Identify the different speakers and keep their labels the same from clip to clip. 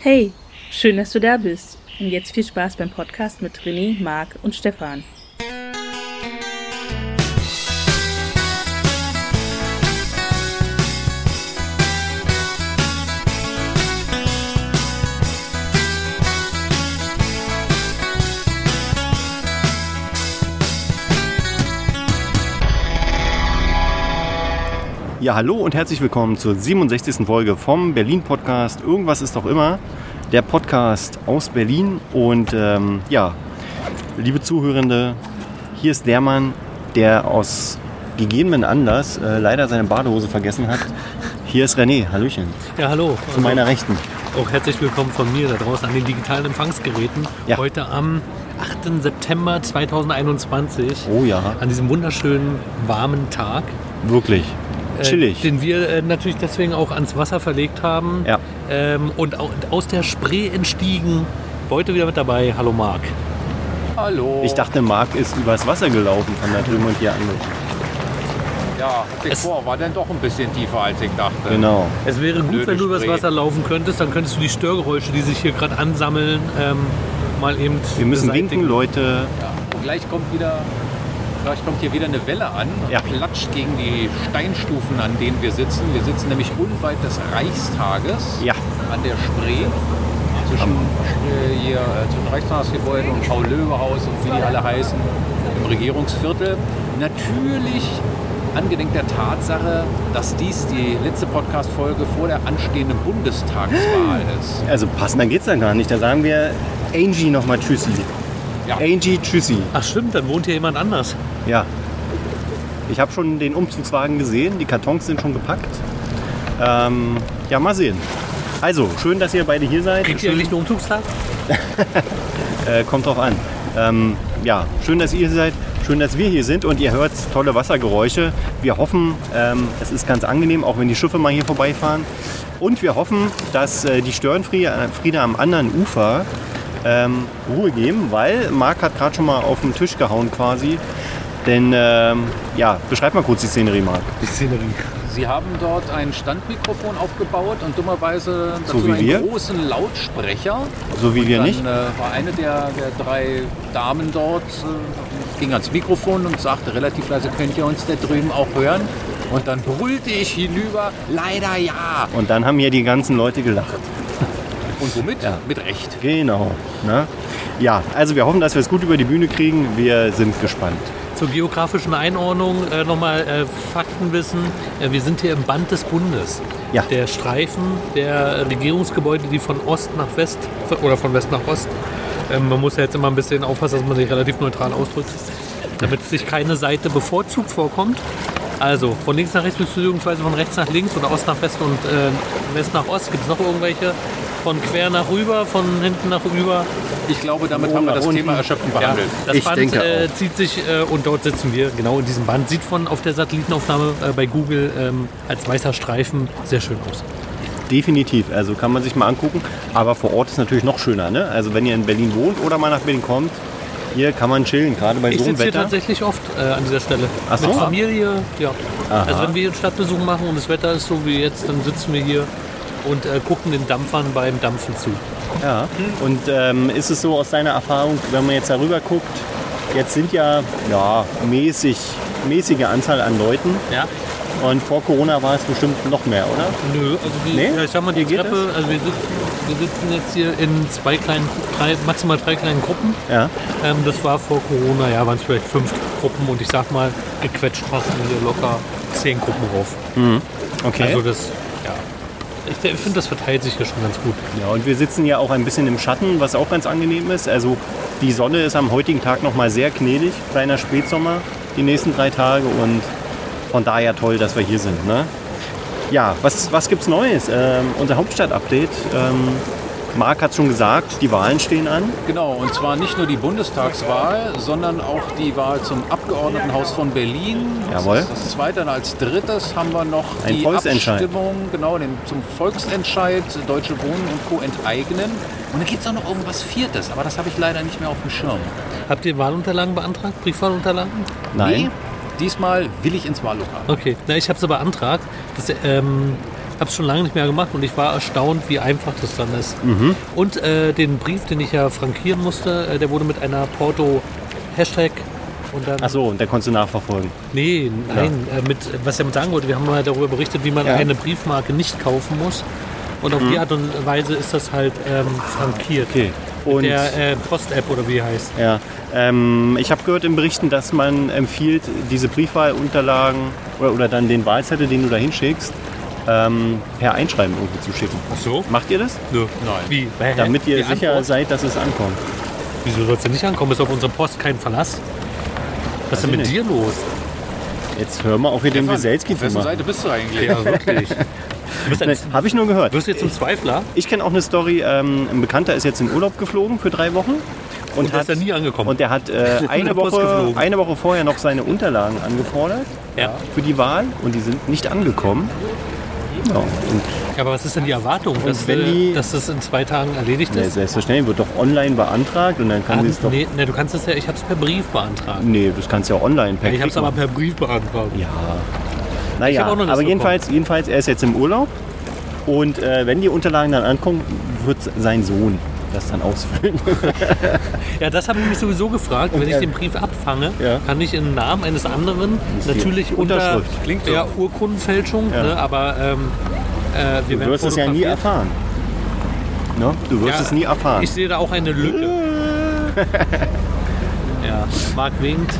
Speaker 1: Hey, schön, dass du da bist. Und jetzt viel Spaß beim Podcast mit René, Marc und Stefan.
Speaker 2: Ja, hallo und herzlich willkommen zur 67. Folge vom Berlin-Podcast Irgendwas ist doch immer. Der Podcast aus Berlin. Und ähm, ja, liebe Zuhörende, hier ist der Mann, der aus gegebenen Anlass äh, leider seine Badehose vergessen hat. Hier ist René, Hallöchen,
Speaker 3: Ja, hallo.
Speaker 2: zu meiner Rechten.
Speaker 3: Auch herzlich willkommen von mir da draußen an den digitalen Empfangsgeräten.
Speaker 2: Ja.
Speaker 3: Heute am 8. September 2021.
Speaker 2: Oh ja,
Speaker 3: An diesem wunderschönen warmen Tag,
Speaker 2: wirklich.
Speaker 3: äh,
Speaker 2: Chillig.
Speaker 3: den wir äh, natürlich deswegen auch ans Wasser verlegt haben
Speaker 2: Ja.
Speaker 3: ähm, und au- aus der Spree entstiegen. Heute wieder mit dabei. Hallo Marc.
Speaker 4: Hallo.
Speaker 2: Ich dachte, Marc ist übers Wasser gelaufen von da drüben und hier angekommen.
Speaker 4: ja, die
Speaker 3: Es-
Speaker 4: Chor war dann doch ein bisschen tiefer, als ich dachte.
Speaker 2: Genau.
Speaker 3: Es wäre gut,
Speaker 4: Blöde
Speaker 3: wenn du übers
Speaker 4: Spree.
Speaker 3: Wasser laufen könntest, dann könntest du die Störgeräusche, die sich hier gerade ansammeln, ähm, mal eben
Speaker 2: Wir müssen
Speaker 3: beseitigen.
Speaker 2: winken, Leute.
Speaker 4: Ja. Und gleich kommt wieder, gleich kommt hier wieder eine Welle an und
Speaker 2: Ja.
Speaker 4: platscht gegen die Steinstufen, an denen wir sitzen. Wir sitzen nämlich unweit des Reichstages
Speaker 2: Ja.
Speaker 4: an der Spree. Zwischen, äh, hier, äh, zwischen Reichstagsgebäuden und Paul-Löwe-Haus und wie die alle heißen, im Regierungsviertel. Natürlich angedenk der Tatsache, dass dies die letzte Podcast-Folge vor der anstehenden Bundestagswahl ist.
Speaker 2: Also passender geht's dann gar nicht. Da sagen wir Angie nochmal Tschüssi.
Speaker 4: Ja.
Speaker 2: Angie Tschüssi.
Speaker 3: Ach stimmt, dann wohnt hier jemand anders.
Speaker 2: Ja. Ich habe schon den Umzugswagen gesehen. Die Kartons sind schon gepackt. Ähm, ja, mal sehen. Also, schön, dass ihr beide hier seid.
Speaker 3: Kriegt ihr
Speaker 2: Schön,
Speaker 3: eigentlich einen Umzugstag?
Speaker 2: äh, kommt drauf an. Ähm, ja, schön, dass ihr hier seid. Schön, dass wir hier sind und ihr hört tolle Wassergeräusche. Wir hoffen, ähm, es ist ganz angenehm, auch wenn die Schiffe mal hier vorbeifahren. Und wir hoffen, dass äh, die Störenfriede am anderen Ufer ähm, Ruhe geben, weil Marc hat gerade schon mal auf den Tisch gehauen quasi. Denn, ähm, ja, beschreib mal kurz die Szenerie, Marc.
Speaker 3: Die Szenerie.
Speaker 4: Sie haben dort ein Standmikrofon aufgebaut und dummerweise
Speaker 2: So
Speaker 4: dazu
Speaker 2: wie
Speaker 4: einen
Speaker 2: wir?
Speaker 4: großen Lautsprecher.
Speaker 2: So wie wir
Speaker 4: Dann
Speaker 2: nicht.
Speaker 4: äh, war eine der, der drei Damen dort, äh, ging ans Mikrofon und sagte relativ leise, könnt ihr uns da drüben auch hören? Und dann brüllte ich hinüber, leider ja.
Speaker 2: Und dann haben hier die ganzen Leute gelacht.
Speaker 4: Und somit mit Recht.
Speaker 2: Genau. Ne? Ja, also wir hoffen, dass wir es gut über die Bühne kriegen. Wir sind gespannt.
Speaker 3: Zur geografischen Einordnung äh, nochmal äh, Faktenwissen. Äh, wir sind hier im Band des Bundes.
Speaker 2: Ja.
Speaker 3: Der Streifen der Regierungsgebäude, die von Ost nach West von- oder von West nach Ost. Ähm, man muss ja jetzt immer ein bisschen aufpassen, dass man sich relativ neutral ausdrückt, damit sich keine Seite bevorzugt vorkommt. Also von links nach rechts beziehungsweise von rechts nach links oder Ost nach West und äh, West nach Ost. Gibt es noch irgendwelche? Von quer nach rüber, von hinten nach rüber.
Speaker 4: Ich glaube, damit
Speaker 2: Oh,
Speaker 4: haben wir
Speaker 2: nach
Speaker 4: das
Speaker 2: unten.
Speaker 4: Thema erschöpfend
Speaker 3: Ja,
Speaker 4: behandelt.
Speaker 3: das
Speaker 2: Ich
Speaker 3: Band
Speaker 2: denke
Speaker 3: äh, zieht sich äh, und dort sitzen wir genau in diesem Band. Sieht von auf der Satellitenaufnahme äh, bei Google ähm, als weißer Streifen sehr schön aus.
Speaker 2: Definitiv. Also kann man sich mal angucken. Aber vor Ort ist natürlich noch schöner. Ne? Also wenn ihr in Berlin wohnt oder mal nach Berlin kommt, hier kann man chillen, gerade bei
Speaker 3: Ich
Speaker 2: so einem
Speaker 3: sitze hier
Speaker 2: Wetter.
Speaker 3: tatsächlich oft äh, an dieser Stelle.
Speaker 2: Ach so.
Speaker 3: Mit Familie, ja. Also wenn wir hier einen Stadtbesuch machen und das Wetter ist so wie jetzt, dann sitzen wir hier und äh, gucken den Dampfern beim Dampfen zu.
Speaker 2: Ja.
Speaker 3: Mhm.
Speaker 2: Und ähm, ist es so aus deiner Erfahrung, wenn man jetzt darüber guckt, jetzt sind ja, ja mäßig, mäßige Anzahl an Leuten.
Speaker 3: Ja.
Speaker 2: Und vor Corona war es bestimmt noch mehr, oder?
Speaker 3: Nö, also die,
Speaker 2: Nee?
Speaker 3: ja, ich sag mal, die
Speaker 2: Hier geht
Speaker 3: Treppe, also wir sitzen, wir sitzen jetzt hier in zwei kleinen, drei, maximal drei kleinen Gruppen.
Speaker 2: Ja.
Speaker 3: Ähm, das war vor Corona, ja, waren es vielleicht fünf Gruppen und ich sag mal, gequetscht passen hier locker zehn Gruppen rauf.
Speaker 2: Okay.
Speaker 3: Also das, ja. Ich, ich finde, das verteilt sich hier schon ganz gut.
Speaker 2: Ja, und wir sitzen ja auch ein bisschen im Schatten, was auch ganz angenehm ist. Also die Sonne ist am heutigen Tag nochmal sehr gnädig, kleiner Spätsommer, die nächsten drei Tage und von daher toll, dass wir hier sind. Ne? Ja, was, was gibt's Neues? Ähm, unser Hauptstadt-Update. Ähm, Marc hat schon gesagt, die Wahlen stehen an.
Speaker 4: Genau, und zwar nicht nur die Bundestagswahl, sondern auch die Wahl zum Abgeordnetenhaus von Berlin.
Speaker 2: Jawohl.
Speaker 4: Das ist das zweite und als drittes haben wir noch
Speaker 2: Ein
Speaker 4: die
Speaker 2: Volksentscheid.
Speaker 4: Abstimmung genau, den, zum Volksentscheid Deutsche Wohnen und Co. enteignen. Und dann gibt es auch noch irgendwas Viertes, aber das habe ich leider nicht mehr auf dem Schirm.
Speaker 3: Habt ihr Wahlunterlagen beantragt? Briefwahlunterlagen?
Speaker 2: Nein.
Speaker 4: Nee, diesmal will ich ins Wahllokal.
Speaker 3: Okay. Na, ich habe sie beantragt. Das, ähm, hab habe es schon lange nicht mehr gemacht und ich war erstaunt, wie einfach das dann ist. Und äh, den Brief, den ich ja frankieren musste, äh, der wurde mit einer Porto-Hashtag und dann.
Speaker 2: Ach so, und da konntest du nachverfolgen.
Speaker 3: Nee, nein, äh, mit, was ich damit sagen wollte, wir haben mal darüber berichtet, wie man
Speaker 2: Ja. Mhm.
Speaker 3: eine Briefmarke nicht kaufen muss. Und auf die Art und Weise ist das halt ähm, frankiert.
Speaker 2: Okay.
Speaker 3: Und
Speaker 2: Und
Speaker 3: der äh, Post-App oder wie die heißt.
Speaker 2: ja, ähm, ich habe gehört in Berichten, dass man empfiehlt, diese Briefwahlunterlagen oder, oder dann den Wahlzettel, den du da hinschickst, ähm, per Einschreiben irgendwie zu schicken.
Speaker 3: Ach so?
Speaker 2: Macht ihr das?
Speaker 3: Nö.
Speaker 4: Nein.
Speaker 3: Wie? Hä?
Speaker 2: Damit ihr
Speaker 3: Die
Speaker 2: sicher
Speaker 3: Antwort?
Speaker 2: seid, dass es ankommt.
Speaker 3: Wieso soll es denn nicht ankommen? Ist auf unserer Post kein Verlass? Was ist denn
Speaker 2: ich nicht.
Speaker 3: mit dir los?
Speaker 2: Jetzt hör mal auf mit dem
Speaker 4: Stefan,
Speaker 2: Wieselski
Speaker 4: Auf
Speaker 2: zu
Speaker 4: wessen
Speaker 2: machen.
Speaker 4: Seite bist du eigentlich?
Speaker 3: Ja, wirklich. Du bist, ein,
Speaker 2: Habe ich nur gehört.
Speaker 3: wirst du jetzt ein Zweifler?
Speaker 2: Ich kenne auch eine Story, ähm, ein Bekannter ist jetzt in Urlaub geflogen für drei Wochen. Und,
Speaker 3: der ist ja nie angekommen.
Speaker 2: Und der hat äh, eine,
Speaker 3: der Post
Speaker 2: Woche,
Speaker 3: geflogen.
Speaker 2: eine Woche vorher noch seine Unterlagen angefordert
Speaker 3: Ja.
Speaker 2: für die Wahl und die sind nicht angekommen. Ja, und
Speaker 3: ja. Aber was ist denn die Erwartung, dass,
Speaker 2: wenn
Speaker 3: äh,
Speaker 2: die-
Speaker 3: dass das in zwei Tagen erledigt
Speaker 2: ne,
Speaker 3: ist?
Speaker 2: selbstverständlich wird doch online beantragt und dann kann sie es doch.
Speaker 3: nee, nee, du kannst das ja, ich habe es per Brief beantragt.
Speaker 2: Nee, das kannst du ja online per
Speaker 3: ich habe
Speaker 2: Klick
Speaker 3: es aber
Speaker 2: machen.
Speaker 3: per Brief beantragt.
Speaker 2: Ja.
Speaker 3: hab
Speaker 2: Naja,
Speaker 3: auch noch nichts
Speaker 2: aber jedenfalls, jedenfalls, er ist jetzt im Urlaub und äh, wenn die Unterlagen dann ankommen, wird sein Sohn das dann ausfüllen.
Speaker 3: Ja, das habe ich mich sowieso gefragt. Wenn ich
Speaker 2: er-
Speaker 3: den Brief abfange,
Speaker 2: Ja.
Speaker 3: kann ich im Namen eines anderen
Speaker 2: Ist die
Speaker 3: natürlich unter
Speaker 2: Unterschrift.
Speaker 3: klingt ja Urkundenfälschung,
Speaker 2: Ja.
Speaker 3: Ne, aber ähm, äh, wir
Speaker 2: Du
Speaker 3: werden
Speaker 2: wirst es ja nie
Speaker 3: fotografiert.
Speaker 2: erfahren. Ne? Du wirst
Speaker 3: Ja,
Speaker 2: es nie erfahren.
Speaker 3: Ich sehe da auch eine Lücke. ja, Marc winkt.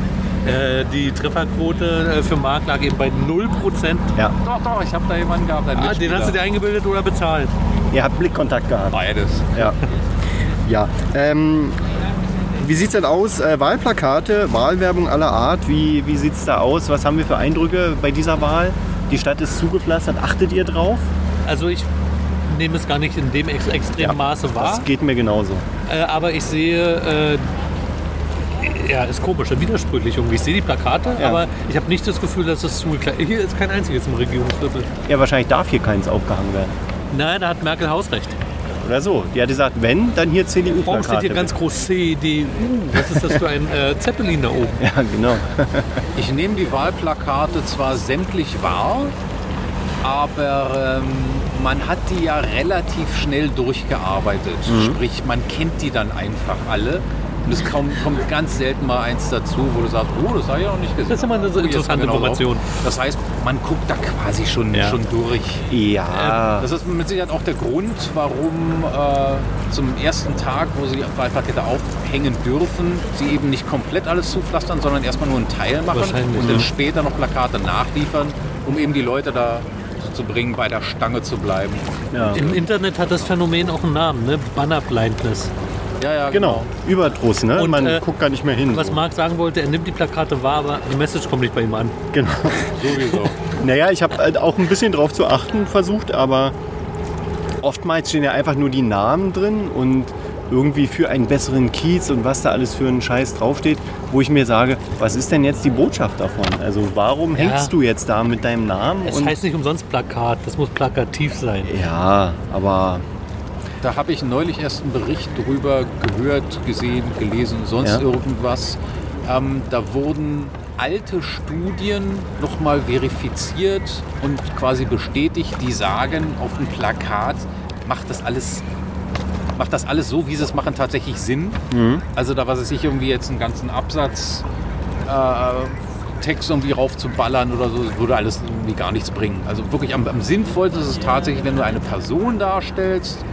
Speaker 3: Äh, die Trefferquote äh, für Marc lag eben bei 0%.
Speaker 2: Ja,
Speaker 4: Doch, doch, ich habe da jemanden gehabt. einen
Speaker 3: Ah, den
Speaker 4: Mitspieler.
Speaker 3: hast du dir eingebildet oder bezahlt?
Speaker 2: ihr habt Blickkontakt gehabt.
Speaker 4: Beides.
Speaker 2: Ja. ja. Ähm, wie sieht's denn aus? Äh, Wahlplakate, Wahlwerbung aller Art, wie, wie sieht's da aus? Was haben wir für Eindrücke bei dieser Wahl? Die Stadt ist zugepflastert, achtet ihr drauf?
Speaker 3: Also ich nehme es gar nicht in dem ex extremen Maße wahr,
Speaker 2: Das geht mir genauso.
Speaker 3: äh, aber ich sehe, äh, ja, ist komisch, widersprüchlich irgendwie. Ich sehe die Plakate,
Speaker 2: Ja.
Speaker 3: aber ich habe nicht das Gefühl, dass es zugeklappt Hier ist kein einziges im Regierungsviertel.
Speaker 2: Ja, wahrscheinlich darf hier keins aufgehangen werden.
Speaker 3: Nein, da hat Merkel Hausrecht.
Speaker 2: Oder so. Die hat gesagt, wenn, dann hier
Speaker 3: Warum steht hier
Speaker 2: CDU-Plakate.
Speaker 3: ganz groß CDU? Was ist das für ein äh, Zeppelin da oben?
Speaker 2: Ja, genau.
Speaker 4: Ich nehme die Wahlplakate zwar sämtlich wahr, aber ähm, man hat die ja relativ schnell durchgearbeitet.
Speaker 3: Mhm.
Speaker 4: Sprich, man kennt die dann einfach alle. Und es kommt, kommt ganz selten mal eins dazu, wo du sagst, oh, das habe ich noch nicht gesehen.
Speaker 3: Das ist immer eine so
Speaker 4: Oh, jetzt
Speaker 3: interessante
Speaker 4: genau drauf.
Speaker 3: Information.
Speaker 4: Das heißt, man guckt da quasi schon,
Speaker 3: Ja.
Speaker 4: schon durch.
Speaker 3: Äh,
Speaker 2: Ja.
Speaker 4: Das ist mit Sicherheit auch der Grund, warum äh, zum ersten Tag, wo sie Wahlplakete aufhängen dürfen, sie eben nicht komplett alles zupflastern, sondern erstmal nur einen Teil machen
Speaker 3: Wahrscheinlich,
Speaker 4: und dann
Speaker 3: ja.
Speaker 4: später noch Plakate nachliefern, um eben die Leute da zu bringen, bei der Stange zu bleiben.
Speaker 2: ja.
Speaker 3: Im Internet hat das Phänomen auch einen Namen, ne? Bannerblindness.
Speaker 4: Ja, ja,
Speaker 2: Genau. Überdruss, ne?
Speaker 3: Und,
Speaker 2: Man
Speaker 3: äh,
Speaker 2: guckt gar nicht mehr hin.
Speaker 3: Was
Speaker 2: so.
Speaker 3: Marc sagen wollte, er nimmt die Plakate wahr, aber die Message kommt nicht bei ihm an.
Speaker 2: Genau.
Speaker 4: Sowieso.
Speaker 2: Naja, ich habe halt auch ein bisschen drauf zu achten versucht, aber oftmals stehen ja einfach nur die Namen drin und irgendwie für einen besseren Kiez und was da alles für einen Scheiß draufsteht, wo ich mir sage, was ist denn jetzt die Botschaft davon? Also warum hängst du jetzt da mit deinem Namen?
Speaker 3: Es
Speaker 2: und-
Speaker 3: heißt nicht umsonst Plakat, das muss plakativ sein.
Speaker 2: ja, aber
Speaker 4: Da habe ich neulich erst einen Bericht drüber gehört, gesehen, gelesen, sonst
Speaker 2: Ja.
Speaker 4: irgendwas. Ähm, da wurden alte Studien nochmal verifiziert und quasi bestätigt, die sagen auf dem Plakat, macht das alles, macht das alles so, wie sie es machen, tatsächlich Sinn. Also da was es sich irgendwie jetzt einen ganzen Absatz äh, Text irgendwie raufzuballern oder so, das würde alles irgendwie gar nichts bringen. Also wirklich am, am sinnvollsten ist es tatsächlich, wenn du eine Person darstellst,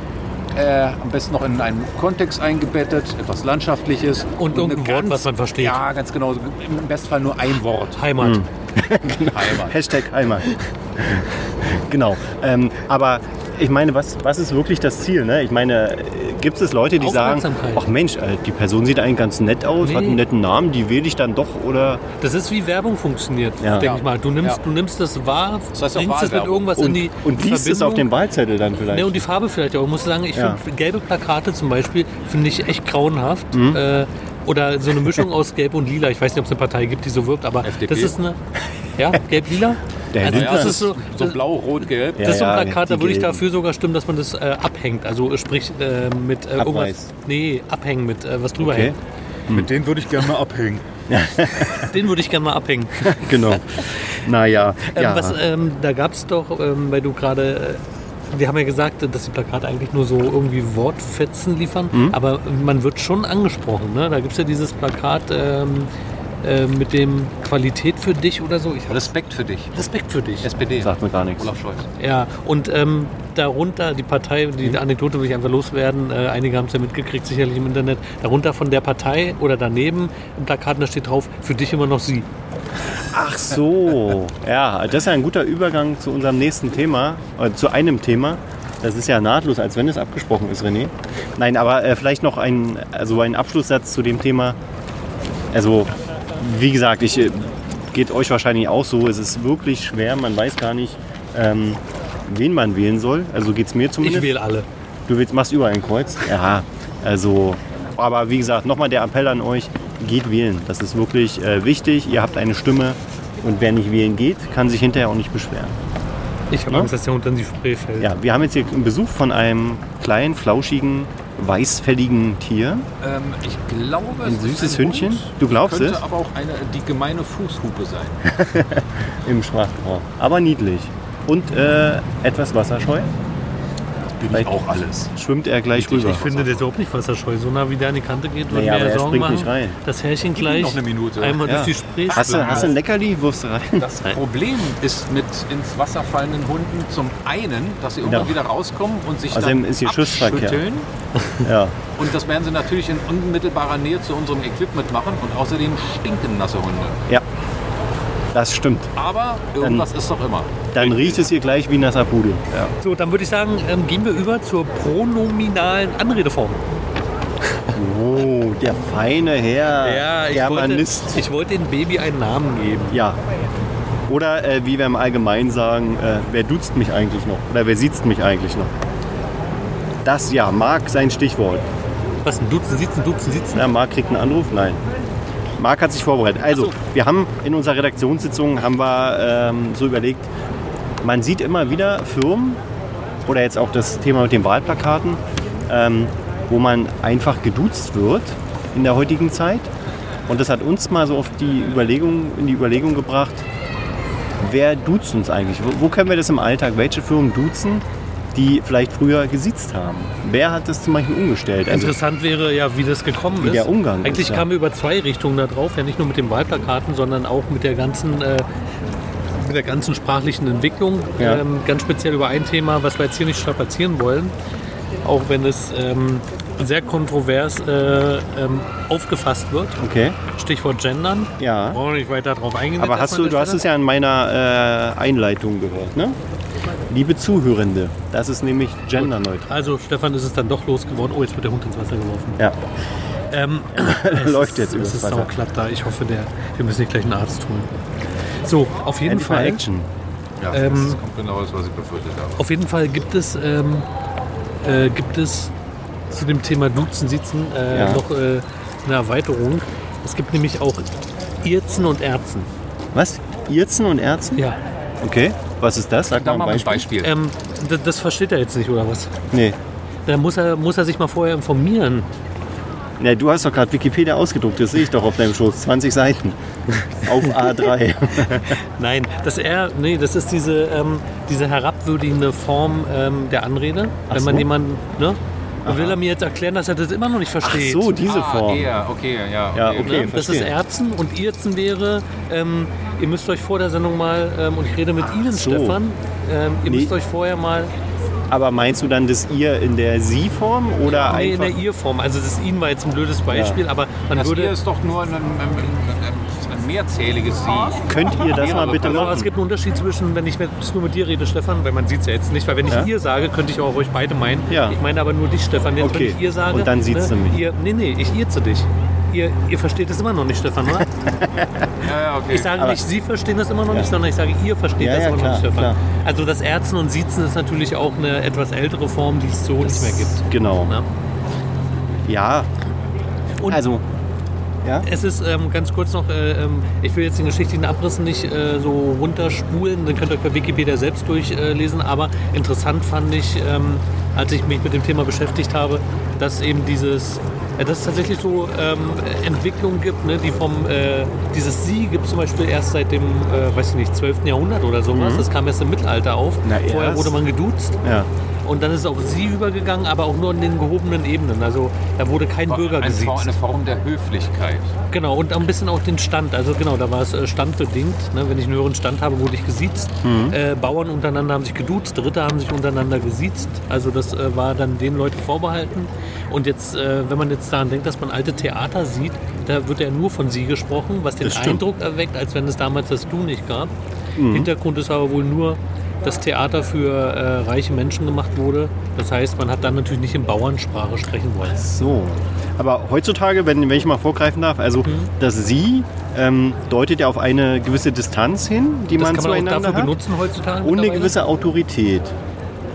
Speaker 4: äh, am besten noch in einen Kontext eingebettet, etwas Landschaftliches.
Speaker 3: Und irgendein
Speaker 4: eine
Speaker 3: Wort, was man versteht.
Speaker 4: Ja, ganz genau. Im Bestfall nur ein Wort.
Speaker 3: Heimat.
Speaker 2: Hm.
Speaker 4: Heimat.
Speaker 2: Hashtag Heimat. genau. Ähm, aber ich meine, was, was ist wirklich das Ziel? Ne? Ich meine, gibt es Leute, die sagen,
Speaker 3: Aufmerksamkeit.
Speaker 2: ach Mensch, äh, die Person sieht eigentlich ganz nett aus,
Speaker 3: Nee.
Speaker 2: hat einen netten Namen, die wähle ich dann doch oder
Speaker 3: Das ist wie Werbung funktioniert,
Speaker 2: Ja.
Speaker 3: denke
Speaker 4: Ja.
Speaker 3: ich mal. Du nimmst,
Speaker 4: Ja.
Speaker 3: du nimmst das wahr,
Speaker 4: Das heißt auch
Speaker 3: bringst es mit
Speaker 4: Wahlwerbung.
Speaker 3: irgendwas in
Speaker 2: und,
Speaker 3: die
Speaker 2: und liest es auf dem Wahlzettel dann vielleicht.
Speaker 3: Ne, und die Farbe vielleicht auch. Ich muss sagen, ich
Speaker 2: Ja.
Speaker 3: finde gelbe Plakate zum Beispiel finde ich echt grauenhaft.
Speaker 2: Mhm.
Speaker 3: Äh, oder so eine Mischung aus Gelb und Lila. Ich weiß nicht, ob es eine Partei gibt, die so wirkt, aber
Speaker 4: FDP.
Speaker 3: das ist eine. Ja, Gelb-Lila?
Speaker 2: Der
Speaker 3: Also
Speaker 2: Lindner
Speaker 3: das ist so.
Speaker 4: so blau, rot, gelb.
Speaker 2: Ja.
Speaker 3: das ist so ein Plakat,
Speaker 2: die
Speaker 3: da würde ich
Speaker 2: gelben.
Speaker 3: dafür sogar stimmen, dass man das äh, abhängt. Also äh, sprich äh, mit äh, irgendwas.
Speaker 2: Abreißt.
Speaker 3: Nee, abhängen mit äh, was drüber
Speaker 2: Okay.
Speaker 3: hängt.
Speaker 5: Mit denen würde ich gerne mal abhängen.
Speaker 3: Den würde ich gerne mal abhängen.
Speaker 2: Genau. Naja,
Speaker 3: Ähm,
Speaker 2: ja.
Speaker 3: was, ähm, da gab es doch, ähm, weil du gerade, äh, wir haben ja gesagt, dass die Plakate eigentlich nur so irgendwie Wortfetzen liefern,
Speaker 2: Mhm.
Speaker 3: aber man wird schon angesprochen. Ne? Da gibt es ja dieses Plakat ähm, äh, mit dem Qualität für dich oder so. Ich habe
Speaker 4: Respekt für dich.
Speaker 3: Respekt für dich.
Speaker 4: SPD.
Speaker 2: sagt mir gar nichts.
Speaker 4: Olaf Scholz.
Speaker 3: Ja, und ähm, darunter, die Partei, die
Speaker 2: Mhm.
Speaker 3: Anekdote will ich einfach loswerden, äh, einige haben es ja mitgekriegt, sicherlich im Internet, darunter von der Partei oder daneben im Plakat, da steht drauf, für dich immer noch sie.
Speaker 2: Ach so. Ja, das ist ja ein guter Übergang zu unserem nächsten Thema, äh, zu einem Thema. Das ist ja nahtlos, als wenn es abgesprochen ist, René. Nein, aber äh, vielleicht noch ein, also ein Abschlusssatz zu dem Thema. Also, wie gesagt, ich, äh, geht euch wahrscheinlich auch so. Es ist wirklich schwer, man weiß gar nicht, ähm, wen man wählen soll. Also geht es mir
Speaker 3: Ich
Speaker 2: zumindest.
Speaker 3: wähle alle.
Speaker 2: Du willst, machst überall ein Kreuz? Ja, also, aber wie gesagt, nochmal der Appell an euch, geht wählen. Das ist wirklich äh, wichtig. Ihr habt eine Stimme und wer nicht wählen geht, kann sich hinterher auch nicht beschweren.
Speaker 3: Ich habe
Speaker 2: Ja.
Speaker 3: Angst, dass der unter die Spree fällt.
Speaker 2: Ja, wir haben jetzt hier einen Besuch von einem kleinen, flauschigen, weißfälligen Tier.
Speaker 4: Ähm, ich glaube,
Speaker 2: Ein
Speaker 4: es
Speaker 2: süßes
Speaker 4: ist
Speaker 2: Hündchen?
Speaker 4: Hund.
Speaker 2: Du glaubst
Speaker 4: könnte
Speaker 2: es?
Speaker 4: aber auch eine, die gemeine Fußhupe sein.
Speaker 2: Im Sprachgebrauch. Aber niedlich. Und äh, etwas wasserscheu.
Speaker 4: Bin
Speaker 2: Vielleicht-
Speaker 4: auch alles.
Speaker 2: Schwimmt er gleich rüber.
Speaker 3: Ich finde, der ist überhaupt nicht wasserscheu. So nah wie der an die Kante geht, würde
Speaker 2: Naja,
Speaker 3: mir
Speaker 2: aber
Speaker 3: ja
Speaker 2: er
Speaker 3: Sorgen
Speaker 2: springt
Speaker 3: machen.
Speaker 2: nicht rein.
Speaker 3: Das Herrchen gleich
Speaker 4: noch eine Minute.
Speaker 3: einmal
Speaker 2: Ja.
Speaker 3: durch die Spree
Speaker 2: Hast du,
Speaker 3: schwimmen
Speaker 2: hast du ein Leckerli? Wirfst du rein?
Speaker 4: Das Problem ist mit ins Wasser fallenden Hunden zum einen, dass sie irgendwann
Speaker 2: Ja.
Speaker 4: wieder rauskommen und sich
Speaker 2: Außerdem
Speaker 4: dann
Speaker 2: ist hier Schussverkehr.
Speaker 4: abschütteln.
Speaker 2: Ja.
Speaker 4: Und das werden sie natürlich in unmittelbarer Nähe zu unserem Equipment machen. Und außerdem stinken nasse Hunde.
Speaker 2: Ja. Das stimmt.
Speaker 4: Aber irgendwas ist doch immer.
Speaker 2: Dann riecht es hier gleich wie nasser Pudel.
Speaker 3: So, dann würde ich sagen, ähm, gehen wir über zur pronominalen Anredeform.
Speaker 2: Oh, der feine Herr, Germanist.
Speaker 3: wollte, ich wollte dem Baby einen Namen geben.
Speaker 2: Ja. Oder äh, wie wir im Allgemeinen sagen, äh, wer duzt mich eigentlich noch? Oder wer sieht's mich eigentlich noch? Das ja, Marc sein Stichwort.
Speaker 3: Was, ein Dutzend, Sitzen, Dutzend, Sitzen?
Speaker 2: Na, Marc kriegt einen Anruf? Nein. Marc hat sich vorbereitet. Also, wir haben in unserer Redaktionssitzung haben wir ähm, so überlegt, man sieht immer wieder Firmen oder jetzt auch das Thema mit den Wahlplakaten, ähm, wo man einfach geduzt wird in der heutigen Zeit. Und das hat uns mal so auf die Überlegung, in die Überlegung gebracht, wer duzt uns eigentlich? Wo, wo können wir das im Alltag? Welche Firmen duzen, die vielleicht früher gesiezt haben? Wer hat das zum Beispiel umgestellt? Also,
Speaker 3: Interessant wäre ja, wie das gekommen
Speaker 2: Wie
Speaker 3: ist.
Speaker 2: der Umgang ist,
Speaker 3: Eigentlich
Speaker 2: ja.
Speaker 3: kamen wir über zwei Richtungen da drauf, ja nicht nur mit den Wahlplakaten, sondern auch mit der ganzen, äh, mit der ganzen sprachlichen Entwicklung.
Speaker 2: Ja.
Speaker 3: Ähm, ganz speziell über ein Thema, was wir jetzt hier nicht strapazieren wollen, auch wenn es ähm, sehr kontrovers äh, ähm, aufgefasst wird.
Speaker 2: okay,
Speaker 3: Stichwort Gendern.
Speaker 2: ja.
Speaker 3: Brauchen wir nicht weiter drauf eingehen.
Speaker 2: Aber hast du, du hast es ja in meiner äh, Einleitung gehört, ne? Liebe Zuhörende, das ist nämlich genderneutral.
Speaker 3: Also Stefan ist es dann doch losgeworden. Oh, jetzt wird der Hund ins Wasser geworfen.
Speaker 2: Ja,
Speaker 3: Ähm,
Speaker 2: läuft jetzt
Speaker 3: Es
Speaker 2: übers
Speaker 3: ist
Speaker 2: Wasser.
Speaker 3: sauklatt da. Ich hoffe, der, wir müssen nicht gleich einen Arzt holen. So, auf jeden
Speaker 2: Endlich mal
Speaker 3: Fall.
Speaker 2: Action.
Speaker 4: Ja,
Speaker 3: Ähm,
Speaker 4: das kommt genau das, was ich befürchtet habe.
Speaker 3: Auf jeden Fall gibt es, ähm, äh, gibt es zu dem Thema Duzen, Siezen äh,
Speaker 2: Ja.
Speaker 3: noch äh, eine Erweiterung. Es gibt nämlich auch Irzen und Erzen.
Speaker 2: Was? Irzen und Ärzten?
Speaker 3: Ja.
Speaker 2: Okay, was ist das? Sag
Speaker 4: Da
Speaker 2: mal
Speaker 4: mal
Speaker 2: ein
Speaker 4: ein
Speaker 2: Beispiel.
Speaker 4: Beispiel.
Speaker 3: Ähm, d- das versteht er jetzt nicht, oder was?
Speaker 2: Nee.
Speaker 3: Da muss er, muss er sich mal vorher informieren.
Speaker 2: Na, du hast doch gerade Wikipedia ausgedruckt, das sehe ich doch auf deinem Schoß. 20 Seiten. Auf A3.
Speaker 3: Nein, das R, nee, das ist diese, ähm, diese herabwürdigende Form ähm, der Anrede.
Speaker 2: Ach
Speaker 3: wenn man
Speaker 2: so.
Speaker 3: jemanden, ne? Will er mir jetzt erklären, dass er das immer noch nicht
Speaker 2: Ach
Speaker 3: versteht?
Speaker 2: so, diese
Speaker 4: Ah,
Speaker 2: Form.
Speaker 4: er, okay, ja.
Speaker 2: Ja, okay.
Speaker 3: Ne? Das ist
Speaker 2: verstehe.
Speaker 3: Erzen und Irzen wäre, ähm, ihr müsst euch vor der Sendung mal, ähm, und ich rede mit Ihnen,
Speaker 2: so.
Speaker 3: Stefan, ähm, ihr
Speaker 2: Nee.
Speaker 3: müsst euch vorher mal,
Speaker 2: Aber meinst du dann das Ihr in der Sie-Form oder
Speaker 3: nee, in
Speaker 2: Ah, einfach? Also
Speaker 3: der Ihr-Form, also das Ihnen war jetzt ein blödes Beispiel, aber man
Speaker 4: Das
Speaker 3: würde,
Speaker 4: hier Also ist doch nur ein, ein, ein, ein mehrzähliges
Speaker 3: Ah.
Speaker 4: Sie.
Speaker 2: Könnt ihr das mal bitte
Speaker 3: aber genau, es
Speaker 2: machen?
Speaker 3: gibt einen Unterschied zwischen, wenn ich mit, nur mit dir rede, Stefan, weil man sieht es ja jetzt nicht, weil wenn ich
Speaker 2: Ja.
Speaker 3: ihr sage, könnte ich auch euch beide meinen.
Speaker 2: Ja.
Speaker 3: Ich meine aber nur dich, Stefan. Jetzt,
Speaker 2: Okay.
Speaker 3: wenn ich ihr sage,
Speaker 2: Und dann sieht's
Speaker 3: ne,
Speaker 2: nämlich.
Speaker 3: Ihr, nee, nee, ich ihr zu dich. Ihr, ihr versteht es immer noch nicht, Stefan, oder?
Speaker 4: Ja, ja, okay.
Speaker 3: Ich sage nicht, Sie verstehen das immer noch nicht,
Speaker 2: Ja.
Speaker 3: sondern ich sage, ihr versteht
Speaker 2: Ja,
Speaker 3: das
Speaker 2: ja,
Speaker 3: immer
Speaker 2: klar,
Speaker 3: noch nicht, Stefan.
Speaker 2: klar.
Speaker 3: Also das Erzen und Siezen ist natürlich auch eine etwas ältere Form, die es so nicht mehr gibt.
Speaker 2: Genau.
Speaker 3: Ne?
Speaker 2: Ja.
Speaker 3: Und-
Speaker 2: also,
Speaker 3: Es ist ähm, ganz kurz noch, äh, ähm, ich will jetzt den geschichtlichen Abriss nicht äh, so runterspulen, dann könnt ihr euch bei Wikipedia selbst durchlesen, aber interessant fand ich, ähm, als ich mich mit dem Thema beschäftigt habe, dass eben dieses, äh, dass es tatsächlich so ähm, Entwicklungen gibt, ne, die vom, äh, dieses Sie gibt zum Beispiel erst seit dem, äh, weiß ich nicht, 12. Jahrhundert oder sowas. Das kam erst im Mittelalter auf.
Speaker 2: Mhm. Na,
Speaker 3: Vorher
Speaker 2: erst?
Speaker 3: wurde man geduzt.
Speaker 2: Ja.
Speaker 3: Und dann ist es auf Sie übergegangen, aber auch nur in den gehobenen Ebenen. Also da wurde kein Bürger
Speaker 2: also
Speaker 3: gesiezt.
Speaker 4: eine, Form, eine Form der Höflichkeit.
Speaker 3: Genau, und ein bisschen auch den Stand. Also genau, da war es äh, standbedingt. Ne? Wenn ich einen höheren Stand habe, wurde ich gesiezt.
Speaker 2: Mhm.
Speaker 3: Äh, Bauern untereinander haben sich geduzt, Ritter haben sich untereinander gesiezt. Also das äh, war dann den Leuten vorbehalten. Und jetzt, äh, wenn man jetzt daran denkt, dass man alte Theater sieht, da wird ja nur von sie gesprochen, was den
Speaker 2: Das stimmt. Mhm.
Speaker 3: Eindruck erweckt, als wenn es damals das Du nicht gab. Hintergrund ist aber wohl nur, dass Theater für äh, reiche Menschen gemacht wurde. Das heißt, man hat dann natürlich nicht in Bauernsprache sprechen wollen.
Speaker 2: So. Aber heutzutage, wenn, wenn ich mal vorgreifen darf, also
Speaker 3: Mhm.
Speaker 2: das Sie ähm, deutet ja auf eine gewisse Distanz hin, die
Speaker 3: Das
Speaker 2: man
Speaker 3: kann man auch
Speaker 2: zueinander
Speaker 3: dafür
Speaker 2: hat.
Speaker 3: benutzen heutzutage.
Speaker 2: Und eine
Speaker 3: mittlerweile.
Speaker 2: gewisse Autorität.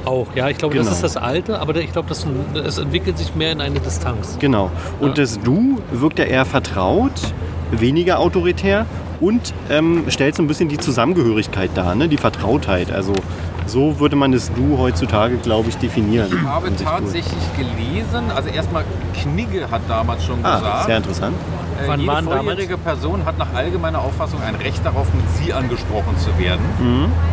Speaker 3: Auch, ja, ich glaube,
Speaker 2: Genau.
Speaker 3: das ist das Alte, aber ich glaube, das, es entwickelt sich mehr in eine Distanz.
Speaker 2: Genau. Und
Speaker 3: Ja.
Speaker 2: das Du wirkt ja eher vertraut, weniger autoritär und ähm, stellt so ein bisschen die Zusammengehörigkeit dar, ne? die Vertrautheit. Also so würde man das Du heutzutage, glaube ich, definieren. Um
Speaker 4: Ich habe
Speaker 2: Finde ich gut.
Speaker 4: tatsächlich gelesen, also erstmal Knigge hat damals schon
Speaker 2: Ah,
Speaker 4: gesagt,
Speaker 2: sehr interessant.
Speaker 4: äh,
Speaker 3: Wann
Speaker 4: jede
Speaker 3: waren damals?
Speaker 4: volljährige Person hat nach allgemeiner Auffassung ein Recht darauf, mit sie angesprochen zu werden,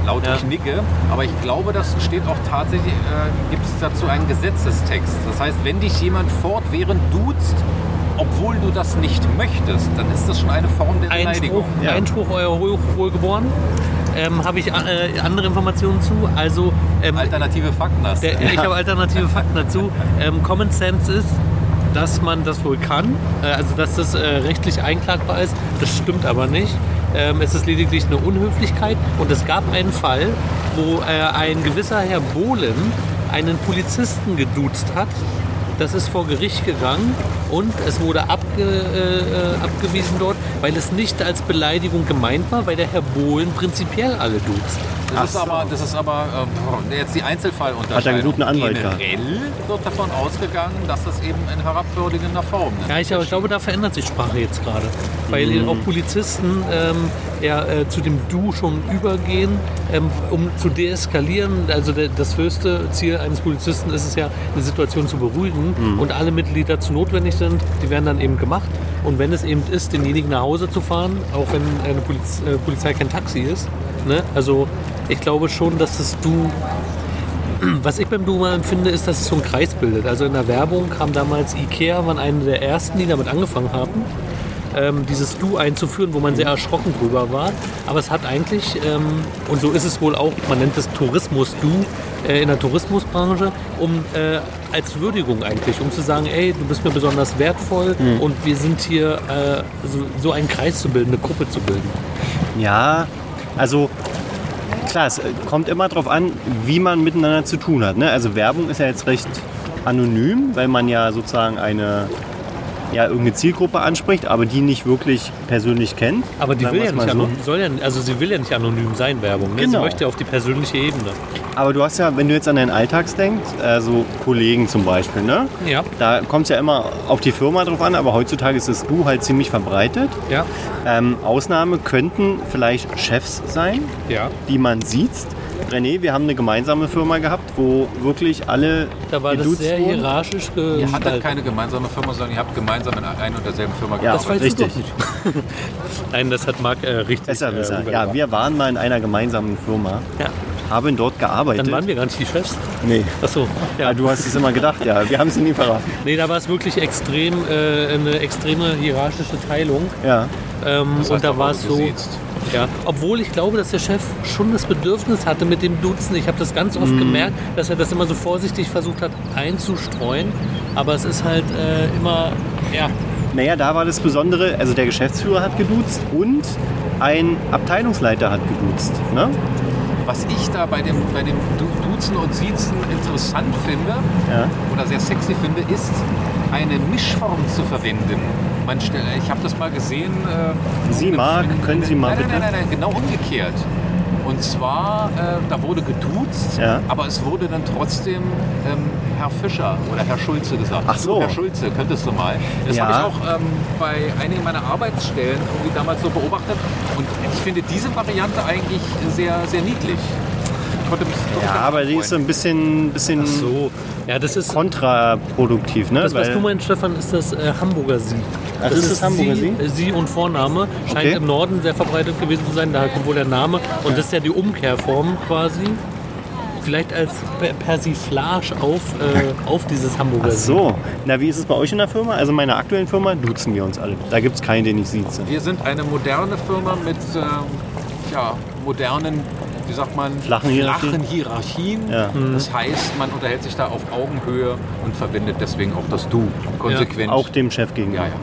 Speaker 4: laut
Speaker 3: Mhm. Ja.
Speaker 4: Knigge. Aber ich glaube, das steht auch tatsächlich, äh, gibt es dazu einen Gesetzestext. Das heißt, wenn dich jemand fortwährend duzt, obwohl du das nicht möchtest, dann ist das schon eine Form der
Speaker 3: Einspruch,
Speaker 4: Beleidigung.
Speaker 2: Ja.
Speaker 3: Einspruch euer Hoch- Wohlgeboren. Ähm, habe ich äh, andere Informationen zu. Also, ähm,
Speaker 4: Alternative Fakten hast du.
Speaker 3: der, ich habe alternative Fakten dazu. Ähm, Common Sense ist, dass man das wohl kann, äh, also dass das äh, rechtlich einklagbar ist. Das stimmt aber nicht. Ähm, es ist lediglich eine Unhöflichkeit. Und es gab einen Fall, wo äh, ein gewisser Herr Bohlen einen Polizisten geduzt hat. Das ist vor Gericht gegangen und es wurde abge, äh, äh, abgewiesen dort, weil es nicht als Beleidigung gemeint war, weil der Herr Bohlen prinzipiell alle duzt.
Speaker 4: Das ist aber, das ist aber äh, jetzt die Einzelfallunterscheidung.
Speaker 2: Hat er einen guten Anwalt gehabt.
Speaker 4: Generell wird davon ausgegangen, dass das eben in herabwürdigender Form ist.
Speaker 3: Ja, ich, aber ich glaube, da verändert sich Sprache jetzt gerade. Weil auch Polizisten ähm, ja, äh, zu dem Du schon übergehen, ähm, um zu deeskalieren. Also der, das höchste Ziel eines Polizisten ist es ja, eine Situation zu beruhigen. Und alle Mittel, die dazu notwendig sind, die werden dann eben gemacht. Und wenn es eben ist, denjenigen nach Hause zu fahren, auch wenn eine Poliz äh, Polizei kein Taxi ist. Ne? Also ich glaube schon, dass das Du was ich beim Duma empfinde, ist, dass es so einen Kreis bildet. Also in der Werbung kam damals Ikea, waren eine der ersten, die damit angefangen haben, ähm, dieses Du einzuführen, wo man sehr erschrocken drüber war. Aber es hat eigentlich, ähm, und so ist es wohl auch, man nennt es Tourismus-Du äh, in der Tourismusbranche, um äh, als Würdigung eigentlich, um zu sagen, ey, du bist mir besonders wertvoll und wir sind hier, äh, so, so einen Kreis zu bilden, eine Gruppe zu bilden.
Speaker 2: Ja, also klar, es äh, kommt immer darauf an, wie man miteinander zu tun hat. Ne? Also Werbung ist ja jetzt recht anonym, weil man ja sozusagen eine ja, irgendeine Zielgruppe anspricht, aber die nicht wirklich persönlich kennt.
Speaker 3: Aber die
Speaker 2: Sagen
Speaker 3: will ja
Speaker 2: wir's mal
Speaker 3: nicht,
Speaker 2: so.
Speaker 3: anonym, soll ja, also sie will ja nicht anonym sein, Werbung. Ne? Sie
Speaker 2: Genau.
Speaker 3: möchte auf die persönliche Ebene.
Speaker 2: Aber du hast ja, wenn du jetzt an deinen Alltags denkst, also Kollegen zum Beispiel, ne?
Speaker 3: Ja,
Speaker 2: Da kommt es ja immer auf die Firma drauf an, aber heutzutage ist das Du halt ziemlich verbreitet.
Speaker 3: ja,
Speaker 2: Ähm, Ausnahme könnten vielleicht Chefs sein,
Speaker 3: ja.
Speaker 2: die man sieht. René, wir haben eine gemeinsame Firma gehabt, wo wirklich alle
Speaker 3: Da war das
Speaker 2: geduzt
Speaker 3: sehr
Speaker 2: wurden.
Speaker 3: hierarchisch
Speaker 4: Ihr hattet
Speaker 3: gestaltet.
Speaker 4: keine gemeinsame Firma, sondern ihr habt gemeinsam in einer und derselben Firma
Speaker 2: Ja,
Speaker 3: Das
Speaker 4: gearbeitet.
Speaker 3: weißt du
Speaker 2: richtig.
Speaker 3: doch nicht. Nein, das hat Marc äh, richtig
Speaker 2: Besserwisser.
Speaker 3: rübergebracht.
Speaker 2: ja, wir waren mal in einer gemeinsamen Firma,
Speaker 3: ja,
Speaker 2: haben dort gearbeitet.
Speaker 3: Dann waren wir gar nicht die Chefs.
Speaker 2: Nee.
Speaker 3: Achso, ja.
Speaker 2: Ja, du hast es immer gedacht, ja. Wir haben es nie verraten.
Speaker 3: Nee, da war es wirklich extrem, äh, eine extreme hierarchische Teilung.
Speaker 2: Ja.
Speaker 3: Ähm,
Speaker 4: Das heißt,
Speaker 3: und da war es
Speaker 4: du
Speaker 3: so.
Speaker 4: siehst.
Speaker 3: Ja, obwohl ich glaube, dass der Chef schon das Bedürfnis hatte mit dem Duzen. Ich habe das ganz oft gemerkt, dass er das immer so vorsichtig versucht hat einzustreuen. Aber es ist halt äh, immer, ja,
Speaker 2: Naja, da war das Besondere, also der Geschäftsführer hat geduzt und ein Abteilungsleiter hat geduzt. Ne?
Speaker 4: Was ich da bei dem, bei dem Du- Duzen und Siezen interessant finde
Speaker 2: Ja.
Speaker 4: oder sehr sexy finde, ist, eine Mischform zu verwenden. Man stell, ich habe das mal gesehen. äh,
Speaker 2: Sie
Speaker 4: in-
Speaker 2: mag,
Speaker 4: in-
Speaker 2: können Sie mal
Speaker 4: nein,
Speaker 2: bitte?
Speaker 4: Nein, nein, nein, genau umgekehrt. Und zwar, äh, da wurde geduzt,
Speaker 2: Ja.
Speaker 4: aber es wurde dann trotzdem ähm, Herr Fischer oder Herr Schulze gesagt.
Speaker 2: Ach so.
Speaker 4: Herr Schulze, könntest du mal. Das
Speaker 2: Ja.
Speaker 4: habe ich auch ähm, bei einigen meiner Arbeitsstellen irgendwie damals so beobachtet. Und ich finde diese Variante eigentlich sehr, sehr niedlich. heute bist du
Speaker 2: Ja, aber die ist so ein bisschen, bisschen
Speaker 3: So, ja, das ist.
Speaker 2: kontraproduktiv. Ne?
Speaker 3: Das, was
Speaker 2: Weil-
Speaker 3: du meinst, Stefan, ist das äh, Hamburger Sie.
Speaker 2: Ach, ist das Hamburger Sie?
Speaker 3: Sie? Sie und Vorname scheint
Speaker 2: Okay.
Speaker 3: im Norden sehr verbreitet gewesen zu sein, daher kommt wohl der Name. Und das ist ja die Umkehrform quasi. Vielleicht als Per- Persiflage auf, äh, auf dieses Hamburger
Speaker 2: Ach so, na wie ist es bei euch in der Firma? Also in meiner aktuellen Firma duzen wir uns alle. Da gibt es keinen, den ich sieze.
Speaker 4: Wir sind eine moderne Firma mit ähm, ja, modernen, wie sagt man,
Speaker 2: Flachen Hierarchien.
Speaker 4: flachen Hierarchien.
Speaker 2: Ja. Mhm.
Speaker 4: Das heißt, man unterhält sich da auf Augenhöhe und verwendet deswegen auch das Du konsequent.
Speaker 2: Auch dem Chef gegenüber.
Speaker 4: ja, ja.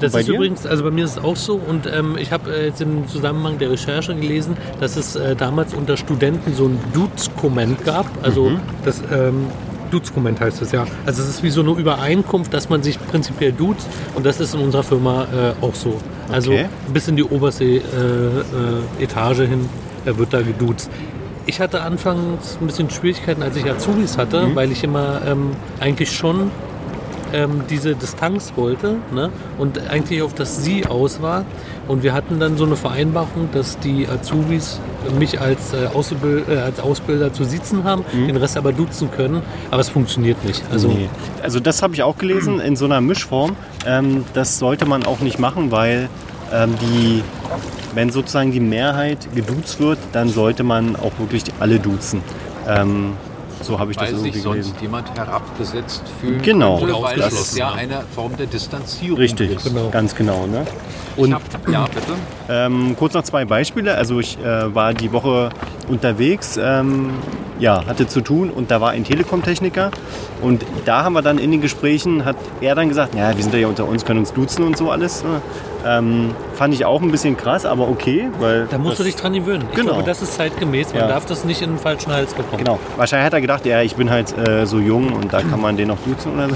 Speaker 3: Das
Speaker 2: Bei
Speaker 3: ist
Speaker 2: dir?
Speaker 3: übrigens, also bei mir ist es auch so und ähm, ich habe äh, jetzt im Zusammenhang der Recherche gelesen, dass es äh, damals unter Studenten so ein Dudes-Komment gab. Also
Speaker 2: Mhm.
Speaker 3: das ähm, Dudes-Komment heißt es ja. Also es ist wie so eine Übereinkunft, dass man sich prinzipiell duzt und das ist in unserer Firma äh, auch so. Also
Speaker 2: Okay.
Speaker 3: bis in die oberste äh, äh, Etage hin äh, wird da geduzt. Ich hatte anfangs ein bisschen Schwierigkeiten, als ich Azubis
Speaker 2: Mhm.
Speaker 3: hatte, weil ich immer ähm, eigentlich schon ähm, diese Distanz wollte ne? und eigentlich auf das Sie aus war. Und wir hatten dann so eine Vereinbarung, dass die Azubis mich als, äh, Ausbil- äh, als Ausbilder zu sitzen haben, den Rest aber duzen können. Aber es funktioniert nicht. Also,
Speaker 2: Mhm. Nee. Also das habe ich auch gelesen in so einer Mischform. Ähm, das sollte man auch nicht machen, weil ähm, die, wenn sozusagen die Mehrheit geduzt wird, dann sollte man auch wirklich alle duzen. Ähm, so habe ich das
Speaker 4: Weil
Speaker 2: irgendwie
Speaker 4: sich
Speaker 2: gelesen.
Speaker 4: sonst jemand herabgesetzt fühlt.
Speaker 2: Genau.
Speaker 4: Oder
Speaker 3: Oder
Speaker 4: weil es
Speaker 3: ausgeschlossen,
Speaker 4: ja
Speaker 3: ja.
Speaker 4: eine Form der Distanzierung
Speaker 2: Richtig,
Speaker 4: ist.
Speaker 3: Genau.
Speaker 2: ganz genau. Ne?
Speaker 4: Und hab, ja, bitte.
Speaker 2: Ähm, kurz noch zwei Beispiele. Also ich äh, war die Woche unterwegs, ähm, ja, hatte zu tun und da war ein Telekom-Techniker und da haben wir dann in den Gesprächen, hat er dann gesagt, ja, wir sind ja hier unter uns, können uns duzen und so alles. Ne? Ähm, fand ich auch ein bisschen krass, aber okay, weil...
Speaker 3: da musst du
Speaker 2: das-
Speaker 3: dich dran gewöhnen. Ich
Speaker 2: Genau.
Speaker 3: glaube, das ist zeitgemäß. Man
Speaker 2: Ja.
Speaker 3: darf das nicht in den falschen Hals bekommen.
Speaker 2: Genau. Wahrscheinlich hat er gedacht, ja, ich bin halt äh, so jung und da kann man den noch duzen oder so.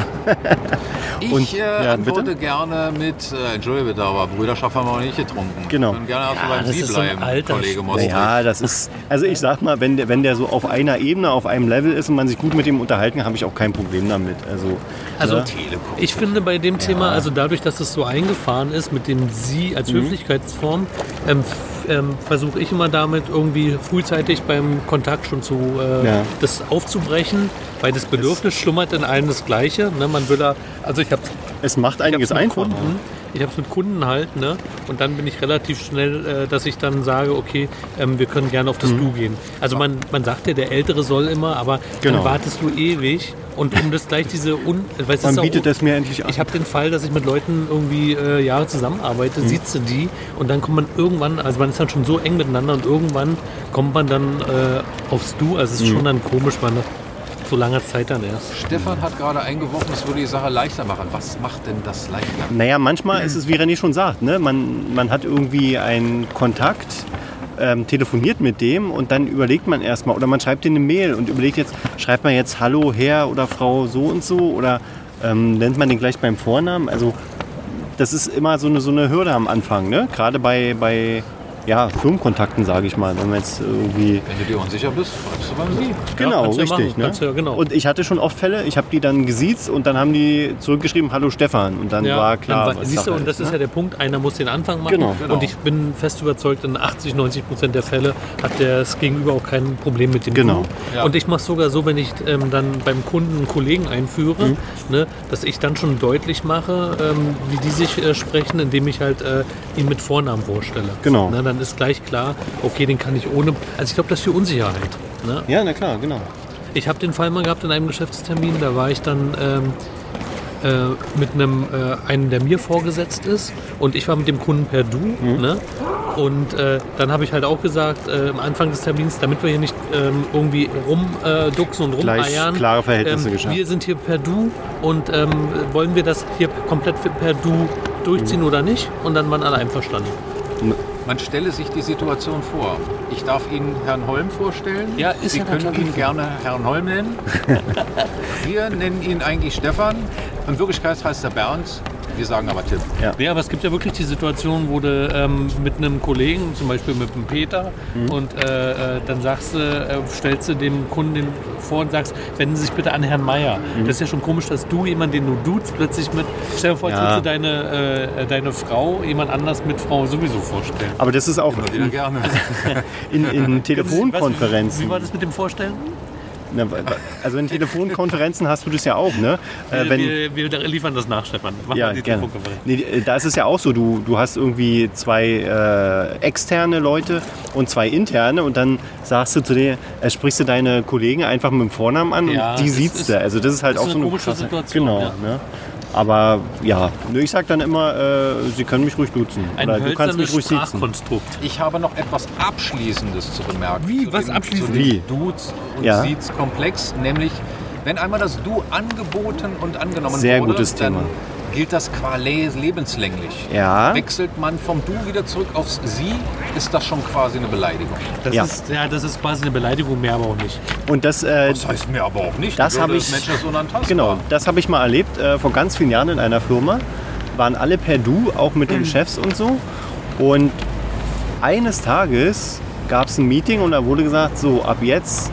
Speaker 4: Ich
Speaker 2: Und-
Speaker 4: äh,
Speaker 2: ja,
Speaker 4: antworte
Speaker 2: bitte?
Speaker 4: gerne mit, äh, entschuldige bitte, aber Brüderschaft haben wir noch nicht getrunken.
Speaker 2: Genau.
Speaker 4: Wir können gerne erstmal
Speaker 3: Ja,
Speaker 4: beim
Speaker 3: das
Speaker 4: Sie
Speaker 3: ist so ein
Speaker 4: bleiben,
Speaker 3: alter
Speaker 4: Kollege
Speaker 3: Spruch.
Speaker 4: Mostrich.
Speaker 2: Ja, das ist, also ich sag mal, wenn der, wenn der so auf einer Ebene, auf einem Level ist und man sich gut mit dem unterhalten kann, habe ich auch kein Problem damit. Also,
Speaker 3: Also
Speaker 2: ne?
Speaker 4: Telekom.
Speaker 3: Ich finde bei dem Thema, also dadurch, dass es so eingefahren ist mit dem Sie als
Speaker 2: Mhm.
Speaker 3: Höflichkeitsform, ähm, f- ähm, versuche ich immer damit irgendwie frühzeitig beim Kontakt schon zu äh,
Speaker 2: Ja.
Speaker 3: das aufzubrechen, weil das Bedürfnis schlummert in allen das Gleiche. Ne? Man will da, also ich habe
Speaker 2: es macht einiges
Speaker 3: mit
Speaker 2: einfacher.
Speaker 3: Kunden, ich habe es mit Kunden halt, ne? Und dann bin ich relativ schnell, äh, dass ich dann sage, okay, ähm, wir können gerne auf
Speaker 2: Mhm.
Speaker 3: das Du gehen. Also man, man sagt ja, der Ältere soll immer, aber
Speaker 2: Genau.
Speaker 3: dann wartest du ewig und um das gleich diese un, weil es
Speaker 2: Man
Speaker 3: ist ja
Speaker 2: bietet
Speaker 3: un-
Speaker 2: es mir endlich an.
Speaker 3: ich habe den Fall, dass ich mit Leuten irgendwie äh, Jahre zusammenarbeite, siehst du die und dann kommt man irgendwann, also man ist dann schon so eng miteinander und irgendwann kommt man dann äh, aufs Du. Also es ist schon dann komisch, man nach so langer Zeit dann erst.
Speaker 4: Stefan hat gerade eingeworfen, das würde die Sache leichter machen. Was macht denn das leichter?
Speaker 2: Naja, manchmal ist es, wie René schon sagt, ne? man, man hat irgendwie einen Kontakt, ähm, telefoniert mit dem und dann überlegt man erstmal oder man schreibt denen eine Mail und überlegt jetzt, schreibt man jetzt Hallo, Herr oder Frau so und so oder ähm, nennt man den gleich beim Vornamen. Also das ist immer so eine, so eine Hürde am Anfang, ne? gerade bei, bei ja, Firmenkontakten, sage ich mal, wenn man jetzt irgendwie
Speaker 4: Wenn du dir unsicher bist, bleibst du beim Sie.
Speaker 2: Genau,
Speaker 3: kannst du ja
Speaker 2: richtig.
Speaker 3: machen, kannst du
Speaker 2: ne?
Speaker 3: ja, genau.
Speaker 2: Und ich hatte schon oft Fälle, ich habe die dann gesiezt und dann haben die zurückgeschrieben, hallo Stefan. Und dann war klar,
Speaker 3: dann war,
Speaker 2: was
Speaker 3: siehst du,
Speaker 2: Sache
Speaker 3: und das ist ja
Speaker 2: ne?
Speaker 3: der Punkt, einer muss den Anfang machen.
Speaker 2: Genau.
Speaker 4: Genau.
Speaker 3: Und ich bin fest überzeugt, in 80, 90 Prozent der Fälle hat das Gegenüber auch kein Problem mit dem
Speaker 2: Genau.
Speaker 3: Du.
Speaker 4: Ja.
Speaker 3: Und ich mache sogar so, wenn ich ähm, dann beim Kunden einen Kollegen einführe,
Speaker 2: Mhm.
Speaker 3: ne, dass ich dann schon deutlich mache, ähm, wie die sich äh, sprechen, indem ich halt äh, ihn mit Vornamen vorstelle.
Speaker 2: Genau.
Speaker 3: Ne, dann ist gleich klar, okay, den kann ich ohne. Also ich glaube, das ist für Unsicherheit. Ne?
Speaker 2: Ja, na klar, genau.
Speaker 3: Ich habe den Fall mal gehabt in einem Geschäftstermin, da war ich dann ähm, äh, mit einem, äh, einem, der mir vorgesetzt ist und ich war mit dem Kunden per Du.
Speaker 2: Mhm.
Speaker 3: Ne? Und äh, dann habe ich halt auch gesagt, äh, am Anfang des Termins, damit wir hier nicht ähm, irgendwie rumduxen und
Speaker 2: Gleich
Speaker 3: rumeiern,
Speaker 2: klare Verhältnisse
Speaker 3: ähm,
Speaker 2: geschaffen.
Speaker 3: wir sind hier per Du und ähm, wollen wir das hier komplett per Du
Speaker 2: Mhm.
Speaker 3: durchziehen oder nicht? Und dann waren alle einverstanden.
Speaker 4: Man stelle sich die Situation vor. Ich darf Ihnen Herrn Holm vorstellen.
Speaker 3: Ja, ist
Speaker 4: Sie
Speaker 3: ja
Speaker 4: können
Speaker 3: natürlich.
Speaker 4: ihn gerne Herrn Holm nennen. Wir nennen ihn eigentlich Stefan. In Wirklichkeit heißt er Bernd. Wir sagen aber Tim.
Speaker 3: Nee, aber es gibt ja wirklich die Situation, wo du ähm, mit einem Kollegen, zum Beispiel mit dem Peter,
Speaker 2: Mhm.
Speaker 3: und äh, äh, dann sagst du, äh, stellst du dem Kunden den vor und sagst, wenden Sie sich bitte an Herrn Meier.
Speaker 2: Mhm.
Speaker 3: Das ist ja schon komisch, dass du jemanden, den du duzt, plötzlich mit, stell dir vor, als
Speaker 2: Ja.
Speaker 3: würdest du deine, äh, äh, deine Frau jemand anders mit Frau sowieso vorstellen.
Speaker 2: Aber das ist auch
Speaker 4: Wieder gerne.
Speaker 2: in, in
Speaker 3: Was- Wie,
Speaker 2: Telefonkonferenzen.
Speaker 3: wie war das mit dem Vorstellen?
Speaker 2: Na, Also in Telefonkonferenzen hast du das ja auch, ne? Äh, wenn,
Speaker 3: wir, wir liefern das nach, Stefan. Mach
Speaker 2: ja,
Speaker 3: mal die
Speaker 2: gerne.
Speaker 3: Telefonkonferenz.
Speaker 2: Nee, äh, da ist es ja auch so, du, du hast irgendwie zwei äh, externe Leute und zwei interne und dann sagst du zu dir, äh, sprichst du deine Kollegen einfach mit dem Vornamen an
Speaker 3: Ja,
Speaker 2: und die
Speaker 3: das
Speaker 2: siehst
Speaker 3: ist-
Speaker 2: du. Also das ist halt
Speaker 3: das
Speaker 2: auch
Speaker 3: ist
Speaker 2: so
Speaker 3: eine
Speaker 2: eine
Speaker 3: komische
Speaker 2: krasse-
Speaker 3: Situation,
Speaker 2: Genau,
Speaker 3: ja.
Speaker 2: ne? Aber ja, nö, ich sag dann immer, äh, sie können mich ruhig duzen.
Speaker 3: Ein
Speaker 2: oder du kannst mich
Speaker 3: hölzernes
Speaker 2: ruhig siezen.
Speaker 3: Sprachkonstrukt.
Speaker 4: Ich habe noch etwas Abschließendes zu bemerken.
Speaker 3: Wie?
Speaker 4: Zu
Speaker 3: Was
Speaker 4: dem-
Speaker 3: abschließend?
Speaker 4: Zu dem
Speaker 2: Wie?
Speaker 4: Dudes und
Speaker 2: Ja.
Speaker 4: Sieht's komplex, nämlich wenn einmal das Du angeboten und angenommen
Speaker 2: Sehr
Speaker 4: wurde,
Speaker 2: gutes
Speaker 4: dann
Speaker 2: Thema.
Speaker 4: gilt das qua le- lebenslänglich.
Speaker 2: Ja.
Speaker 4: Wechselt man vom Du wieder zurück aufs Sie, ist das schon quasi eine Beleidigung.
Speaker 3: Das
Speaker 2: Ja.
Speaker 3: Ist, ja, das ist quasi eine Beleidigung, mehr aber auch nicht.
Speaker 2: Und das, äh,
Speaker 4: Das heißt mir aber auch nicht,
Speaker 2: Das
Speaker 4: die Würde
Speaker 2: habe
Speaker 4: des
Speaker 2: ich-
Speaker 4: Menschen ist unantastbar.
Speaker 2: Genau, das habe ich mal erlebt äh, vor ganz vielen Jahren in einer Firma. Waren alle per Du, auch mit
Speaker 3: Mhm.
Speaker 2: den Chefs und so. Und eines Tages gab es ein Meeting und da wurde gesagt, so ab jetzt,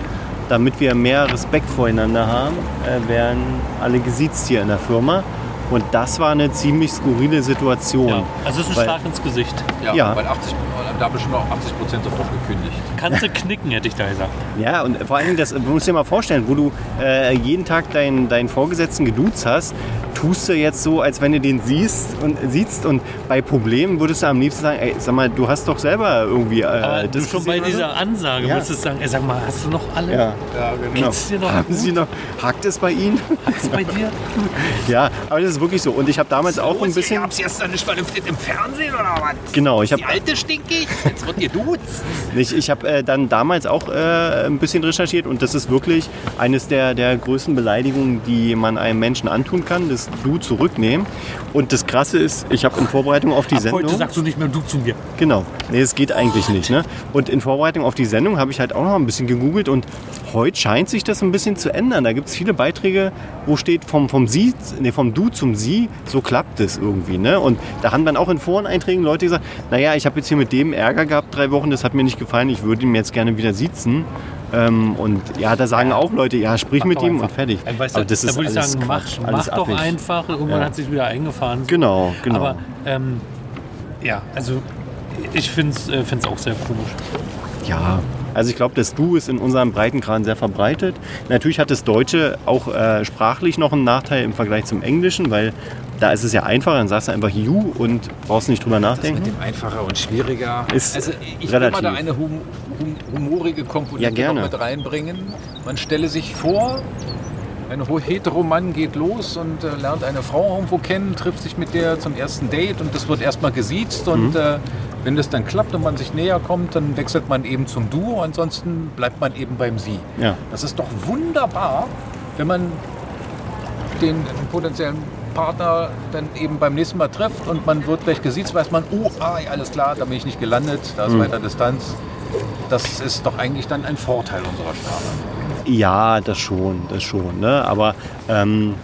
Speaker 2: damit wir mehr Respekt voreinander haben, äh, werden alle gesiezt hier in der Firma. Und das war eine ziemlich skurrile Situation.
Speaker 3: Ja. Also es ist ein
Speaker 2: Weil-
Speaker 3: Schlag ins Gesicht.
Speaker 4: Ja,
Speaker 2: Ja.
Speaker 4: Weil 80, da haben bestimmt auch 80 Prozent sofort gekündigt.
Speaker 3: Kannst du knicken, hätte ich da gesagt.
Speaker 2: Ja, und vor allen Dingen, das du musst dir mal vorstellen, wo du äh, jeden Tag deinen, deinen Vorgesetzten geduzt hast, tust du jetzt so, als wenn du den siehst und siehst und bei Problemen würdest du am liebsten sagen, ey, sag mal, du hast doch selber irgendwie äh,
Speaker 3: Aber Ah, du
Speaker 2: das
Speaker 3: schon bei
Speaker 2: gesehen oder so?
Speaker 3: dieser Ansage
Speaker 2: Ja.
Speaker 3: musstest du sagen, ey, sag mal, hast du noch alle?
Speaker 2: Ja,
Speaker 4: Ja, genau.
Speaker 2: genau.
Speaker 3: Geht's dir noch
Speaker 2: Haben Sie noch hakt es bei Ihnen?
Speaker 3: Ist bei dir?
Speaker 2: ja, aber das ist wirklich so und ich habe damals auch ein bisschen
Speaker 4: jetzt dann nicht vernünftig im Fernsehen oder was?
Speaker 2: genau, ich habe
Speaker 4: alte stinkig, jetzt wird ihr duzt.
Speaker 2: Ich, ich habe äh, dann damals auch äh, ein bisschen recherchiert und das ist wirklich eines der, der größten Beleidigungen, die man einem Menschen antun kann, das Du zurücknehmen. Und das Krasse ist, ich habe in Vorbereitung auf die
Speaker 3: Ab
Speaker 2: Sendung...
Speaker 3: heute sagst du nicht mehr du zu mir.
Speaker 2: Genau. Nee, es geht eigentlich nicht. Ne? Und in Vorbereitung auf die Sendung habe ich halt auch noch ein bisschen gegoogelt und heute scheint sich das ein bisschen zu ändern. Da gibt es viele Beiträge, wo steht vom, vom Sie, nee, vom Du zum Sie, so klappt es irgendwie. Ne? Und da haben dann auch in Foreneinträgen Leute gesagt, naja, ich habe jetzt hier mit dem Ärger gehabt drei Wochen, das hat mir nicht gefallen, ich würde ihm jetzt gerne wieder sitzen. Ähm, und ja, da sagen auch Leute, ja, sprich mit
Speaker 3: Mach
Speaker 2: ihm
Speaker 3: einfach.
Speaker 2: und fertig.
Speaker 3: Ey, weißt du,
Speaker 2: Aber das
Speaker 3: da
Speaker 2: ist
Speaker 3: würde ich
Speaker 2: alles
Speaker 3: sagen, mach,
Speaker 2: Quatsch,
Speaker 3: mach
Speaker 2: alles
Speaker 3: doch
Speaker 2: affig.
Speaker 3: einfach. Irgendwann
Speaker 2: Ja.
Speaker 3: hat sich wieder eingefahren. so.
Speaker 2: Genau, genau.
Speaker 3: Aber ähm, ja, also ich finde es äh, find's auch sehr komisch.
Speaker 2: Ja, also ich glaube, das Du ist in unserem Breitengraden sehr verbreitet. Natürlich hat das Deutsche auch äh, sprachlich noch einen Nachteil im Vergleich zum Englischen, weil da ist es ja einfacher, dann sagst du einfach You und brauchst nicht drüber
Speaker 4: Mit
Speaker 2: nachdenken.
Speaker 4: dem einfacher und schwieriger.
Speaker 2: Mhm. Ist
Speaker 4: also ich
Speaker 2: relativ.
Speaker 4: will mal da eine hum, hum, humorige Komponente
Speaker 2: Ja, gerne.
Speaker 4: noch mit reinbringen. Man stelle sich vor, ein Heteromann geht los und äh, lernt eine Frau irgendwo kennen, trifft sich mit der zum ersten Date und das wird erstmal gesiezt und
Speaker 2: Mhm.
Speaker 4: äh, wenn das dann klappt und man sich näher kommt, dann wechselt man eben zum Du, ansonsten bleibt man eben beim Sie.
Speaker 2: Ja.
Speaker 4: Das ist doch wunderbar, wenn man den potenziellen Partner dann eben beim nächsten Mal trifft und man wird gleich gesiezt, weiß man, oh, ah, ja, alles klar, da bin ich nicht gelandet, da
Speaker 2: Hm.
Speaker 4: ist weiter Distanz. Das ist doch eigentlich dann ein Vorteil unserer Sprache.
Speaker 2: Ja, das schon, das schon. Ne? Aber ähm,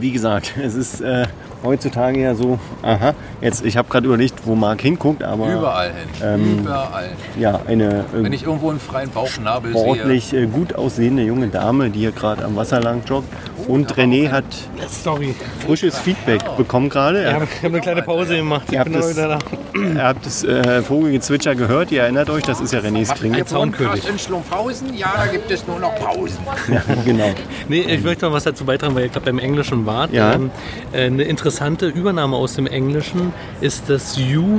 Speaker 2: wie gesagt, es ist äh, heutzutage ja so, aha, jetzt, ich habe gerade überlegt, wo Marc hinguckt, aber
Speaker 4: Überall hin.
Speaker 2: Ähm,
Speaker 4: überall.
Speaker 2: ja, eine
Speaker 4: Wenn
Speaker 2: äh,
Speaker 4: ich irgendwo einen freien Bauchnabel sehe.
Speaker 2: sportlich äh, gut aussehende junge Dame, die hier gerade am Wasser lang joggt. Und
Speaker 4: Oh,
Speaker 2: René hat
Speaker 3: Sorry.
Speaker 2: frisches Feedback bekommen gerade.
Speaker 3: Ich habe
Speaker 2: Er,
Speaker 3: eine kleine Pause gemacht.
Speaker 2: Ihr
Speaker 3: Ich
Speaker 2: habt
Speaker 3: bin aber
Speaker 2: das-
Speaker 3: wieder da.
Speaker 2: er habt das äh, Vogelgezwitscher gehört, ihr erinnert euch, das ist ja Renés Klinge.
Speaker 3: Zaunkönig.
Speaker 4: in Schlumpfhausen, ja, da gibt es nur noch Pausen.
Speaker 2: genau.
Speaker 3: Nee, ich möchte noch was dazu beitragen, weil ihr gerade beim Englischen wart.
Speaker 2: Ja.
Speaker 3: Ähm, äh, eine interessante Übernahme aus dem Englischen ist das you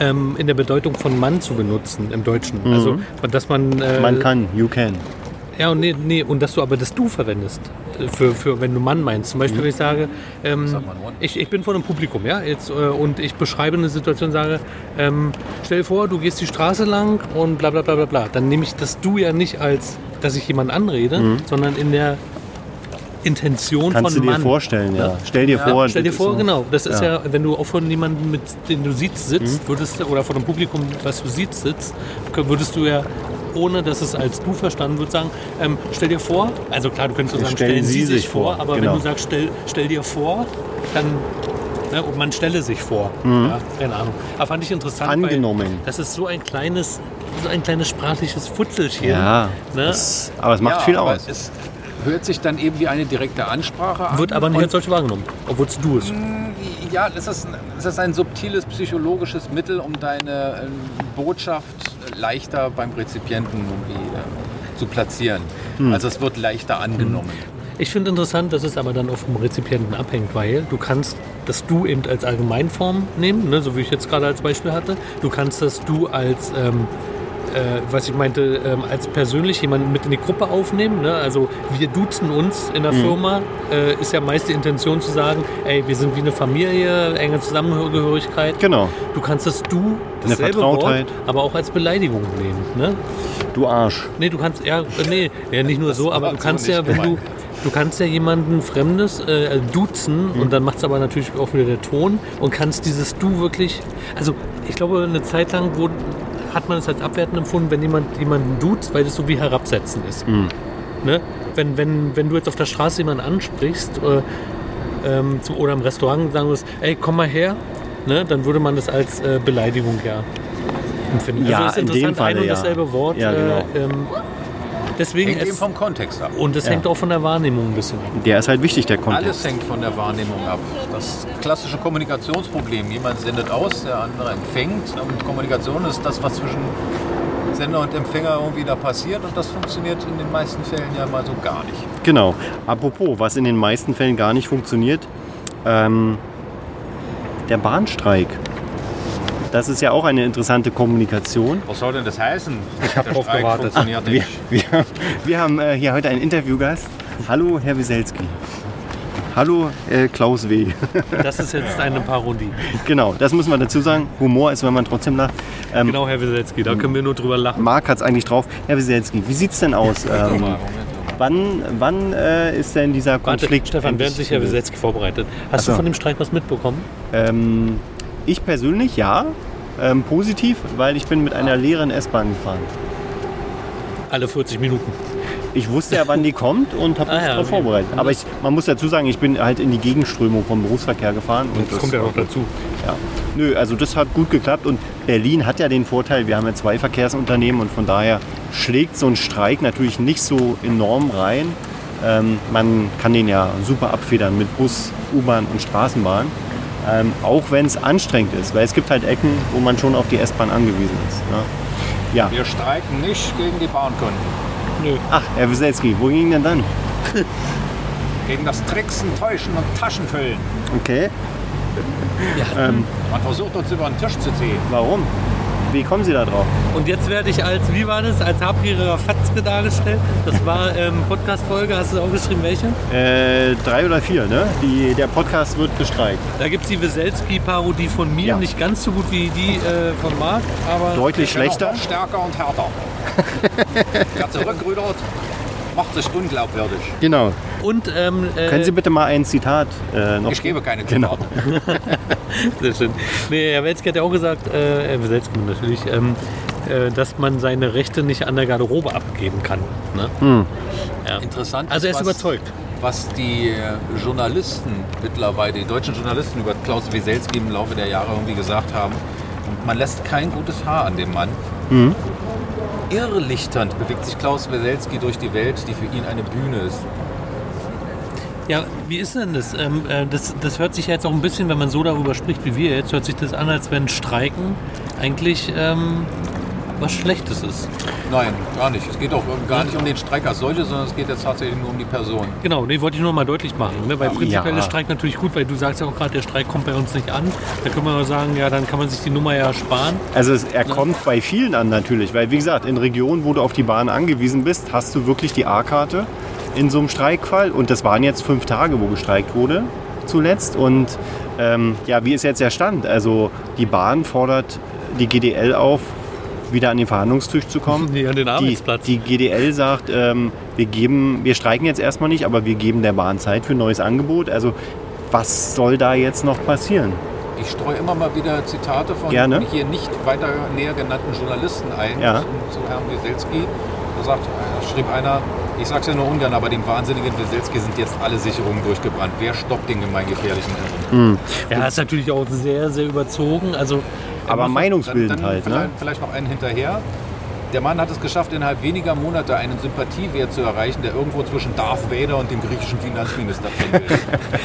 Speaker 3: ähm, in der Bedeutung von Mann zu benutzen im Deutschen. Also, dass man. äh,
Speaker 2: Man kann, you can.
Speaker 3: Ja, und nee, nee, und dass du aber das Du verwendest, äh, für, für, wenn du Mann meinst. Zum
Speaker 2: Mhm.
Speaker 3: Beispiel, wenn ich sage, ähm,
Speaker 4: mal nur.
Speaker 3: ich, ich bin vor einem Publikum, ja, jetzt, äh, und ich beschreibe eine Situation und sage, ähm, stell dir vor, du gehst die Straße lang und bla bla bla bla bla. Dann nehme ich das Du ja nicht als, dass ich jemanden anrede, sondern in der Intention
Speaker 2: Mhm. Kannst du
Speaker 3: von
Speaker 2: dir
Speaker 3: Mann.
Speaker 2: vorstellen, ja.
Speaker 3: Ja.
Speaker 2: Stell dir vor.
Speaker 3: Stell dir
Speaker 2: das
Speaker 3: vor,
Speaker 2: ist so-
Speaker 3: genau, das ist
Speaker 2: ja. Mhm.
Speaker 3: ja. wenn du auch von jemandem, mit den du siehst, sitzt, würdest du, oder von einem Publikum, was du siehst, sitzt, k- würdest du ja, ohne dass es als du verstanden wird, sagen, ähm, stell dir vor, also klar, du könntest so sagen, stellen, Sie sich vor, aber
Speaker 2: genau.
Speaker 3: wenn du sagst, stell, stell dir vor, dann Ne? Und man stelle sich vor. Ja, keine Ahnung. Aber fand ich interessant. weil
Speaker 2: Mhm. Angenommen.
Speaker 3: Das ist so ein kleines, so ein kleines sprachliches Futzelchen.
Speaker 2: Ja,
Speaker 3: Ne?
Speaker 2: das, aber es macht
Speaker 4: ja,
Speaker 2: viel
Speaker 4: aber
Speaker 2: aus.
Speaker 4: Es hört sich dann eben wie eine direkte Ansprache an.
Speaker 3: Wird aber nicht
Speaker 4: Und-
Speaker 3: als solche wahrgenommen, obwohl es du ist.
Speaker 4: Ja, das ist, ein- das ist ein subtiles psychologisches Mittel, um deine ähm, Botschaft leichter beim Rezipienten irgendwie äh, zu platzieren. Also es wird leichter angenommen.
Speaker 3: Ich finde interessant, dass es aber dann auch vom Rezipienten abhängt, weil du kannst das Du eben als Allgemeinform nehmen, ne, so wie ich jetzt gerade als Beispiel hatte. Du kannst das Du als, ähm, äh, was ich meinte, ähm, als persönlich jemanden mit in die Gruppe aufnehmen. Ne? Also wir duzen uns in
Speaker 2: Mhm.
Speaker 3: der Firma, äh, ist ja meist die Intention zu sagen, ey, wir sind wie eine Familie, enge Zusammengehörigkeit.
Speaker 2: Genau.
Speaker 3: Du kannst das Du, dasselbe Wort,
Speaker 2: Vertrautheit.
Speaker 3: aber auch als Beleidigung nehmen. Ne?
Speaker 2: Du Arsch.
Speaker 3: Nee, du kannst ja, nee, ja nicht nur so, aber
Speaker 4: war
Speaker 3: du
Speaker 4: so
Speaker 3: kannst
Speaker 4: nicht
Speaker 3: ja, wenn du,
Speaker 4: gemeint.
Speaker 3: du kannst ja jemanden Fremdes äh,
Speaker 2: Hm.
Speaker 3: duzen und dann macht es aber natürlich auch wieder der Ton und kannst dieses Du wirklich, also ich glaube, eine Zeit lang wurde, hat man es als abwertend empfunden, wenn jemand jemanden duzt, weil das so wie herabsetzen ist.
Speaker 2: Hm.
Speaker 3: Ne? Wenn, wenn, wenn du jetzt auf der Straße jemanden ansprichst äh, ähm, zum, oder im Restaurant sagen würdest, ey, komm mal her, ne? dann würde man das als äh, Beleidigung ja empfinden.
Speaker 2: Ja,
Speaker 3: also ist
Speaker 2: in dem
Speaker 3: interessant, ein
Speaker 2: Falle,
Speaker 3: und
Speaker 2: ja.
Speaker 3: dasselbe Wort.
Speaker 2: Ja, genau.
Speaker 3: äh, ähm, deswegen
Speaker 4: Hängt eben
Speaker 3: es,
Speaker 4: vom Kontext ab.
Speaker 3: und es hängt auch von der Wahrnehmung ein bisschen ab.
Speaker 2: Der ist halt wichtig, der
Speaker 4: Alles
Speaker 2: Kontext.
Speaker 4: hängt von der Wahrnehmung ab. Das klassische Kommunikationsproblem. Jemand sendet aus, der andere empfängt. Und Kommunikation ist das, was zwischen Sender und Empfänger irgendwie da passiert. Und das funktioniert in den meisten Fällen ja mal so gar nicht.
Speaker 2: Genau. Apropos, was in den meisten Fällen gar nicht funktioniert, ähm, der Bahnstreik. Das ist ja auch eine interessante Kommunikation.
Speaker 4: Was soll denn das heißen? Ich
Speaker 3: hab drauf gewartet.
Speaker 4: Funktioniert
Speaker 2: Wir,
Speaker 4: nicht.
Speaker 2: wir, wir haben äh, hier heute einen Interviewgast. Hallo, Herr Wieselski. Hallo, äh, Klaus W.
Speaker 3: Das ist jetzt eine Parodie.
Speaker 2: genau, das müssen wir dazu sagen. Humor ist, wenn man trotzdem lacht. Ähm,
Speaker 3: Genau, Herr Wieselski, da können wir nur drüber lachen.
Speaker 2: Marc hat es eigentlich drauf. Herr Wieselski, wie sieht es denn aus? Ähm, wann wann äh, ist denn dieser
Speaker 3: Warte,
Speaker 2: Konflikt?
Speaker 3: Stefan, während
Speaker 2: endlich
Speaker 3: sich Herr
Speaker 2: gelöst?
Speaker 3: Wieselski vorbereitet, hast
Speaker 2: so.
Speaker 3: du von dem Streik was mitbekommen?
Speaker 2: Ähm, ich persönlich ja. Ähm, positiv, weil ich bin mit einer leeren S-Bahn gefahren.
Speaker 3: Alle 40 Minuten.
Speaker 2: Ich wusste ja, wann die kommt und habe mich
Speaker 3: Ah ja,
Speaker 2: darauf
Speaker 3: okay.
Speaker 2: vorbereitet. Aber ich, man muss dazu sagen, ich bin halt in die Gegenströmung vom Berufsverkehr gefahren. Und
Speaker 3: Das kommt ja noch dazu.
Speaker 2: Ja. Nö, also das hat gut geklappt und Berlin hat ja den Vorteil, wir haben ja zwei Verkehrsunternehmen und von daher schlägt so ein Streik natürlich nicht so enorm rein. Ähm, man kann den ja super abfedern mit Bus, U-Bahn und Straßenbahn, ähm, auch wenn es anstrengend ist, weil es gibt halt Ecken, wo man schon auf die S-Bahn angewiesen ist. Ne? Ja,
Speaker 4: Wir streiken nicht gegen die Bahnkunden.
Speaker 3: Nö.
Speaker 2: ach, Herr Wieselski, wo ging denn dann?
Speaker 4: Gegen das Tricksen, Täuschen und Taschenfüllen.
Speaker 2: Okay,
Speaker 4: Man versucht uns über den Tisch zu ziehen.
Speaker 2: warum? Wie kommen Sie da drauf?
Speaker 3: Und jetzt werde ich als, wie war das, als habgieriger Fatzke dargestellt. Das war ähm, Podcast-Folge, hast du auch geschrieben, welche?
Speaker 2: Äh, drei oder vier, ne? Die, der Podcast wird gestreikt.
Speaker 3: Da gibt es die Wieselski-Parodie von mir,
Speaker 2: Ja.
Speaker 3: nicht ganz so gut wie die äh, von Marc, aber
Speaker 2: Deutlich
Speaker 4: Dennoch
Speaker 2: schlechter.
Speaker 4: Genau, Stärker und härter. Wer zurückrudert, macht sich unglaubwürdig.
Speaker 2: Genau.
Speaker 3: und ähm, äh,
Speaker 2: Können Sie bitte mal ein Zitat äh, noch?
Speaker 4: Ich gebe keine
Speaker 2: Genau.
Speaker 4: Zutaten.
Speaker 3: Sehr schön. Nee, Herr Welzke hat ja auch gesagt, äh, Herr Welzke natürlich, ähm, äh, dass man seine Rechte nicht an der Garderobe abgeben kann. Ne? Ja.
Speaker 4: Interessant.
Speaker 3: Also er ist
Speaker 4: was-
Speaker 3: überzeugt.
Speaker 4: Was die äh, Journalisten mittlerweile, die deutschen Journalisten über Klaus Wieselski im Laufe der Jahre irgendwie gesagt haben, man lässt kein gutes Haar an dem Mann.
Speaker 2: Mhm.
Speaker 4: Irrlichternd bewegt sich Klaus Wieselski durch die Welt, die für ihn eine Bühne ist.
Speaker 3: Ja, wie ist denn das? Ähm, äh, das? Das hört sich ja jetzt auch ein bisschen, wenn man so darüber spricht wie wir jetzt, hört sich das an, als wenn Streiken eigentlich ähm, was Schlechtes ist.
Speaker 4: Nein, gar nicht. Es geht auch gar nicht um den Streik als solche, sondern es geht jetzt tatsächlich nur um die Person.
Speaker 3: Genau, nee, wollte ich nur mal deutlich machen. Ne? Weil prinzipiell
Speaker 2: Ja.
Speaker 3: ist Streik natürlich gut, weil du sagst ja auch gerade, der Streik kommt bei uns nicht an. Da können wir nur sagen, ja, dann kann man sich die Nummer ja sparen.
Speaker 2: Also es, er kommt bei vielen an natürlich, weil wie gesagt, in Regionen, wo du auf die Bahn angewiesen bist, hast du wirklich die A-Karte in so einem Streikfall. Und das waren jetzt fünf Tage, wo gestreikt wurde zuletzt. Und ähm, ja, wie ist jetzt der Stand? Also die Bahn fordert die GDL auf, wieder an den Verhandlungstisch zu kommen.
Speaker 3: Nee, an den
Speaker 2: die,
Speaker 3: Arbeitsplatz.
Speaker 2: die GDL sagt, ähm, wir geben, wir streiken jetzt erstmal nicht, aber wir geben der Bahn Zeit für ein neues Angebot. Also was soll da jetzt noch passieren?
Speaker 4: Ich streue immer mal wieder Zitate von
Speaker 2: Gerne.
Speaker 4: hier nicht weiter näher genannten Journalisten ein,
Speaker 2: Ja.
Speaker 4: zu, zu Herrn Wieselski. Da sagt, da schrieb einer, ich sag's ja nur ungern, aber dem wahnsinnigen Weselski sind jetzt alle Sicherungen durchgebrannt. Wer stoppt den gemeingefährlichen Irren?
Speaker 2: Mhm.
Speaker 3: Ja, ist natürlich auch sehr, sehr überzogen. Also
Speaker 2: Aber meinungsbildend
Speaker 4: dann, dann
Speaker 2: halt, ne?
Speaker 4: vielleicht, vielleicht noch einen hinterher. Der Mann hat es geschafft, innerhalb weniger Monate einen Sympathiewert zu erreichen, der irgendwo zwischen Darth Vader und dem griechischen Finanzminister pendelt.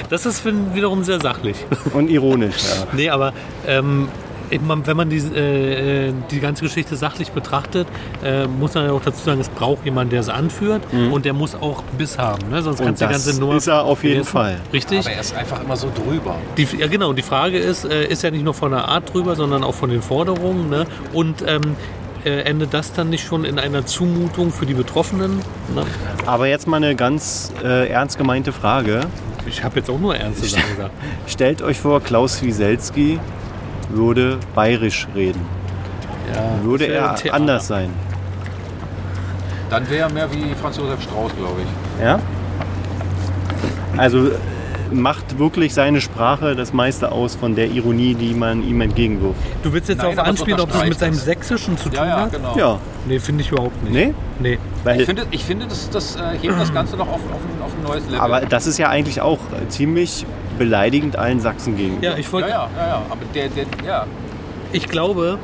Speaker 3: das ist fin- wiederum sehr sachlich.
Speaker 2: Und ironisch, ja.
Speaker 3: Nee, aber ähm, ich mein, wenn man die, äh, äh, die ganze Geschichte sachlich betrachtet, äh, muss man ja auch dazu sagen, es braucht jemanden, der es anführt und der muss auch Biss haben. Ne? Sonst
Speaker 2: Und
Speaker 3: kannst du die
Speaker 2: das
Speaker 3: ganze Nummer
Speaker 2: ist er auf jeden
Speaker 3: vergessen.
Speaker 2: Fall.
Speaker 3: Richtig.
Speaker 4: Aber er ist einfach immer so drüber.
Speaker 3: Die, ja genau, und die Frage ist, äh, ist ja nicht nur von der Art drüber, sondern auch von den Forderungen. Ne? Und ähm, äh, endet das dann nicht schon in einer Zumutung für die Betroffenen? Ne?
Speaker 2: Aber jetzt mal eine ganz äh, ernst gemeinte Frage.
Speaker 3: Ich habe jetzt auch nur ernste Sachen gesagt.
Speaker 2: Stellt euch vor, Klaus Wieselski würde bayerisch reden.
Speaker 3: Ja,
Speaker 2: Würde
Speaker 3: das wär
Speaker 2: er
Speaker 3: ein Theater.
Speaker 2: anders sein?
Speaker 4: Dann wäre er mehr wie Franz Josef Strauß, glaube ich.
Speaker 2: Ja? Also äh, macht wirklich seine Sprache das meiste aus von der Ironie, die man ihm entgegenwirft.
Speaker 3: Du willst jetzt
Speaker 4: Nein,
Speaker 3: darauf
Speaker 4: aber
Speaker 3: anspielen, ob das mit
Speaker 4: unterstreicht
Speaker 3: seinem
Speaker 4: das.
Speaker 3: Sächsischen zu tun hat?
Speaker 4: genau.
Speaker 2: Ja,
Speaker 3: Nee, finde ich überhaupt nicht.
Speaker 2: nee?
Speaker 3: Nee.
Speaker 2: Weil,
Speaker 4: Ich finde, ich finde das, das äh, hebt das Ganze noch auf, auf, ein- auf ein neues Level.
Speaker 2: aber das ist ja eigentlich auch äh, ziemlich beleidigend allen Sachsen gegenüber.
Speaker 3: Ja, ich
Speaker 4: ja,
Speaker 3: wollte
Speaker 4: ja, ja, ja, aber der, der, ja.
Speaker 3: Ich glaube,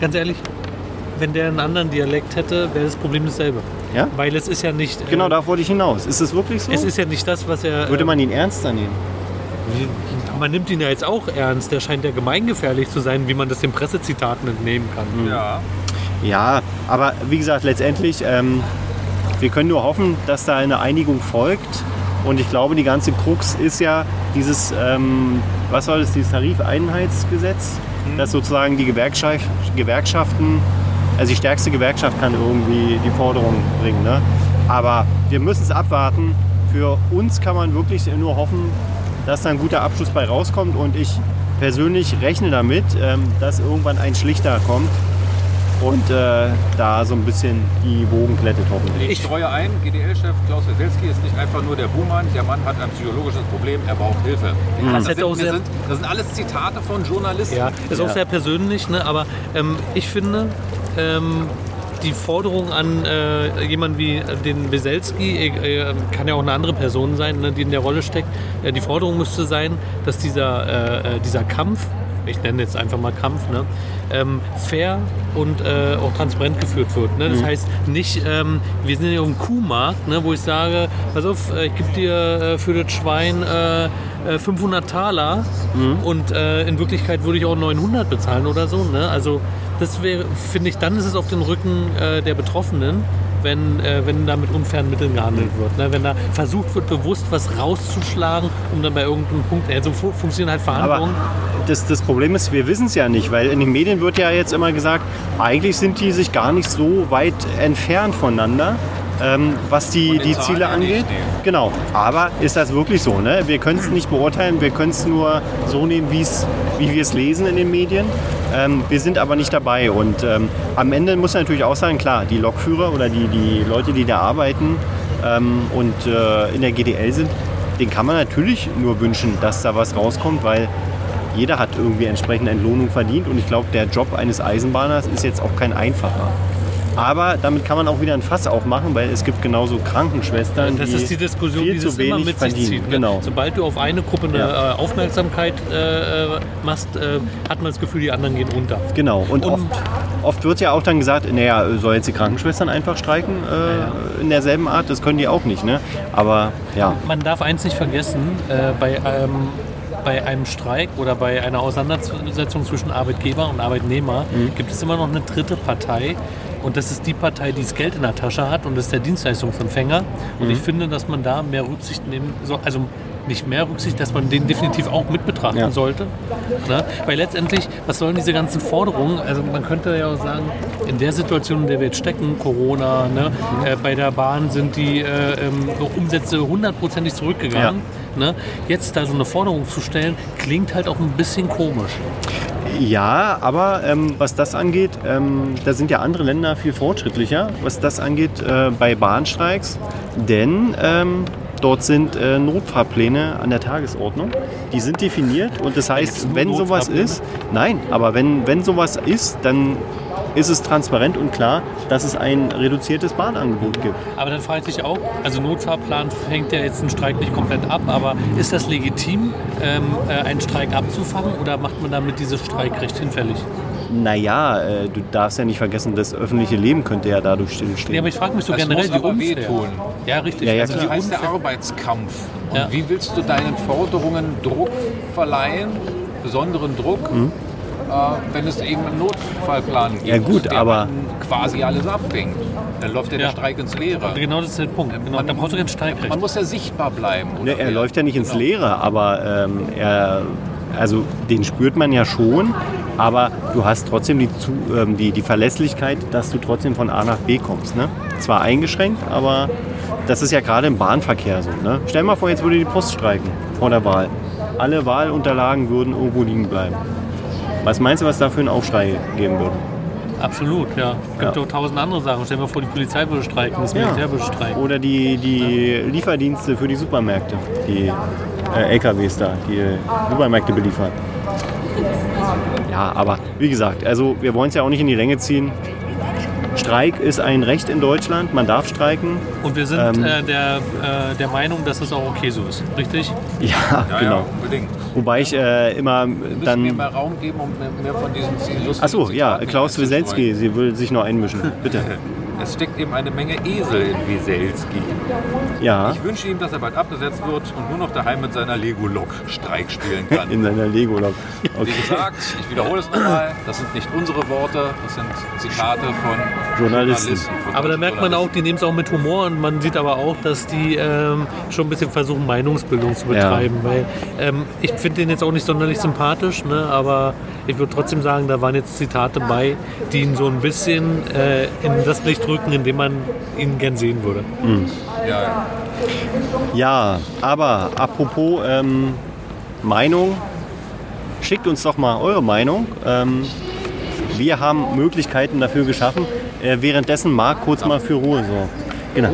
Speaker 3: ganz ehrlich, wenn der einen anderen Dialekt hätte, wäre das Problem dasselbe.
Speaker 2: Ja?
Speaker 3: Weil es ist ja nicht. äh,
Speaker 2: Genau, da wollte ich hinaus. Ist es wirklich so?
Speaker 3: Es ist ja nicht das, was er.
Speaker 2: würde
Speaker 3: äh,
Speaker 2: man ihn ernster nehmen?
Speaker 3: man nimmt ihn ja jetzt auch ernst. Der scheint ja gemeingefährlich zu sein, wie man das den Pressezitaten entnehmen kann.
Speaker 4: ja.
Speaker 2: Ja, aber wie gesagt, letztendlich, ähm, wir können nur hoffen, dass da eine Einigung folgt. Und ich glaube, die ganze Krux ist ja dieses, ähm, was soll es, dieses Tarifeinheitsgesetz, dass sozusagen die Gewerkschaft, Gewerkschaften, also die stärkste Gewerkschaft kann irgendwie die Forderung bringen. Ne? Aber wir müssen es abwarten. Für uns kann man wirklich nur hoffen, dass da ein guter Abschluss bei rauskommt. Und ich persönlich rechne damit, ähm, dass irgendwann ein Schlichter kommt und äh, da so ein bisschen die Wogen glättet hoffentlich.
Speaker 4: Ich treue ein, GDL-Chef Klaus Weselski ist nicht einfach nur der Buhmann, der Mann hat ein psychologisches Problem, er braucht Hilfe.
Speaker 3: Das hätte
Speaker 4: sind,
Speaker 3: auch
Speaker 4: wir
Speaker 3: sehr-
Speaker 4: sind, das sind alles Zitate von Journalisten.
Speaker 3: Ja, ist auch
Speaker 2: Ja.
Speaker 3: sehr persönlich, ne? aber ähm, ich finde, ähm, die Forderung an äh, jemanden wie äh, den Weselski, äh, äh, kann ja auch eine andere Person sein, ne, die in der Rolle steckt, äh, die Forderung müsste sein, dass dieser, äh, äh, dieser Kampf, ich nenne jetzt einfach mal Kampf, ne, ähm, fair und äh, auch transparent geführt wird. Ne? Das heißt nicht, ähm, wir sind ja auf dem Kuhmarkt, ne, wo ich sage, pass auf, äh, ich gebe dir äh, für das Schwein äh, äh, 500 Taler und äh, in Wirklichkeit würde ich auch 900 bezahlen oder so. Ne? Also das wäre, finde ich, dann ist es auf den Rücken äh, der Betroffenen, wenn, äh, wenn da mit unfairen Mitteln gehandelt wird. Ne? Wenn da versucht wird, bewusst was rauszuschlagen, um dann bei irgendeinem Punkt, also fu funktionieren halt
Speaker 2: Aber
Speaker 3: Verhandlungen.
Speaker 2: das, das Problem ist, wir wissen es ja nicht, weil in den Medien wird ja jetzt immer gesagt, eigentlich sind die sich gar nicht so weit entfernt voneinander, ähm, was die,
Speaker 4: Von den
Speaker 2: die
Speaker 4: Zahlen
Speaker 2: Ziele
Speaker 4: her nicht,
Speaker 2: angeht.
Speaker 4: nee.
Speaker 2: Genau, aber ist das wirklich so? Ne? Wir können es nicht beurteilen, wir können es nur so nehmen, wie's, wie wir es lesen in den Medien. Ähm, wir sind aber nicht dabei und ähm, am Ende muss man natürlich auch sagen, klar, die Lokführer oder die, die Leute, die da arbeiten ähm, und äh, in der GDL sind, den kann man natürlich nur wünschen, dass da was rauskommt, weil jeder hat irgendwie entsprechend Entlohnung verdient und ich glaube, der Job eines Eisenbahners ist jetzt auch kein einfacher. Aber damit kann man auch wieder ein Fass aufmachen, weil es gibt genauso Krankenschwestern,
Speaker 3: Das
Speaker 2: die,
Speaker 3: ist die Diskussion,
Speaker 2: viel
Speaker 3: die
Speaker 2: zu
Speaker 3: das immer
Speaker 2: wenig
Speaker 3: mit sich
Speaker 2: verdienen.
Speaker 3: zieht. ne?
Speaker 2: Genau.
Speaker 3: Sobald du auf eine Gruppe eine
Speaker 2: Ja.
Speaker 3: äh, Aufmerksamkeit äh, äh, machst, äh, hat man das Gefühl, die anderen gehen unter.
Speaker 2: Genau. Und,
Speaker 3: Und-
Speaker 2: oft, oft wird ja auch dann gesagt, naja, soll jetzt die Krankenschwestern einfach streiken äh, in derselben Art? Das können die auch nicht, ne? Aber ja.
Speaker 3: Man darf eins nicht vergessen, äh, bei, einem, bei einem Streik oder bei einer Auseinandersetzung zwischen Arbeitgeber und Arbeitnehmer
Speaker 2: Mhm.
Speaker 3: gibt es immer noch eine dritte Partei. Und das ist die Partei, die das Geld in der Tasche hat und das ist der Dienstleistungsempfänger.
Speaker 2: Mhm.
Speaker 3: Und ich finde, dass man da mehr Rücksicht nehmen soll, also nicht mehr Rücksicht, dass man den definitiv auch mit betrachten
Speaker 2: Ja.
Speaker 3: sollte. Ne? Weil letztendlich, was sollen diese ganzen Forderungen? Also man könnte ja auch sagen, in der Situation, in der wir jetzt stecken, Corona, ne? äh, bei der Bahn sind die äh, ähm, Umsätze hundertprozentig zurückgegangen. Ne? Jetzt da so eine Forderung zu stellen, klingt halt auch ein bisschen komisch.
Speaker 2: Ja, aber ähm, was das angeht, ähm, da sind ja andere Länder viel fortschrittlicher, was das angeht äh, bei Bahnstreiks. Denn ähm, dort sind äh, Notfahrpläne an der Tagesordnung. Die sind definiert und das heißt,
Speaker 3: nur
Speaker 2: wenn sowas
Speaker 3: Notfahrpläne?
Speaker 2: ist, nein, aber wenn, wenn sowas ist, dann ist es transparent und klar, dass es ein reduziertes Bahnangebot gibt.
Speaker 3: Aber dann frage ich dich auch, also Notfahrplan fängt ja jetzt einen Streik nicht komplett ab, aber ist das legitim, ähm, äh, einen Streik abzufangen oder macht man damit dieses Streikrecht hinfällig?
Speaker 2: Naja, äh, du darfst ja nicht vergessen, das öffentliche Leben könnte ja dadurch
Speaker 3: Ja,
Speaker 2: stillstehen.
Speaker 3: aber ich frage mich so
Speaker 4: Das
Speaker 3: generell
Speaker 4: muss
Speaker 3: die
Speaker 4: aber
Speaker 3: Umfälle.
Speaker 4: wehtun.
Speaker 3: Ja, richtig.
Speaker 2: Ja, ja,
Speaker 3: also
Speaker 2: klar.
Speaker 3: die
Speaker 4: Das heißt
Speaker 3: Umfälle.
Speaker 4: der Arbeitskampf. Und
Speaker 3: Ja.
Speaker 4: wie willst du deinen Forderungen Druck verleihen, besonderen Druck, äh, wenn es eben einen Notfallplan gibt,
Speaker 2: Mhm. Ja, gut,
Speaker 4: der
Speaker 2: aber-
Speaker 4: dann quasi alles abfängt? Dann läuft ja der
Speaker 3: Ja.
Speaker 4: Streik ins Leere.
Speaker 3: Genau das ist der Punkt. Genau.
Speaker 4: Man-
Speaker 3: dann brauchst du kein Streikrecht.
Speaker 4: Man muss ja sichtbar bleiben.
Speaker 2: Ne, er läuft ja nicht ins Leere, aber ähm, er, also den spürt man ja schon, aber du hast trotzdem die, Zu ähm, die, die Verlässlichkeit, dass du trotzdem von A nach B kommst. Ne? Zwar eingeschränkt, aber das ist ja gerade im Bahnverkehr so. Ne? Stell mal vor, jetzt würde die Post streiken vor der Wahl. Alle Wahlunterlagen würden irgendwo liegen bleiben. Was meinst du, was da für einen Aufschrei geben würde?
Speaker 3: Absolut, ja. Es gibt
Speaker 2: Ja.
Speaker 3: auch tausend andere Sachen. Stell dir mal vor, die Polizei würde streiken, das
Speaker 2: Ja.
Speaker 3: Militär würde streiken.
Speaker 2: Oder die, die Lieferdienste für die Supermärkte, die äh, LKWs da, die äh, Supermärkte beliefern. Ja, aber wie gesagt, also wir wollen es ja auch nicht in die Länge ziehen. Streik ist ein Recht in Deutschland, man darf streiken.
Speaker 3: Und wir sind
Speaker 2: Ähm.
Speaker 3: äh, der, äh, der Meinung, dass das auch okay so ist. Richtig?
Speaker 2: Ja,
Speaker 4: Ja,
Speaker 2: genau.
Speaker 4: ja, unbedingt.
Speaker 2: Wobei ich äh, immer
Speaker 4: Wir müssen mir
Speaker 2: dann.
Speaker 4: mehr Raum geben, um mehr- mehr von diesen lustigen
Speaker 2: Achso, ja,
Speaker 4: Zitaten
Speaker 2: Klaus
Speaker 4: einzustreuen.
Speaker 2: Wieselski, sie will sich noch einmischen. Bitte.
Speaker 4: Es steckt eben eine Menge Esel in Wieselski.
Speaker 2: Ja,
Speaker 4: Ich wünsche ihm, dass er bald abgesetzt wird und nur noch daheim mit seiner Lego-Lok Streik spielen kann.
Speaker 2: in seiner Lego-Log.
Speaker 4: Wie
Speaker 2: Okay.
Speaker 4: gesagt, ich wiederhole es nochmal, das sind nicht unsere Worte, das sind Zitate von
Speaker 2: Journalisten.
Speaker 4: Journalisten. von
Speaker 3: Aber da merkt man auch,
Speaker 4: Journalisten.
Speaker 3: die nehmen es auch mit Humor und man sieht aber auch, dass die ähm, schon ein bisschen versuchen, Meinungsbildung zu betreiben. Weil ähm, ich finde den jetzt auch nicht sonderlich sympathisch, ne? aber ich würde trotzdem sagen, da waren jetzt Zitate bei, die ihn so ein bisschen äh, in das Licht drücken, in dem man ihn gern sehen würde.
Speaker 4: Ja, ja.
Speaker 2: Ja, aber apropos ähm, Meinung, schickt uns doch mal eure Meinung. Ähm, wir haben Möglichkeiten dafür geschaffen. Äh, währenddessen Marc kurz mal für Ruhe sorgt. Genau.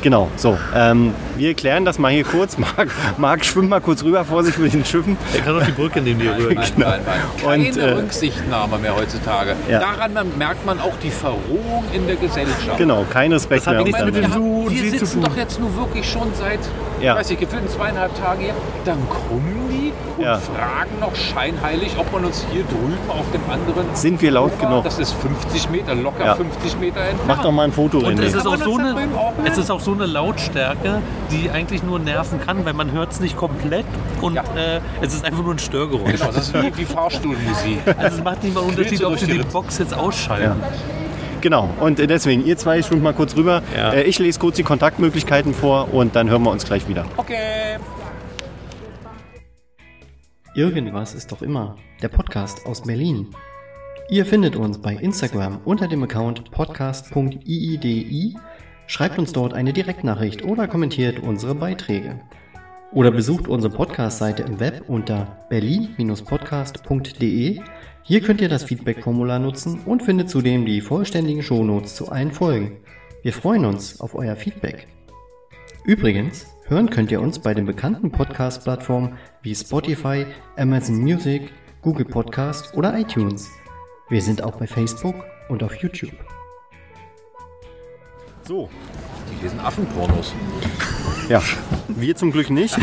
Speaker 2: Genau, so. Ähm, wir klären das mal hier kurz. Marc, Marc schwimmt mal kurz rüber, Vorsicht mit den Schiffen.
Speaker 3: Er kann auch die Brücke nehmen, die er rührt.
Speaker 4: Nein, nein, nein. Keine
Speaker 2: Genau. Und, äh,
Speaker 4: Rücksichtnahme mehr heutzutage.
Speaker 2: Ja.
Speaker 4: Daran man- merkt man auch die Verrohung in der Gesellschaft.
Speaker 2: Genau, kein Respekt
Speaker 3: Das hat
Speaker 2: mehr.
Speaker 3: nichts mit dem
Speaker 2: untereinander.
Speaker 3: Du und
Speaker 4: wir
Speaker 3: sie zu
Speaker 4: sitzen
Speaker 3: tun.
Speaker 4: doch jetzt nur wirklich schon seit,
Speaker 2: Ja.
Speaker 4: weiß ich, gefühlt zweieinhalb Tagen hier. Dann kommen die und
Speaker 2: Ja.
Speaker 4: fragen noch scheinheilig, ob man uns hier drüben auf dem anderen.
Speaker 2: Sind wir laut genug?
Speaker 4: Das ist 50 Meter, locker
Speaker 2: Ja.
Speaker 4: 50 Meter entfernt.
Speaker 2: Mach doch mal ein Foto,
Speaker 3: Und
Speaker 2: René.
Speaker 3: es ist, auch
Speaker 4: Aber das
Speaker 3: so
Speaker 4: hat
Speaker 3: eine,
Speaker 4: beim Orgeln-
Speaker 3: es ist auch so eine Lautstärke, die eigentlich nur nerven kann, weil man hört es nicht komplett und
Speaker 4: Ja.
Speaker 3: äh, es ist einfach nur ein Störgeräusch.
Speaker 4: Genau, das ist wie, wie Fahrstuhlmusik.
Speaker 3: Also es macht nicht mal einen Unterschied,
Speaker 4: Knete
Speaker 3: ob
Speaker 4: durch
Speaker 3: sie
Speaker 4: die
Speaker 3: die
Speaker 4: Rippen.
Speaker 3: Box jetzt ausschalten.
Speaker 2: Genau, und äh, deswegen, ihr zwei schwimmt mal kurz rüber.
Speaker 3: Ja.
Speaker 2: Äh, ich lese kurz die Kontaktmöglichkeiten vor und dann hören wir uns gleich wieder.
Speaker 4: Okay.
Speaker 5: Irgendwas ist doch immer. Der Podcast aus Berlin. Ihr findet uns bei Instagram unter dem Account podcast.iidi. Schreibt uns dort eine Direktnachricht oder kommentiert unsere Beiträge. Oder besucht unsere Podcast-Seite im Web unter berlin-podcast.de. Hier könnt ihr das Feedback-Formular nutzen und findet zudem die vollständigen Shownotes zu allen Folgen. Wir freuen uns auf euer Feedback. Übrigens, hören könnt ihr uns bei den bekannten Podcast-Plattformen wie Spotify, Amazon Music, Google Podcast oder iTunes. Wir sind auch bei Facebook und auf YouTube.
Speaker 2: So,
Speaker 4: Die lesen Affenpornos.
Speaker 2: ja, wir zum Glück nicht.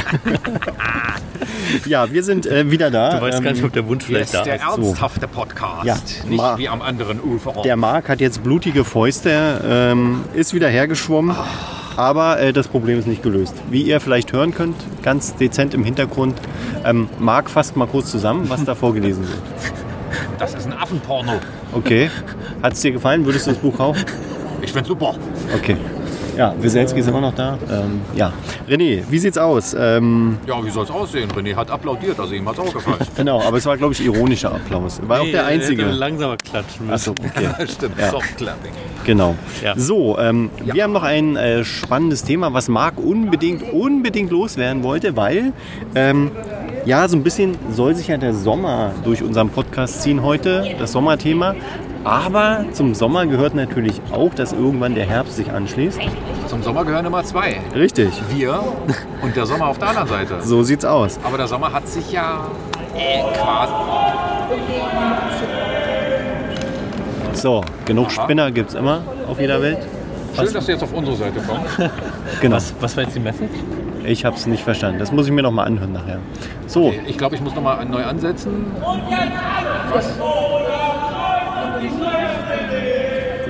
Speaker 2: ja, wir sind äh, wieder da. Ähm,
Speaker 3: der Wunsch
Speaker 4: Das ist der
Speaker 2: so.
Speaker 4: ernsthafte Podcast.
Speaker 2: Ja, ma-
Speaker 4: Nicht wie am anderen Ufer. Oh,
Speaker 2: der Marc hat jetzt blutige Fäuste, ähm, ist wieder hergeschwommen, aber äh, das Problem ist nicht gelöst. Wie ihr vielleicht hören könnt, ganz dezent im Hintergrund, ähm, Marc fasst mal kurz zusammen, was da vorgelesen wird.
Speaker 4: Das ist ein Affenporno.
Speaker 2: Okay, hat es dir gefallen? Würdest du das Buch kaufen?
Speaker 4: Ich find's super.
Speaker 2: Okay. Ja, Wieselski ist immer noch da. Ähm, ja. René, wie sieht's aus? Ähm,
Speaker 4: Ja, wie soll's aussehen? René hat applaudiert, also ihm hat's auch gefallen.
Speaker 2: genau, aber es war, glaube ich, ironischer Applaus. War auch der einzige.
Speaker 3: Langsamer klatschen müssen.
Speaker 2: Achso, okay.
Speaker 4: Stimmt, Softclapping.
Speaker 2: Genau.
Speaker 3: Ja.
Speaker 2: So, ähm, wir haben noch ein äh, spannendes Thema, was Marc unbedingt, unbedingt loswerden wollte, weil ähm, ja, so ein bisschen soll sich ja der Sommer durch unseren Podcast ziehen heute, das Sommerthema. Aber zum Sommer gehört natürlich auch, dass irgendwann der Herbst sich anschließt.
Speaker 4: Zum Sommer gehören immer zwei.
Speaker 2: Richtig,
Speaker 4: Wir und der Sommer auf der anderen Seite.
Speaker 2: so sieht's aus.
Speaker 4: Aber der Sommer hat sich ja äh, quasi.
Speaker 2: So, genug Spinner gibt es immer auf jeder Welt.
Speaker 4: Schön, dass du jetzt auf unsere Seite kommst.
Speaker 2: Genau.
Speaker 3: Was war jetzt die Message?
Speaker 2: Ich habe es nicht verstanden. Das muss ich mir nochmal anhören nachher. So,
Speaker 4: Ich glaube, ich muss nochmal neu ansetzen.
Speaker 3: Ah.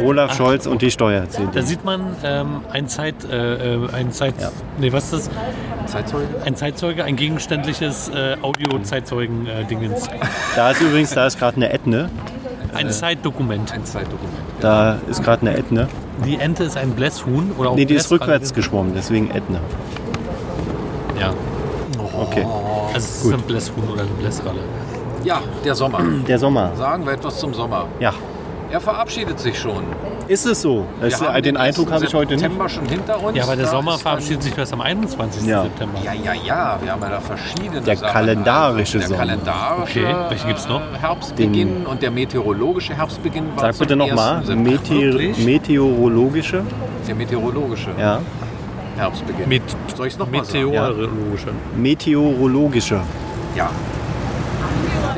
Speaker 2: Olaf Scholz und die Steuer.
Speaker 3: Da sieht man ähm, ein Zeit, äh, äh, ein Zeit,
Speaker 2: Ja.
Speaker 3: nee, was ist das?
Speaker 4: Zeitzeuge.
Speaker 3: Ein Zeitzeuge, ein gegenständliches äh, Audio-Zeitzeugen-Dingens.
Speaker 2: Da ist übrigens, da ist gerade eine Etne.
Speaker 3: ein Zeitdokument.
Speaker 4: Ein Zeitdokument.
Speaker 2: Da ist gerade eine Etne.
Speaker 3: Die Ente ist ein Blässhuhn oder auch
Speaker 2: Nee, die ist
Speaker 3: Blässratte.
Speaker 2: rückwärts geschwommen, deswegen Etne.
Speaker 3: Ja,
Speaker 2: Okay.
Speaker 4: Oh.
Speaker 3: also es ist ein Blässhuhn oder eine Blässralle.
Speaker 4: Ja, der Sommer.
Speaker 2: Der Sommer.
Speaker 4: Sagen wir etwas zum Sommer.
Speaker 2: Ja.
Speaker 4: Er verabschiedet sich schon.
Speaker 2: Ist es so? Das,
Speaker 4: Wir haben
Speaker 2: den Eindruck
Speaker 4: 1.
Speaker 2: habe ich heute nicht.
Speaker 4: September schon hinter uns.
Speaker 3: Ja, aber der
Speaker 4: Da
Speaker 3: Sommer
Speaker 4: ist dann-
Speaker 3: verabschiedet sich erst am 21.
Speaker 2: Ja.
Speaker 3: September.
Speaker 4: Ja, ja, ja, wir haben ja da verschiedene
Speaker 2: Der
Speaker 4: Sachen.
Speaker 2: kalendarische
Speaker 4: der
Speaker 2: Sommer.
Speaker 4: kalendarische
Speaker 3: Okay, welche gibt's noch?
Speaker 4: äh, Herbstbeginn und der meteorologische Herbstbeginn war
Speaker 2: Sag bitte
Speaker 4: zum 1.
Speaker 2: nochmal,
Speaker 4: September.
Speaker 2: Meteor
Speaker 4: Wirklich?
Speaker 2: meteorologische.
Speaker 4: Der meteorologische
Speaker 2: Ja.
Speaker 4: Herbstbeginn.
Speaker 3: Mit
Speaker 4: Soll ich's nochmal sagen?
Speaker 3: meteorologische.
Speaker 2: Meteorologische.
Speaker 4: Ja.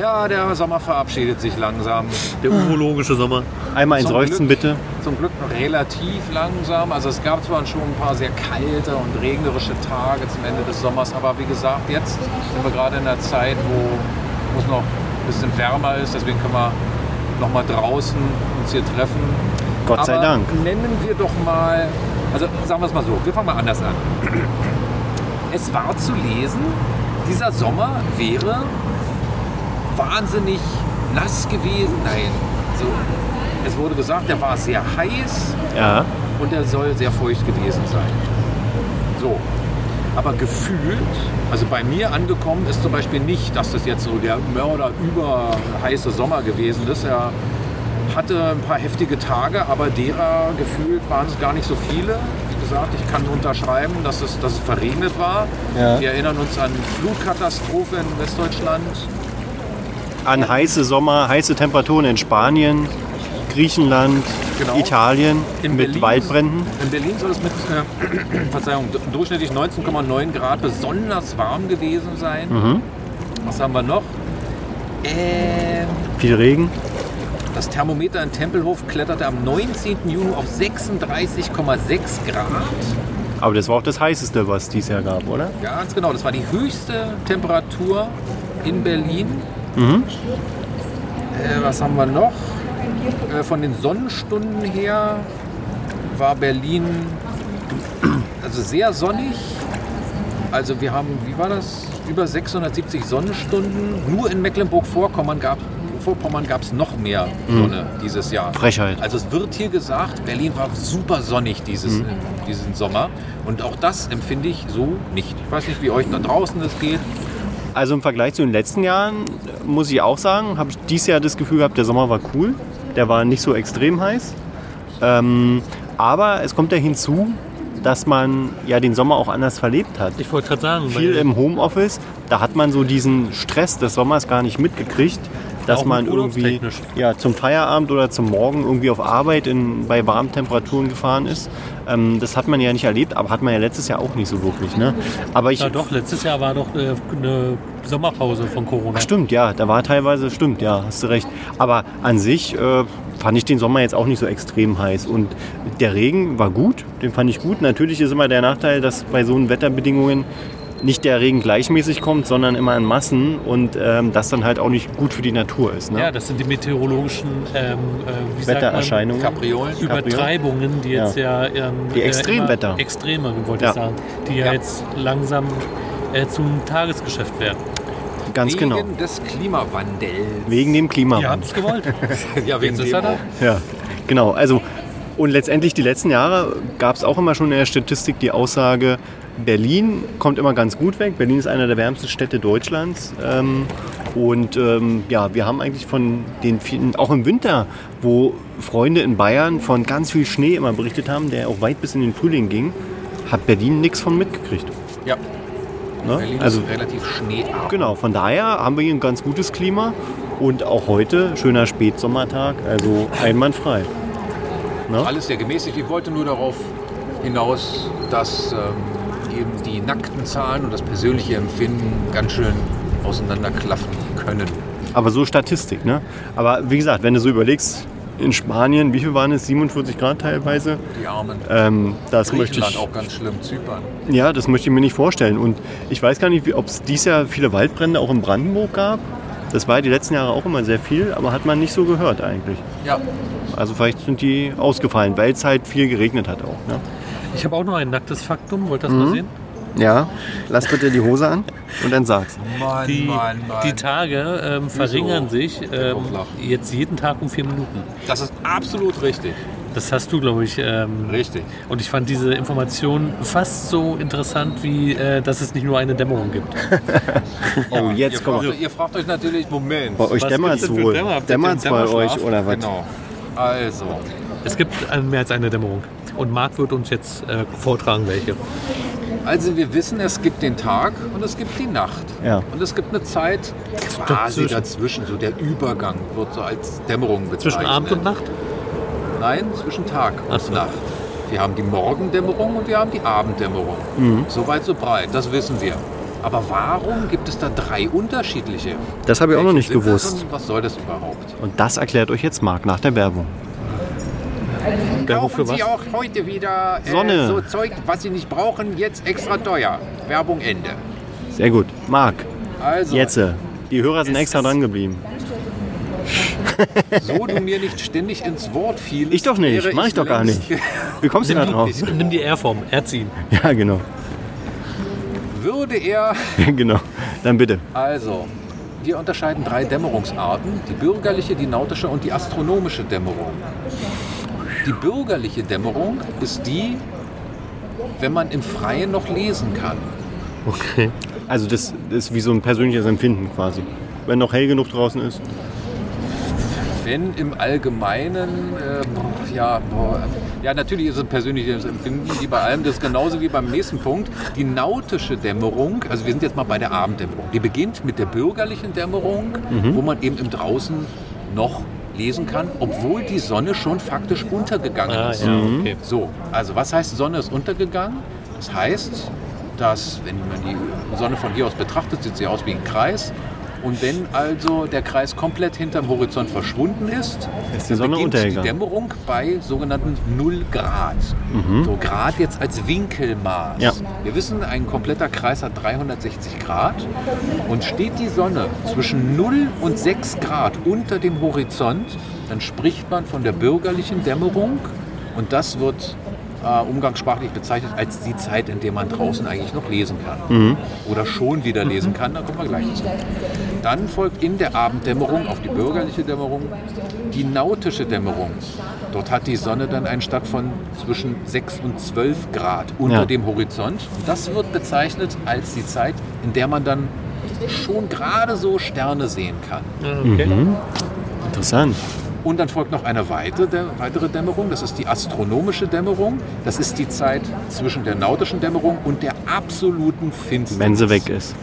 Speaker 4: Ja, der Sommer verabschiedet sich langsam.
Speaker 3: Der urologische Sommer.
Speaker 2: Einmal ein
Speaker 4: Zum
Speaker 2: Seufzen
Speaker 4: Glück.
Speaker 2: bitte.
Speaker 4: Zum Glück noch relativ langsam. Also es gab zwar schon ein paar sehr kalte und regnerische Tage zum Ende des Sommers, aber wie gesagt, jetzt sind wir gerade in der Zeit, wo wo es noch ein bisschen wärmer ist. Deswegen können wir noch mal draußen uns hier treffen.
Speaker 2: Gott sei
Speaker 4: aber
Speaker 2: Dank.
Speaker 4: Nennen wir doch mal, also sagen wir es mal so, wir fangen mal anders an. Es war zu lesen, dieser Sommer wäre wahnsinnig nass gewesen. Nein, so. Es wurde gesagt, der war sehr heiß
Speaker 2: Ja.
Speaker 4: und er soll sehr feucht gewesen sein. So. Aber gefühlt, also bei mir angekommen ist zum Beispiel nicht, dass das jetzt so der Mörder über heiße Sommer gewesen ist. Er hatte ein paar heftige Tage, aber derer gefühlt waren es gar nicht so viele. Wie gesagt, ich kann unterschreiben, dass es, dass es verregnet war.
Speaker 2: Ja.
Speaker 4: Wir erinnern uns an Flutkatastrophe in Westdeutschland.
Speaker 2: An heiße Sommer, heiße Temperaturen in Spanien, Griechenland,
Speaker 4: Genau.
Speaker 2: Italien
Speaker 4: In
Speaker 2: mit
Speaker 4: Berlin-
Speaker 2: Waldbränden.
Speaker 4: In Berlin soll es mit, äh, Verzeihung, d- durchschnittlich 19,9 Grad besonders warm gewesen sein.
Speaker 2: Mhm.
Speaker 4: Was haben wir noch? Ähm,
Speaker 2: Viel Regen.
Speaker 4: das Thermometer in Tempelhof kletterte am 19. Juni auf 36,6 Grad.
Speaker 2: Aber das war auch das heißeste, was es dieses Jahr gab, oder?
Speaker 4: Ganz genau, das war die höchste Temperatur in Berlin. Äh, was haben wir noch? Äh, von den Sonnenstunden her war Berlin also sehr sonnig. Also wir haben, wie war das? Über 670 Sonnenstunden. Nur in Mecklenburg-Vorpommern gab Vorpommern gab es noch mehr Sonne dieses Jahr.
Speaker 2: Mhm. Frechheit.
Speaker 4: Also es wird hier gesagt, Berlin war super sonnig
Speaker 2: Mhm.
Speaker 4: dieses, äh, diesen Sommer. Und auch das empfinde ich so nicht. Ich weiß nicht, wie euch da draußen das geht.
Speaker 2: Also im Vergleich zu den letzten Jahren äh, muss ich auch sagen, habe ich dieses Jahr das Gefühl gehabt, der Sommer war cool. Der war nicht so extrem heiß. Ähm, aber es kommt ja hinzu, dass man ja den Sommer auch anders verlebt hat.
Speaker 3: Ich wollte gerade sagen,
Speaker 2: Viel
Speaker 3: weil
Speaker 2: im Homeoffice, da hat man so diesen Stress des Sommers gar nicht mitgekriegt, dass
Speaker 3: Auch
Speaker 2: man irgendwie
Speaker 3: urlaubstechnisch.
Speaker 2: ja, zum Feierabend oder zum Morgen irgendwie auf Arbeit in, bei warmen Temperaturen gefahren ist. Ähm, das hat man ja nicht erlebt, aber hat man ja letztes Jahr auch nicht so wirklich. Ne? Aber ich,
Speaker 3: ja, doch, letztes Jahr war doch äh, eine Sommerpause von Corona.
Speaker 2: Ach, stimmt, ja, da war teilweise, stimmt, ja, hast du recht. Aber an sich äh, fand ich den Sommer jetzt auch nicht so extrem heiß. Und der Regen war gut, den fand ich gut. Natürlich ist immer der Nachteil, dass bei so einen Wetterbedingungen nicht der Regen gleichmäßig kommt, sondern immer in Massen und ähm, das dann halt auch nicht gut für die Natur ist. Ne?
Speaker 3: Ja, das sind die meteorologischen ähm, äh, wie sagt man,
Speaker 2: Wettererscheinungen.
Speaker 4: Kapriolen.
Speaker 3: Übertreibungen, die jetzt ja, ähm,
Speaker 2: Die
Speaker 3: äh,
Speaker 2: Extremwetter.
Speaker 3: immer- Extreme, wollte
Speaker 2: Ja.
Speaker 3: ich sagen, die ja,
Speaker 4: Ja.
Speaker 3: jetzt langsam äh, zum Tagesgeschäft werden.
Speaker 2: Ganz
Speaker 4: Wegen
Speaker 2: genau.
Speaker 4: des Klimawandels.
Speaker 2: Wegen dem
Speaker 3: Ihr
Speaker 2: Klimawandel.
Speaker 3: habt es gewollt.
Speaker 4: Ja, wegen
Speaker 3: Jetzt ist er da.
Speaker 4: auch.
Speaker 2: Ja, genau. Also, und letztendlich die letzten Jahre gab es auch immer schon in der Statistik die Aussage, Berlin kommt immer ganz gut weg. Berlin ist eine der wärmsten Städte Deutschlands. Ähm, und ähm, ja, wir haben eigentlich von den vielen, auch im Winter, wo Freunde in Bayern von ganz viel Schnee immer berichtet haben, der auch weit bis in den Frühling ging, hat Berlin nichts von mitgekriegt.
Speaker 4: Ja,
Speaker 2: Ne?
Speaker 4: Berlin
Speaker 2: Also
Speaker 4: ist relativ schneearm.
Speaker 2: Genau, von daher haben wir hier ein ganz gutes Klima und auch heute schöner Spätsommertag, also einwandfrei.
Speaker 4: Alles sehr gemäßigt. Ich wollte nur darauf hinaus, dass ähm, eben die nackten Zahlen und das persönliche Empfinden ganz schön auseinanderklaffen können.
Speaker 2: Aber so Statistik, ne? Aber wie gesagt, wenn du so überlegst, in Spanien, wie viel waren es? 47 Grad teilweise.
Speaker 4: Die Armen.
Speaker 2: Ähm, das möchte
Speaker 4: Griechenland
Speaker 2: ich,
Speaker 4: auch ganz schlimm, Zypern.
Speaker 2: ja, das möchte ich mir nicht vorstellen. Und ich weiß gar nicht, ob es dieses Jahr viele Waldbrände auch in Brandenburg gab. Das war ja die letzten Jahre auch immer sehr viel, aber hat man nicht so gehört eigentlich.
Speaker 4: Ja,
Speaker 2: Also vielleicht sind die ausgefallen, weil es halt viel geregnet hat auch. Ne?
Speaker 3: Ich habe auch noch ein nacktes Faktum, wollt ihr
Speaker 2: Mhm.
Speaker 3: das mal sehen?
Speaker 5: Ja, lass bitte die Hose an und dann sag's.
Speaker 4: Mann,
Speaker 3: Die,
Speaker 4: Mann, Mann.
Speaker 3: die Tage ähm, verringern sich ähm,
Speaker 4: Auflachen.
Speaker 3: jetzt jeden Tag um vier Minuten.
Speaker 4: das ist absolut richtig.
Speaker 3: Das hast du, glaube ich. Ähm,
Speaker 4: Richtig.
Speaker 3: und ich fand diese Information fast so interessant, wie äh, dass es nicht nur eine Dämmerung gibt.
Speaker 2: Oh,
Speaker 4: Ihr
Speaker 2: jetzt
Speaker 4: fragt,
Speaker 2: kommt
Speaker 4: ihr fragt euch natürlich, Moment.
Speaker 2: bei euch
Speaker 3: also, Was
Speaker 2: dämmert's
Speaker 3: gibt's denn für
Speaker 2: wohl.
Speaker 3: Dämmer? Habt ihr
Speaker 2: Dämmert's
Speaker 3: den
Speaker 2: bei
Speaker 3: Dämmerschlaf?
Speaker 2: euch oder was?
Speaker 4: Genau. Also,
Speaker 3: Es gibt äh, mehr als eine Dämmerung. Und Marc wird uns jetzt äh, vortragen, welche.
Speaker 4: also wir wissen, es gibt den Tag und es gibt die Nacht.
Speaker 2: Ja.
Speaker 4: Und es gibt eine Zeit quasi dazwischen, so der Übergang wird so als Dämmerung bezeichnet.
Speaker 3: Zwischen Abend und Nacht?
Speaker 4: Nein, zwischen Tag und
Speaker 3: Ach so.
Speaker 4: Nacht. Wir haben die Morgendämmerung und wir haben die Abenddämmerung.
Speaker 2: Mhm.
Speaker 4: So weit, so breit, das wissen wir. Aber warum gibt es da drei unterschiedliche?
Speaker 2: Das habe ich auch noch nicht
Speaker 4: Welche sind das
Speaker 2: gewusst.
Speaker 4: und Was soll das überhaupt?
Speaker 2: Und das erklärt euch jetzt Marc nach der Werbung.
Speaker 3: Werbung für was?
Speaker 4: auch heute wieder äh,
Speaker 2: Sonne. so
Speaker 4: Zeug, was Sie nicht brauchen, jetzt extra teuer. Werbung Ende.
Speaker 2: Sehr gut. Marc,
Speaker 4: Also,
Speaker 2: jetzt. äh, Die Hörer sind
Speaker 4: Es
Speaker 2: extra
Speaker 4: ist-
Speaker 2: dran geblieben.
Speaker 4: so du mir nicht ständig ins Wort fielst.
Speaker 2: Ich doch nicht,
Speaker 4: wäre
Speaker 2: mach ich doch gar
Speaker 4: längst-
Speaker 2: nicht. Wie kommst du da drauf?
Speaker 3: Nimm die R-Form, erziehen.
Speaker 2: Ja, genau.
Speaker 4: Würde er
Speaker 2: genau. Dann bitte.
Speaker 4: Also, wir unterscheiden drei Dämmerungsarten: die bürgerliche, die nautische und die astronomische Dämmerung. Die bürgerliche Dämmerung ist die, wenn man im Freien noch lesen kann.
Speaker 3: Okay.
Speaker 2: Also das ist wie so ein persönliches Empfinden quasi. Wenn noch hell genug draußen ist.
Speaker 4: Wenn im Allgemeinen, äh, ja, boah, ja, natürlich ist es ein persönliches Empfinden, wie bei allem, das ist genauso wie beim nächsten Punkt. Die nautische Dämmerung, also wir sind jetzt mal bei der Abenddämmerung, die beginnt mit der bürgerlichen Dämmerung,
Speaker 3: Mhm.
Speaker 4: wo man eben im Draußen noch lesen kann, obwohl die Sonne schon faktisch untergegangen
Speaker 3: Ah,
Speaker 4: ist.
Speaker 3: ja,
Speaker 2: Mhm.
Speaker 3: okay.
Speaker 4: So, also was heißt Sonne ist untergegangen? Das heißt, dass, wenn man die Sonne von hier aus betrachtet, sieht sie aus wie ein Kreis. Und wenn also der Kreis komplett hinterm Horizont verschwunden ist,
Speaker 2: Ist die Sonne
Speaker 4: beginnt die
Speaker 2: untergegangen.
Speaker 4: Dämmerung bei sogenannten 0 Grad. So Grad jetzt als Winkelmaß.
Speaker 2: Mhm. Ja.
Speaker 4: Wir wissen, ein kompletter Kreis hat 360 Grad und steht die Sonne zwischen 0 und 6 Grad unter dem Horizont, dann spricht man von der bürgerlichen Dämmerung und das wird äh, umgangssprachlich bezeichnet als die Zeit, in der man draußen eigentlich noch lesen kann oder schon wieder lesen kann, da kommen wir gleich zu. Dann folgt in der Abenddämmerung auf die bürgerliche Dämmerung die nautische Dämmerung. Dort hat die Sonne dann einen Stand von zwischen 6 und 12 Grad unter
Speaker 2: Ja.
Speaker 4: dem Horizont. Und das wird bezeichnet als die Zeit, in der man dann schon gerade so Sterne sehen kann.
Speaker 3: Ah, okay.
Speaker 2: Interessant.
Speaker 4: Und dann folgt noch eine weitere, weitere Dämmerung, das ist die astronomische Dämmerung. Das ist die Zeit zwischen der nautischen Dämmerung und der absoluten Finsternis
Speaker 2: Wenn sie weg ist.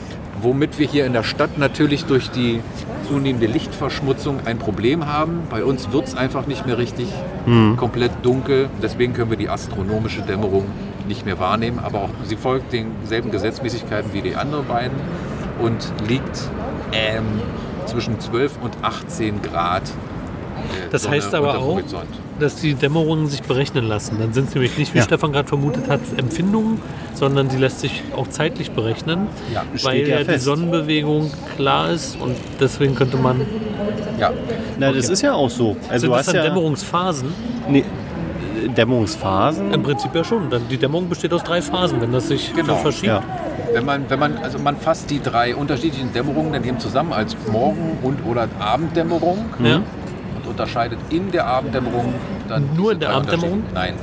Speaker 4: womit wir hier in der Stadt natürlich durch die zunehmende Lichtverschmutzung ein Problem haben. Bei uns wird es einfach nicht mehr richtig
Speaker 3: Hm.
Speaker 4: komplett dunkel. Deswegen können wir die astronomische Dämmerung nicht mehr wahrnehmen. Aber auch sie folgt denselben Gesetzmäßigkeiten wie die anderen beiden und liegt ähm, zwischen 12 und 18 Grad. äh,
Speaker 3: Das
Speaker 4: Sonne
Speaker 3: heißt aber
Speaker 4: unterm
Speaker 3: auch,
Speaker 4: Horizont.
Speaker 3: dass die Dämmerungen sich berechnen lassen. Dann sind es nämlich nicht, wie
Speaker 2: Ja.
Speaker 3: Stefan gerade vermutet hat, Empfindungen, sondern die lässt sich auch zeitlich berechnen,
Speaker 4: Ja,
Speaker 3: weil
Speaker 2: steht ja
Speaker 3: ja die
Speaker 2: fest.
Speaker 3: Sonnenbewegung klar ist und deswegen könnte man.
Speaker 4: Ja,
Speaker 2: Na, das ist ja auch so. Also
Speaker 3: sind
Speaker 2: du
Speaker 3: das
Speaker 2: hast
Speaker 3: dann
Speaker 2: ja
Speaker 3: Dämmerungsphasen?
Speaker 2: Nee, Dämmerungsphasen.
Speaker 3: Im Prinzip ja schon. Dann, die Dämmerung besteht aus drei Phasen, wenn das sich
Speaker 4: Genau.
Speaker 3: so verschiebt.
Speaker 2: Ja.
Speaker 4: Wenn man, wenn man, also man fasst die drei unterschiedlichen Dämmerungen dann eben zusammen als Morgen- und oder Abenddämmerung
Speaker 3: Ja?
Speaker 4: und unterscheidet in der Abenddämmerung dann.
Speaker 3: Nur
Speaker 4: diese
Speaker 3: in der
Speaker 4: drei
Speaker 3: Abenddämmerung?
Speaker 4: Unterschiede. Nein.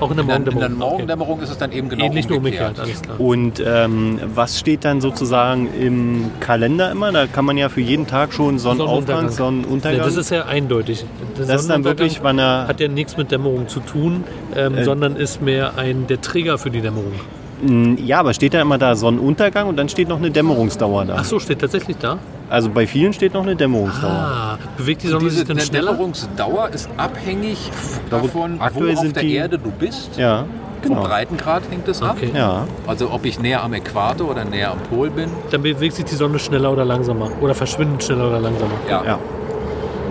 Speaker 3: Auch in der
Speaker 4: In der, in
Speaker 3: Morgendämmerung.
Speaker 4: der Morgendämmerung ist es dann eben
Speaker 3: okay.
Speaker 4: genau
Speaker 3: Ähnlich nur
Speaker 4: umgekehrt.
Speaker 3: umgekehrt, alles klar.
Speaker 2: Und ähm, was steht dann sozusagen im Kalender immer? Da kann man ja für jeden Tag schon Sonnenaufgang, Sonnenuntergang.
Speaker 3: Ja, das ist ja eindeutig. Der
Speaker 2: Das ist dann
Speaker 3: Sonnenuntergang
Speaker 2: wirklich, wann er-
Speaker 3: hat ja nichts mit Dämmerung zu tun, ähm, sondern ist mehr ein der Trigger für die Dämmerung.
Speaker 2: ja, aber steht da immer da Sonnenuntergang und dann steht noch eine Dämmerungsdauer da.
Speaker 3: Ach so, steht tatsächlich da.
Speaker 2: Also bei vielen steht noch eine Dämmerungsdauer.
Speaker 3: Ah, bewegt die
Speaker 4: Und
Speaker 3: Sonne
Speaker 4: diese
Speaker 3: sich dann schneller?
Speaker 4: Dämmerungsdauer ist abhängig
Speaker 2: Darum-
Speaker 4: davon, wo
Speaker 2: aktuell
Speaker 4: auf
Speaker 2: sind
Speaker 4: der
Speaker 2: die-
Speaker 4: Erde du bist.
Speaker 2: Ja,
Speaker 4: Vom
Speaker 2: genau.
Speaker 4: Breitengrad hängt es ab.
Speaker 3: Okay.
Speaker 2: Ja,
Speaker 4: Also ob ich näher am Äquator oder näher am Pol bin.
Speaker 3: Dann bewegt sich die Sonne schneller oder langsamer. Oder verschwindet schneller oder langsamer.
Speaker 4: Ja.
Speaker 2: ja.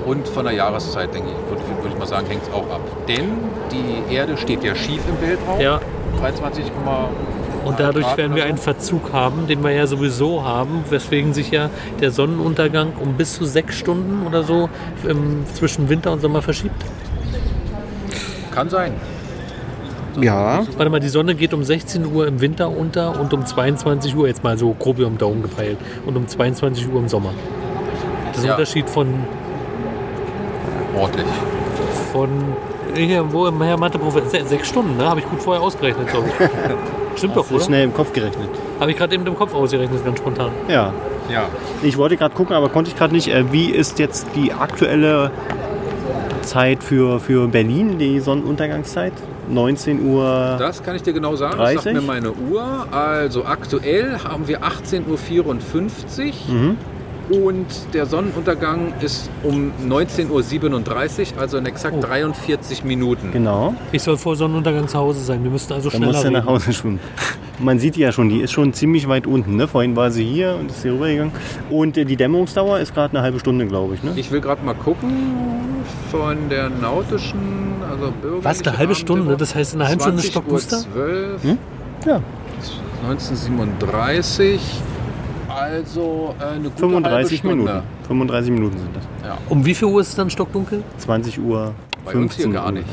Speaker 4: Und von der Jahreszeit, denke ich, würde würd ich mal sagen, hängt es auch ab. Denn die Erde steht ja schief im Weltraum.
Speaker 3: Ja.
Speaker 4: 23,
Speaker 3: Und dadurch
Speaker 4: Grad
Speaker 3: werden wir
Speaker 4: oder
Speaker 3: einen Verzug haben, den wir ja sowieso haben, weswegen sich ja der Sonnenuntergang um bis zu sechs Stunden oder so ähm, zwischen Winter und Sommer verschiebt.
Speaker 4: so. kann sein.
Speaker 5: Ja,
Speaker 3: Warte mal, die Sonne geht um 16 Uhr im Winter unter und um 22 Uhr, jetzt mal so grob über den Daumen gepeilt, und um 22 Uhr im Sommer. Das ist ein
Speaker 4: Ja.
Speaker 3: Unterschied von,
Speaker 4: Ordentlich.
Speaker 3: von hier, wo im Herr Matheprof, se- sechs Stunden, ne? Habe ich gut vorher ausgerechnet, glaube ich. Stimmt doch,
Speaker 2: So
Speaker 3: oder?
Speaker 2: schnell im Kopf gerechnet.
Speaker 3: Habe ich gerade eben im Kopf ausgerechnet, ganz spontan.
Speaker 2: Ja.
Speaker 4: Ja.
Speaker 2: Ich wollte gerade gucken, aber konnte ich gerade nicht. Äh, Wie ist jetzt die aktuelle Zeit für, für Berlin, die Sonnenuntergangszeit? 19 Uhr.
Speaker 4: Das kann ich dir genau sagen. Das
Speaker 2: 30?
Speaker 4: sagt mir meine Uhr. Also aktuell haben wir 18.54 Uhr
Speaker 2: Mhm.
Speaker 4: und der Sonnenuntergang ist um 19.37 Uhr, also in exakt
Speaker 3: Oh.
Speaker 4: 43 Minuten.
Speaker 2: Genau.
Speaker 3: Ich soll vor Sonnenuntergang zu Hause sein, wir müssten also
Speaker 2: Da
Speaker 3: schneller
Speaker 2: musst du
Speaker 3: reden.
Speaker 2: nach Hause schwimmen. Man sieht die ja schon, die ist schon ziemlich weit unten. Ne? Vorhin war sie hier und ist hier rübergegangen. Und äh, die Dämmerungsdauer ist gerade eine halbe Stunde, glaube ich. Ne?
Speaker 4: Ich will gerade mal gucken von der nautischen, also bürgerlichen
Speaker 3: Was, eine halbe Stunde?
Speaker 4: Abenddämmerung.
Speaker 3: Das heißt, in einer halben Stunde
Speaker 4: 20 Uhr
Speaker 3: Stockmuster?
Speaker 4: 12,
Speaker 2: Hm? Ja.
Speaker 4: 1937, also äh, eine gute
Speaker 2: 35
Speaker 4: halbe Stunde.
Speaker 2: Minuten. 35 Minuten sind das.
Speaker 3: Um wie viel Uhr ist es dann stockdunkel?
Speaker 2: 20 Uhr.
Speaker 4: Bei
Speaker 2: 15
Speaker 4: uns hier gar
Speaker 2: Uhr.
Speaker 4: nicht.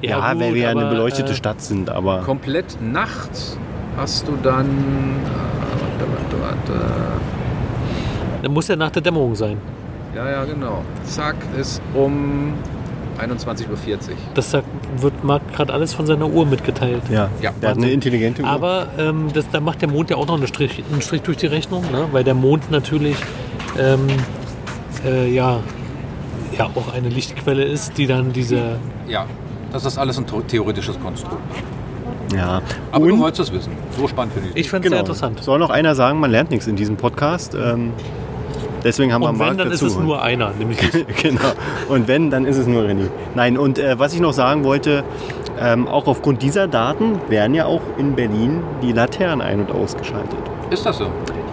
Speaker 2: Ja, weil wir ja eine
Speaker 3: aber,
Speaker 2: beleuchtete
Speaker 3: äh,
Speaker 2: Stadt sind, aber.
Speaker 4: Komplett nachts hast du dann. Äh, warte, warte, warte.
Speaker 3: Dann muss ja nach der Dämmerung sein.
Speaker 4: Ja, ja, genau. Zack, ist um 21.40 Uhr.
Speaker 3: Das sagt, wird Marc gerade alles von seiner Uhr mitgeteilt.
Speaker 2: Ja, der
Speaker 4: Ja,
Speaker 2: hat eine
Speaker 4: Wahnsinn.
Speaker 2: intelligente Uhr.
Speaker 3: Aber ähm, das, da macht der Mond ja auch noch einen Strich, einen Strich durch die Rechnung, ne? weil der Mond natürlich ähm, äh, ja, ja auch eine Lichtquelle ist, die dann diese.
Speaker 4: Ja, das ist alles ein to- theoretisches Konstrukt.
Speaker 2: ja.
Speaker 4: Aber
Speaker 2: Und- genau.
Speaker 4: du wolltest es wissen. So spannend finde ich.
Speaker 3: Ich fand es sehr interessant.
Speaker 2: Soll noch einer sagen, man lernt nichts in diesem Podcast. Ähm, deswegen haben wir
Speaker 3: Und wenn,
Speaker 2: Marc
Speaker 3: dann ist
Speaker 2: dazu.
Speaker 3: es nur einer, nämlich ich.
Speaker 2: genau. Und wenn, dann ist es nur René. Nein, und äh, was ich noch sagen wollte, ähm, auch aufgrund dieser Daten werden ja auch in Berlin die Laternen ein- und ausgeschaltet.
Speaker 4: Ist das so?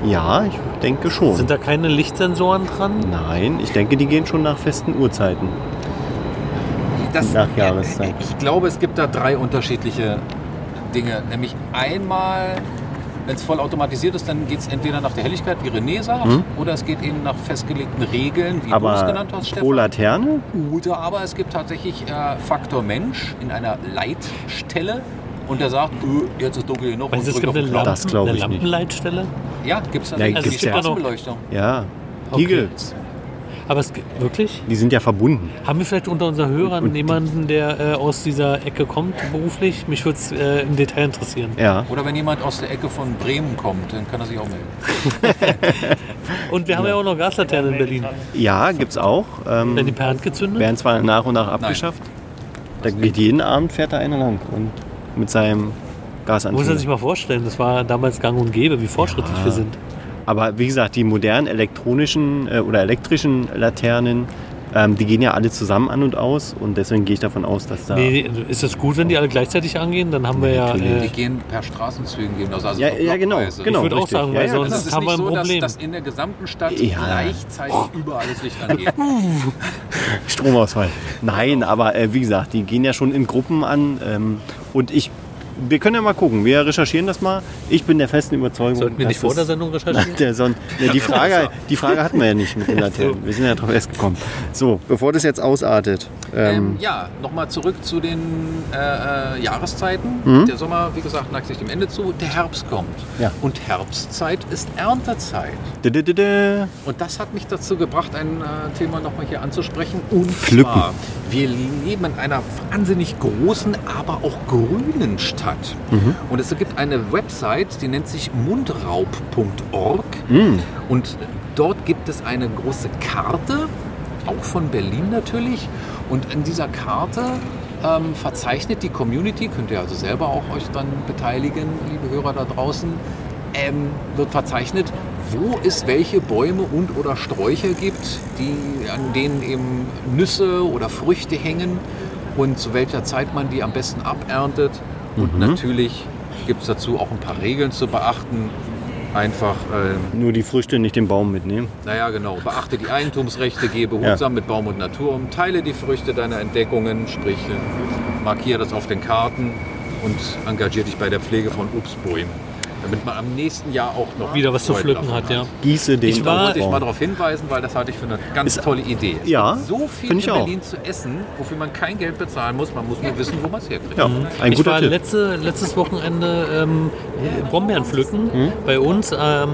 Speaker 2: Ja, ich denke schon.
Speaker 3: Sind da keine Lichtsensoren dran?
Speaker 2: Nein, ich denke, die gehen schon nach festen Uhrzeiten.
Speaker 4: Das,
Speaker 2: Nach Jahreszeit.
Speaker 4: Ich glaube, es gibt da drei unterschiedliche Dinge. Nämlich einmal, wenn es vollautomatisiert ist, dann geht es entweder nach der Helligkeit, wie René sagt,
Speaker 2: Hm?
Speaker 4: oder es geht eben nach festgelegten Regeln, wie du es
Speaker 2: Aber
Speaker 4: genannt hast,
Speaker 2: pro
Speaker 4: Stefan.
Speaker 2: Laterne?
Speaker 4: Oder aber es gibt tatsächlich äh, Faktor Mensch in einer Leitstelle und der sagt, öh, jetzt ist dunkel genug.
Speaker 3: Meinst du,
Speaker 4: und
Speaker 3: es
Speaker 4: drückt
Speaker 3: gibt
Speaker 4: auf
Speaker 3: eine,
Speaker 4: den Knopf.
Speaker 3: Lampen,
Speaker 2: Das glaub
Speaker 3: eine
Speaker 2: ich nicht.
Speaker 3: Lampenleitstelle?
Speaker 4: Ja, gibt es
Speaker 2: Ja,
Speaker 4: tatsächlich.
Speaker 2: gibt's ja.
Speaker 4: Straßenbeleuchtung.
Speaker 2: Ja, die
Speaker 3: Okay.
Speaker 2: gibt's.
Speaker 3: Aber es gibt- wirklich?
Speaker 2: Die sind ja verbunden.
Speaker 3: Haben wir vielleicht unter unseren Hörern
Speaker 2: Und-
Speaker 3: jemanden, der äh, aus dieser Ecke kommt beruflich? Mich würde es äh, im Detail interessieren.
Speaker 2: Ja.
Speaker 4: Oder wenn jemand aus der Ecke von Bremen kommt, dann kann er sich auch melden.
Speaker 3: Und wir haben ja auch noch Gaslaternen in Berlin.
Speaker 2: Ja, gibt's auch. Ähm,
Speaker 3: Werden die per Hand gezündet?
Speaker 2: werden zwar nach und nach abgeschafft. Da geht jeden Abend fährt da einer lang und mit seinem
Speaker 3: Muss man
Speaker 2: Gasantrieb.
Speaker 3: sich mal vorstellen, das war damals gang und gäbe, wie fortschrittlich
Speaker 2: Ja.
Speaker 3: wir sind.
Speaker 2: Aber wie gesagt, die modernen elektronischen äh, oder elektrischen Laternen, ähm, die gehen ja alle zusammen an und aus und deswegen gehe ich davon aus, dass da
Speaker 3: Nee, nee, ist das gut, wenn die alle gleichzeitig angehen? Dann haben wir
Speaker 2: Nee,
Speaker 3: ja.
Speaker 2: natürlich.
Speaker 3: Äh,
Speaker 4: Die gehen per Straßenzügen gehen das, also
Speaker 2: Ja,
Speaker 4: so
Speaker 2: ja, genau,
Speaker 4: blockweise.
Speaker 2: genau.
Speaker 3: ich würde auch
Speaker 2: richtig.
Speaker 3: sagen,
Speaker 2: Ja,
Speaker 3: weil
Speaker 2: ja,
Speaker 3: sonst
Speaker 4: Das ist
Speaker 3: haben wir
Speaker 4: nicht
Speaker 3: ein
Speaker 4: so, dass,
Speaker 3: Problem.
Speaker 4: dass in der gesamten Stadt
Speaker 2: Ja. Ähm.
Speaker 4: gleichzeitig überall das Licht angeht.
Speaker 2: Stromausfall. Nein, aber äh, wie gesagt, die gehen ja schon in Gruppen an ähm, und ich, wir können ja mal gucken, wir recherchieren das mal. Ich bin der festen Überzeugung,
Speaker 3: Sollten wir nicht
Speaker 2: dass
Speaker 3: vor der
Speaker 2: das-
Speaker 3: Sendung
Speaker 2: Nein,
Speaker 3: recherchieren?
Speaker 2: der Sonn ja, die, Frage, die Frage hatten wir ja nicht mit den Laternen. Wir sind ja drauf erst gekommen. So, bevor das jetzt ausartet. Ähm,
Speaker 4: ähm, ja, nochmal zurück zu den äh, äh, Jahreszeiten.
Speaker 2: Mhm.
Speaker 4: Der Sommer, wie gesagt, neigt sich dem Ende zu. Der Herbst kommt.
Speaker 2: Ja.
Speaker 4: Und Herbstzeit ist Erntezeit.
Speaker 2: dü-dü-dü-dü.
Speaker 4: Und das hat mich dazu gebracht, ein äh, Thema nochmal hier anzusprechen. Und
Speaker 2: Pflücken.
Speaker 4: zwar, wir leben in einer wahnsinnig großen, aber auch grünen Stadt. Und es gibt eine Website, die nennt sich mundraub.org.
Speaker 2: Mm.
Speaker 4: Und dort gibt es eine große Karte, auch von Berlin natürlich. Und in dieser Karte ähm, verzeichnet die Community, könnt ihr also selber auch euch dann beteiligen, liebe Hörer da draußen, ähm, wird verzeichnet, wo es welche Bäume und oder Sträucher gibt, die, an denen eben Nüsse oder Früchte hängen und zu welcher Zeit man die am besten aberntet. Und natürlich gibt es dazu auch ein paar Regeln zu beachten einfach, äh,
Speaker 2: Nur die Früchte nicht den Baum mitnehmen.
Speaker 4: naja genau, beachte die Eigentumsrechte, gehe behutsam mit Baum und Natur um, teile die Früchte deiner Entdeckungen, sprich äh, markiere das auf den Karten und engagiere dich bei der Pflege von Obstbäumen, damit man am nächsten Jahr auch noch
Speaker 3: Wieder was zu
Speaker 4: Freude
Speaker 3: pflücken
Speaker 4: davon
Speaker 3: hat, ja.
Speaker 2: Gieße den
Speaker 3: Ich war-
Speaker 4: wollte ich mal
Speaker 2: Baum.
Speaker 4: darauf hinweisen, weil das hatte ich für eine ganz
Speaker 2: Oh. Ist-
Speaker 4: tolle Idee. Es
Speaker 2: Ja,
Speaker 4: gibt so viel
Speaker 2: find ich
Speaker 4: in
Speaker 2: auch.
Speaker 4: Berlin zu essen, wofür man kein Geld bezahlen muss. Man muss nur wissen, wo man es herkriegt.
Speaker 2: Ja, ein
Speaker 3: Hm. ich war
Speaker 2: guter Tipp.
Speaker 3: letzte, letztes Wochenende ähm, Brombeeren pflücken. Bei uns ähm,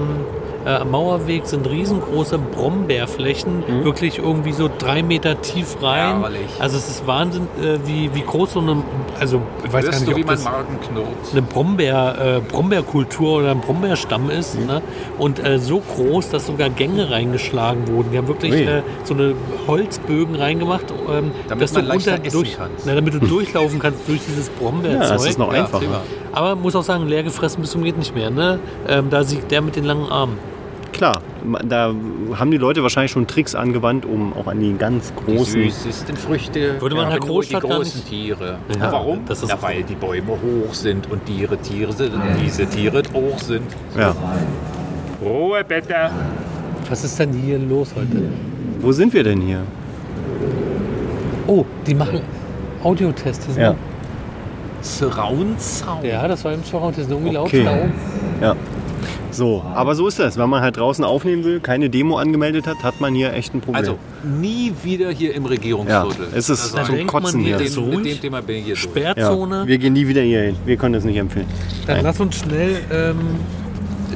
Speaker 3: äh, am Mauerweg sind riesengroße Brombeerflächen, wirklich irgendwie so drei Meter tief rein.
Speaker 4: Herrlich.
Speaker 3: also es ist Wahnsinn, äh, wie, wie groß so eine, also ich weiß gar
Speaker 4: Hörst
Speaker 3: nicht,
Speaker 4: du, wie
Speaker 3: ob
Speaker 4: man
Speaker 3: das
Speaker 4: Magen knurrt?
Speaker 3: eine Brombeer, äh, Brombeerkultur oder ein Brombeerstamm
Speaker 2: Mhm.
Speaker 3: ist. Ne? Und äh, so groß, dass sogar Gänge reingeschlagen wurden. Die haben wirklich
Speaker 2: Ui.
Speaker 3: äh, so eine Holzbögen reingemacht, ähm,
Speaker 4: Damit
Speaker 3: dass
Speaker 4: man
Speaker 3: du
Speaker 4: leichter
Speaker 3: unter
Speaker 4: essen
Speaker 3: durch,
Speaker 4: kannst.
Speaker 3: Na, damit du durchlaufen kannst durch dieses Brombeerzeug.
Speaker 2: Ja, das ist noch
Speaker 4: Ja,
Speaker 2: einfacher.
Speaker 4: prima.
Speaker 3: Aber muss auch sagen, leer gefressen bis zum geht nicht mehr. Ne? Ähm, da siegt der mit den langen Armen.
Speaker 2: Klar, ma- da haben die Leute wahrscheinlich schon Tricks angewandt, um auch an die ganz
Speaker 4: Die
Speaker 2: großen.
Speaker 4: süßesten Früchte.
Speaker 3: Würde man in der
Speaker 4: aber nur
Speaker 3: Großstadt
Speaker 4: Die
Speaker 3: gar
Speaker 4: großen
Speaker 3: nicht-
Speaker 4: Tiere.
Speaker 3: Ja,
Speaker 4: Warum?
Speaker 3: das ist-
Speaker 4: Na, weil die Bäume hoch sind und Tiere Tiere sind und diese Tiere hoch sind.
Speaker 2: Ja.
Speaker 4: Ruhe bitte.
Speaker 3: Was ist denn hier los heute?
Speaker 2: Wo sind wir denn hier?
Speaker 3: Oh, die machen Audio-Tests.
Speaker 2: Ja.
Speaker 4: Surround Sound.
Speaker 3: ja, das war im Surround. Die sind irgendwie
Speaker 2: Okay.
Speaker 3: laut da oben.
Speaker 2: Ja. So, aber so ist das. Wenn man halt draußen aufnehmen will, keine Demo angemeldet hat, hat man hier echt ein Problem.
Speaker 4: Also nie wieder hier im Regierungsviertel.
Speaker 2: Ja, es ist
Speaker 4: Das
Speaker 2: zum
Speaker 4: war-
Speaker 3: denkt man
Speaker 2: Kotzen
Speaker 3: hier
Speaker 2: hier.
Speaker 4: mit,
Speaker 3: so
Speaker 4: dem, mit
Speaker 3: ruhig.
Speaker 4: dem Thema bin ich hier durch.
Speaker 3: Sperrzone.
Speaker 2: Wir gehen nie wieder hier hin. Wir können das nicht empfehlen.
Speaker 3: Dann lass uns schnell ähm,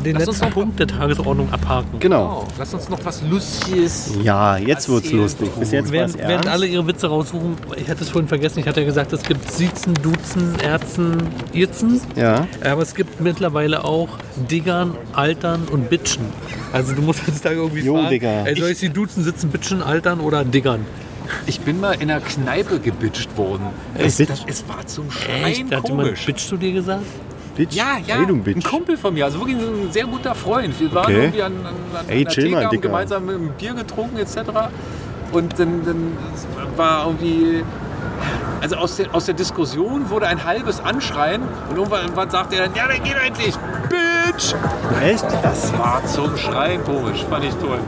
Speaker 3: den
Speaker 4: Lass uns
Speaker 3: letzten
Speaker 4: noch-
Speaker 3: Punkt der Tagesordnung abhaken.
Speaker 2: Genau.
Speaker 4: Genau. Lass uns noch was Lustiges.
Speaker 2: Ja, jetzt wird's
Speaker 4: Erzähl
Speaker 2: lustig.
Speaker 4: du.
Speaker 2: Bis jetzt war's
Speaker 3: Während, während
Speaker 2: ernst.
Speaker 3: alle ihre Witze raussuchen, ich hatte es vorhin vergessen, ich hatte ja gesagt, es gibt Siezen, Duzen, Erzen, Irzen.
Speaker 5: Ja.
Speaker 3: Aber es gibt mittlerweile auch Diggern, Altern und Bitchen. Also du musst heutzutage irgendwie
Speaker 2: Jo,
Speaker 3: fragen,
Speaker 2: Digga.
Speaker 3: Ey, soll ich sie duzen, sitzen, bitchen, altern oder diggern?
Speaker 4: Ich bin mal in einer Kneipe gebitscht worden.
Speaker 2: Das
Speaker 4: es,
Speaker 2: ist-
Speaker 4: es war zum
Speaker 3: Echt?
Speaker 4: Schreien
Speaker 3: Da hat jemand
Speaker 4: komisch.
Speaker 3: Bitch zu dir gesagt?
Speaker 2: Bitch.
Speaker 4: Ja, ja,
Speaker 2: Hey, du
Speaker 4: ein
Speaker 2: Bitch.
Speaker 4: Kumpel von mir, also wirklich ein sehr guter Freund. Wir waren
Speaker 2: Okay.
Speaker 4: irgendwie an, an, an
Speaker 2: Ey,
Speaker 4: einer
Speaker 2: chill mal,
Speaker 4: Theke, haben
Speaker 2: Dicker.
Speaker 4: gemeinsam ein Bier getrunken etc. Und dann, dann war irgendwie, also aus der, aus der Diskussion wurde ein halbes Anschreien und irgendwann sagte er dann, ja, dann geht endlich, Bitch!
Speaker 2: Echt?
Speaker 4: Das war zum Schreien komisch, fand ich toll.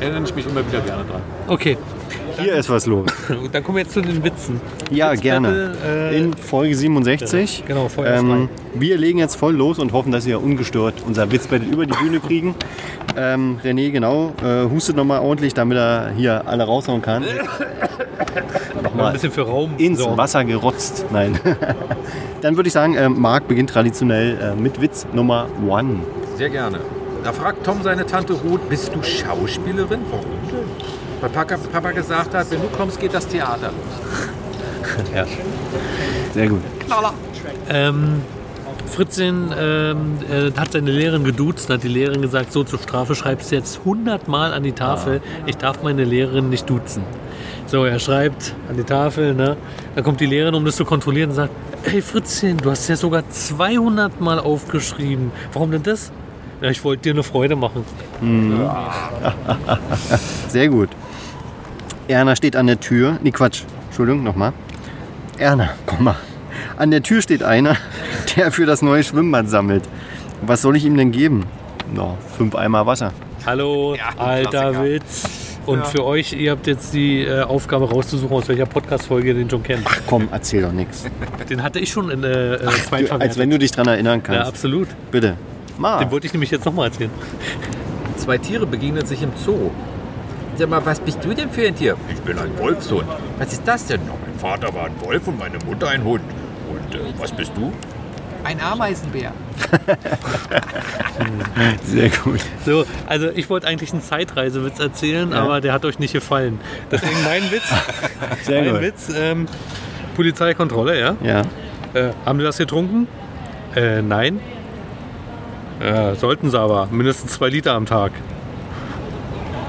Speaker 4: Erinnere ich mich immer wieder gerne dran.
Speaker 3: Okay,
Speaker 2: Hier ist was los.
Speaker 3: dann kommen wir jetzt zu den Witzen.
Speaker 2: Ja,
Speaker 3: Jetzt
Speaker 2: gerne.
Speaker 3: Battle, äh,
Speaker 2: In Folge 67.
Speaker 3: Genau, Feuer
Speaker 2: Ähm, wir legen jetzt voll los und hoffen, dass wir ungestört unser Witzbattle über die Bühne kriegen. Ähm, René, genau, äh, hustet nochmal ordentlich, damit er hier alle raushauen kann.
Speaker 3: Mal ein
Speaker 2: nochmal
Speaker 3: bisschen für Raum
Speaker 2: ins
Speaker 3: sorgen.
Speaker 2: Wasser gerotzt. Nein. Dann würde ich sagen, ähm, Marc beginnt traditionell äh, mit Witz Nummer One.
Speaker 4: Sehr gerne. Da fragt Tom seine Tante Ruth, bist du Schauspielerin? Warum denn? Weil Papa, Papa gesagt hat, wenn du kommst, geht das Theater los.
Speaker 2: Sehr gut.
Speaker 3: Ähm, Fritzchen ähm, äh, hat seine Lehrerin geduzt, hat die Lehrerin gesagt, so zur Strafe schreibst du jetzt 100 Mal an die Tafel, ich darf meine Lehrerin nicht duzen. So, er schreibt an die Tafel, ne? Dann kommt die Lehrerin, um das zu kontrollieren und sagt, hey Fritzchen, du hast ja sogar 200 Mal aufgeschrieben. Warum denn das? Ja, ich wollte dir eine Freude machen.
Speaker 2: Sehr gut. Erna steht an der Tür. Nee, Quatsch. Entschuldigung, nochmal. Erna, komm mal. An der Tür steht einer, der für das neue Schwimmbad sammelt. Was soll ich ihm denn geben? No, fünf Eimer Wasser.
Speaker 3: Hallo,
Speaker 4: Ja, ein
Speaker 3: alter
Speaker 4: Klassiker.
Speaker 3: Witz. Und für euch, ihr habt jetzt die äh, Aufgabe rauszusuchen, aus welcher Podcast-Folge ihr den schon kennt.
Speaker 2: Komm, erzähl doch nichts.
Speaker 3: Den hatte ich schon in äh, äh, zwei
Speaker 2: Als wenn du dich dran erinnern
Speaker 3: Ja,
Speaker 2: kannst.
Speaker 3: absolut.
Speaker 2: Bitte. Marc.
Speaker 3: Den wollte ich nämlich jetzt nochmal erzählen.
Speaker 4: Zwei Tiere begegnen sich im Zoo. Sag mal, was bist du denn für ein Tier? Ich bin ein Wolfshund. Was ist das denn? mein Vater war ein Wolf und meine Mutter ein Hund. Und äh, was bist du? Ein Ameisenbär.
Speaker 2: Sehr gut.
Speaker 3: So, also ich wollte eigentlich einen Zeitreisewitz erzählen, aber der hat euch nicht gefallen. Deswegen mein Witz.
Speaker 2: Sehr
Speaker 3: mein
Speaker 2: gut.
Speaker 3: Witz. Ähm, Polizeikontrolle, ja?
Speaker 2: Ja.
Speaker 3: Äh, haben Sie das getrunken? Äh, nein. Äh, sollten Sie aber. Mindestens zwei Liter am Tag.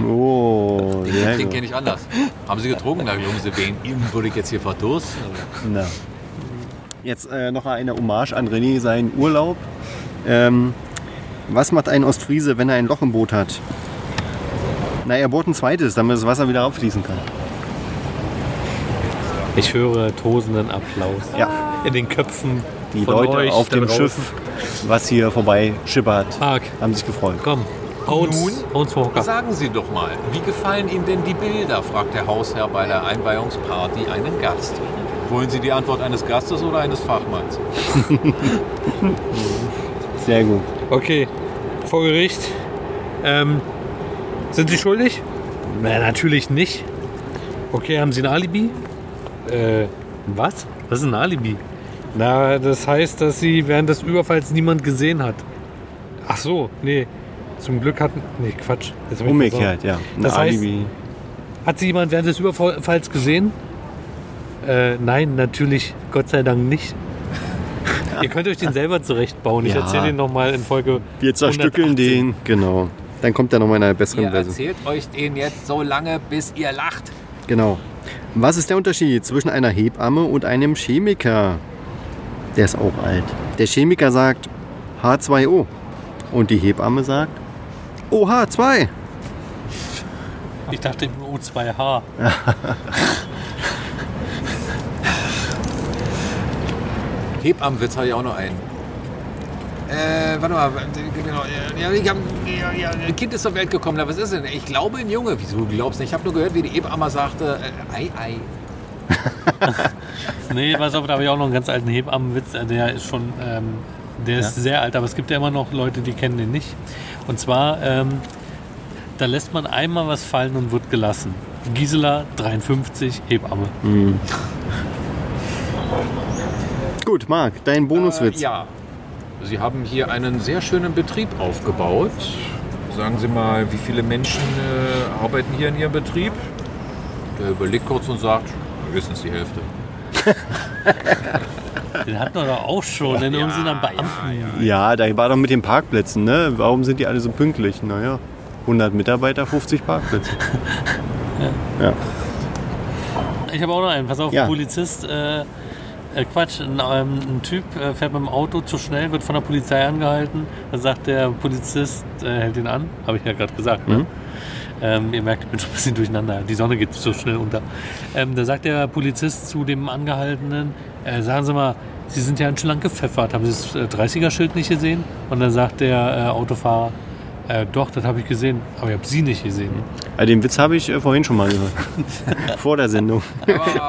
Speaker 2: Oh, sehr
Speaker 4: Den
Speaker 2: gut.
Speaker 4: kenne ich anders. Haben Sie getrunken? Na, Jungs, wen ihm würde ich jetzt hier verdursten? oder?
Speaker 2: Na. Jetzt äh, noch eine Hommage an René, seinen Urlaub. Ähm, was macht ein Ostfriese, wenn er ein Loch im Boot hat? Na, er bohrt ein zweites, damit das Wasser wieder abfließen kann.
Speaker 3: Ich höre tosenden Applaus.
Speaker 2: Ja,
Speaker 3: In den Köpfen
Speaker 2: die
Speaker 3: von
Speaker 2: Leute
Speaker 3: euch
Speaker 2: auf
Speaker 3: da
Speaker 2: dem
Speaker 3: draußen.
Speaker 2: Schiff, was hier vorbei schippert.
Speaker 3: Marc,
Speaker 2: haben sich gefreut.
Speaker 3: Komm, Owens,
Speaker 4: Nun?
Speaker 3: Owens Walker.
Speaker 4: Sagen Sie doch mal, wie gefallen Ihnen denn die Bilder? fragt der Hausherr bei der Einweihungsparty einen Gast. Wollen Sie die Antwort eines Gastes oder eines Fachmanns?
Speaker 2: Sehr gut.
Speaker 3: Okay, vor Gericht. Ähm, sind Sie schuldig? Na, natürlich nicht. Okay, haben Sie ein Alibi? Äh, was? Was ist ein Alibi? Na, das heißt, dass Sie während des Überfalls niemand gesehen hat. Ach so, nee. Zum Glück hatten. Nee, Quatsch. Jetzt hab ich
Speaker 2: Umgekehrt, ja. Ein
Speaker 3: Das heißt-
Speaker 2: Alibi.
Speaker 3: Hat sie jemand während des Überfalls gesehen? Äh, nein, natürlich, Gott sei Dank nicht. Ihr könnt euch den selber zurechtbauen. Ich
Speaker 2: Ja.
Speaker 3: erzähle den nochmal in Folge.
Speaker 2: Wir zerstückeln
Speaker 3: 118.
Speaker 2: den. Genau. Dann kommt er nochmal in einer besseren
Speaker 4: Ihr
Speaker 2: Version.
Speaker 4: erzählt euch den jetzt so lange, bis ihr lacht.
Speaker 5: Genau.
Speaker 2: Was ist der Unterschied zwischen einer Hebamme und einem Chemiker?
Speaker 5: Der ist auch alt.
Speaker 2: Der Chemiker sagt H2O und die Hebamme sagt OH2.
Speaker 3: Ich dachte im O2H.
Speaker 4: Hebammenwitz habe ich auch noch einen. Äh, warte mal, genau. Ja, ich hab, ja, ja, ein Kind ist zur Welt gekommen, na, was ist denn? Ich glaube ein Junge. Wieso du glaubst nicht? Ich habe nur gehört, wie die Hebamme sagte, äh, ei, ei.
Speaker 3: Nee, pass auf, da habe ich auch noch einen ganz alten Hebammenwitz. äh, Der ist schon, ähm, der ist sehr alt, aber es gibt ja immer noch Leute, die kennen den nicht. Und zwar, ähm, da lässt man einmal was fallen und wird gelassen. Gisela, 53, Hebamme.
Speaker 2: Gut, Marc, dein Bonuswitz.
Speaker 4: Äh, ja. Sie haben hier einen sehr schönen Betrieb aufgebaut. Sagen Sie mal, wie viele Menschen äh, arbeiten hier in Ihrem Betrieb? Der überlegt kurz und sagt, höchstens die Hälfte.
Speaker 3: Den hatten wir doch auch schon in irgendeinem Beamten.
Speaker 2: Ja, da war doch mit den Parkplätzen, ne? Warum sind die alle so pünktlich? Naja, 100 Mitarbeiter, 50 Parkplätze.
Speaker 3: Ich habe auch noch einen. Pass auf,
Speaker 2: Ja.
Speaker 3: ein Polizist. Äh, äh, Quatsch, ein, ähm, ein Typ äh, fährt mit dem Auto zu schnell, wird von der Polizei angehalten. Dann sagt der Polizist, äh, hält ihn an. Habe ich ja gerade gesagt.
Speaker 2: Mhm.
Speaker 3: Ne? Ähm, ihr merkt, ich bin schon ein bisschen durcheinander. Die Sonne geht so schnell unter. Ähm, da sagt der Polizist zu dem Angehaltenen, äh, sagen Sie mal, Sie sind ja schon lang gepfeffert. Haben Sie das äh, 30er-Schild nicht gesehen? Und dann sagt der äh, Autofahrer, äh, doch, das habe ich gesehen, aber ich habe Sie nicht gesehen.
Speaker 2: Also den Witz habe ich äh, vorhin schon mal gehört. Vor der Sendung.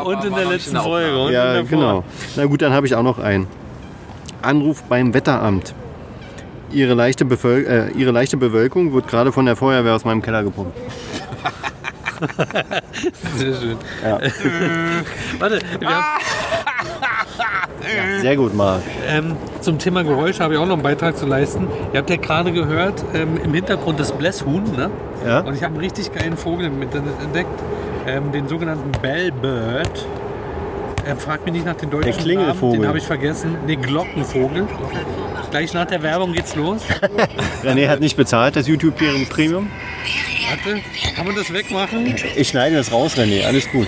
Speaker 3: Und in der letzten Folge. Und in
Speaker 2: ja,
Speaker 3: der
Speaker 2: genau. Na gut, dann habe ich auch noch einen. Anruf beim Wetteramt. Ihre leichte, Bevöl äh, ihre leichte Bewölkung wird gerade von der Feuerwehr aus meinem Keller gepumpt.
Speaker 3: Sehr schön.
Speaker 2: Ja.
Speaker 3: Warte, wir haben,
Speaker 2: Sehr gut, Marc.
Speaker 3: ähm, zum Thema Geräusche habe ich auch noch einen Beitrag zu leisten. Ihr habt ja gerade gehört, ähm, im Hintergrund das Blesshuhn, ne?
Speaker 2: Ja?
Speaker 3: Und ich habe einen richtig geilen Vogel im Internet entdeckt, ähm, den sogenannten Bellbird. Er fragt mich nicht nach den deutschen
Speaker 2: Der Klingelvogel.
Speaker 3: Namen, den habe ich vergessen. Nee, Glockenvogel. Gleich nach der Werbung geht's los.
Speaker 2: René hat nicht bezahlt, das YouTube-Premium.
Speaker 3: Warte, kann man das wegmachen?
Speaker 2: Ich schneide das raus, René. Alles gut.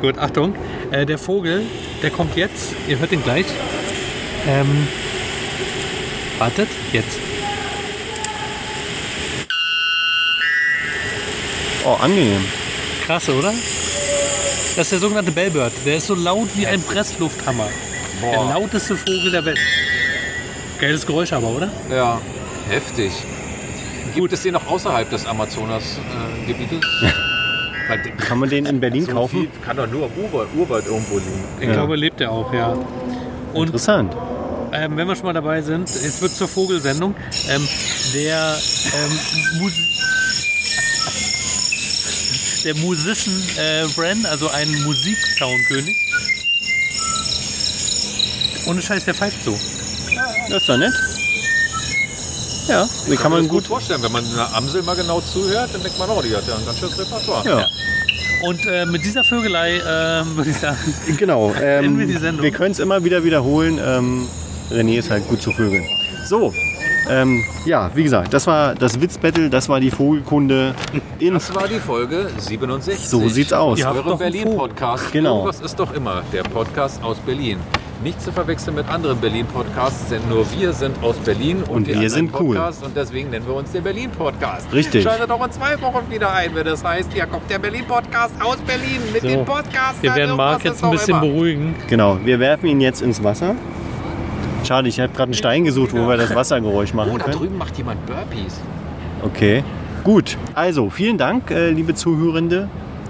Speaker 3: Gut, Achtung. Äh, der Vogel, der kommt jetzt. Ihr hört ihn gleich. Ähm, wartet, jetzt.
Speaker 2: Oh, angenehm.
Speaker 3: Krass, oder? Das ist der sogenannte Bellbird. Der ist so laut wie ein Presslufthammer. Der lauteste Vogel der Welt. Geiles Geräusch aber, oder?
Speaker 4: Ja, heftig. Gibt es den noch außerhalb des Amazonas-Gebietes?
Speaker 2: Kann man den in Berlin kaufen?
Speaker 4: kann doch nur am Urwald, Urwald irgendwo liegen.
Speaker 3: Ich glaube, lebt er auch, ja. Und
Speaker 2: Interessant.
Speaker 3: ähm, wenn wir schon mal dabei sind, jetzt wird zur Vogelsendung. Ähm, der ähm, Mus der Musician äh, Bren, also ein Musiksoundkönig. Ohne Scheiß, der pfeift so.
Speaker 2: Das ist doch nett. Ja, wie kann
Speaker 4: Kann
Speaker 2: man
Speaker 4: man gut
Speaker 2: gut.
Speaker 4: vorstellen, wenn man einer Amsel mal genau zuhört, dann denkt man, oh, die hat ja ein ganz schönes Repertoire.
Speaker 2: Ja,
Speaker 3: Und äh, mit dieser Vögelei ähm, würde ich sagen,
Speaker 2: genau.
Speaker 3: Enden wir
Speaker 2: Ähm,
Speaker 3: die Sendung.
Speaker 2: wir können es immer wieder wiederholen. Ähm, René ist halt gut zu vögeln. So. Ähm, ja, wie gesagt, das war das Witzbattle, das war die Vogelkunde in.
Speaker 4: Das war die Folge 67.
Speaker 2: So sieht's aus.
Speaker 3: Ja. habt doch
Speaker 4: Eurem
Speaker 3: einen Vogel.
Speaker 4: Berlin-Podcast.
Speaker 2: Genau.
Speaker 4: Irgendwas ist doch immer der Podcast aus Berlin. Nicht zu verwechseln mit anderen Berlin-Podcasts, denn nur wir sind aus Berlin und,
Speaker 2: Und
Speaker 4: die
Speaker 2: wir
Speaker 4: anderen
Speaker 2: sind cool.
Speaker 4: Podcasts und deswegen nennen wir uns den Berlin-Podcast.
Speaker 2: Richtig.
Speaker 4: Schaltet auch in zwei Wochen wieder ein, wenn das heißt, hier kommt der Berlin-Podcast aus Berlin mit
Speaker 3: So.
Speaker 4: den Podcasts.
Speaker 3: wir werden Marc jetzt ein bisschen beruhigen.
Speaker 2: Genau, wir werfen ihn jetzt ins Wasser. Schade, ich habe gerade einen Stein gesucht, wo wir das Wassergeräusch
Speaker 4: Oh,
Speaker 2: machen
Speaker 4: da
Speaker 2: können.
Speaker 4: drüben macht jemand Burpees.
Speaker 2: Okay, gut. Also, vielen Dank, äh, liebe Zuhörende,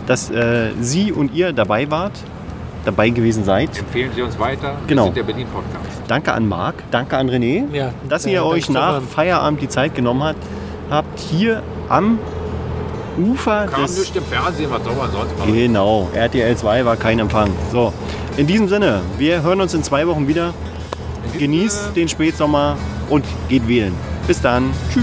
Speaker 2: dass äh, Sie und ihr dabei wart, dabei gewesen seid.
Speaker 4: Empfehlen Sie uns weiter.
Speaker 2: Genau.
Speaker 4: Wir sind der Berlin-Podcast.
Speaker 2: Danke an Marc, danke an René,
Speaker 3: Ja,
Speaker 2: dass
Speaker 3: äh,
Speaker 2: ihr
Speaker 3: danke,
Speaker 2: euch nach
Speaker 3: Stefan.
Speaker 2: Feierabend die Zeit genommen habt, habt hier am Ufer
Speaker 4: Kam
Speaker 2: des...
Speaker 4: nicht im Fernsehen, was soll man sonst machen?
Speaker 2: Genau, RTL 2 war kein Empfang. So, in diesem Sinne, wir hören uns in zwei Wochen wieder. Genießt den Spätsommer und geht wählen. Bis dann. Tschüss.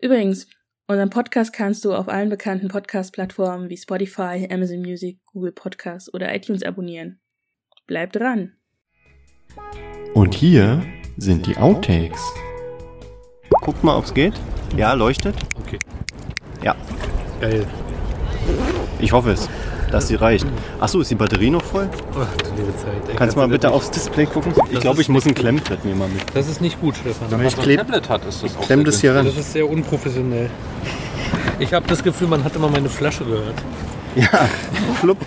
Speaker 1: Übrigens, unseren Podcast kannst du auf allen bekannten Podcast-Plattformen wie Spotify, Amazon Music, Google Podcasts oder iTunes abonnieren. Bleib dran!
Speaker 5: Und hier sind die Outtakes.
Speaker 2: Guckt mal, ob's geht. Ja, leuchtet.
Speaker 3: Okay.
Speaker 2: Ja,
Speaker 3: Geil.
Speaker 2: ich hoffe es, dass die reicht. Achso, ist die Batterie noch voll?
Speaker 3: Ach, du Oh, liebe Zeit. ey.
Speaker 2: Kannst du mal bitte
Speaker 3: das
Speaker 2: aufs Display gucken? Ich glaube, ich muss ein Klemmbrett mir mal mit.
Speaker 3: nicht- Das ist nicht gut, Stefan.
Speaker 4: Wenn man
Speaker 5: Ich
Speaker 4: so ein
Speaker 5: kleb-
Speaker 4: Tablet hat, ist das auch
Speaker 5: Klemm das hier ran.
Speaker 3: Das ist sehr unprofessionell. Ich habe das Gefühl, man hat immer meine Flasche gehört.
Speaker 2: Ja, flupp.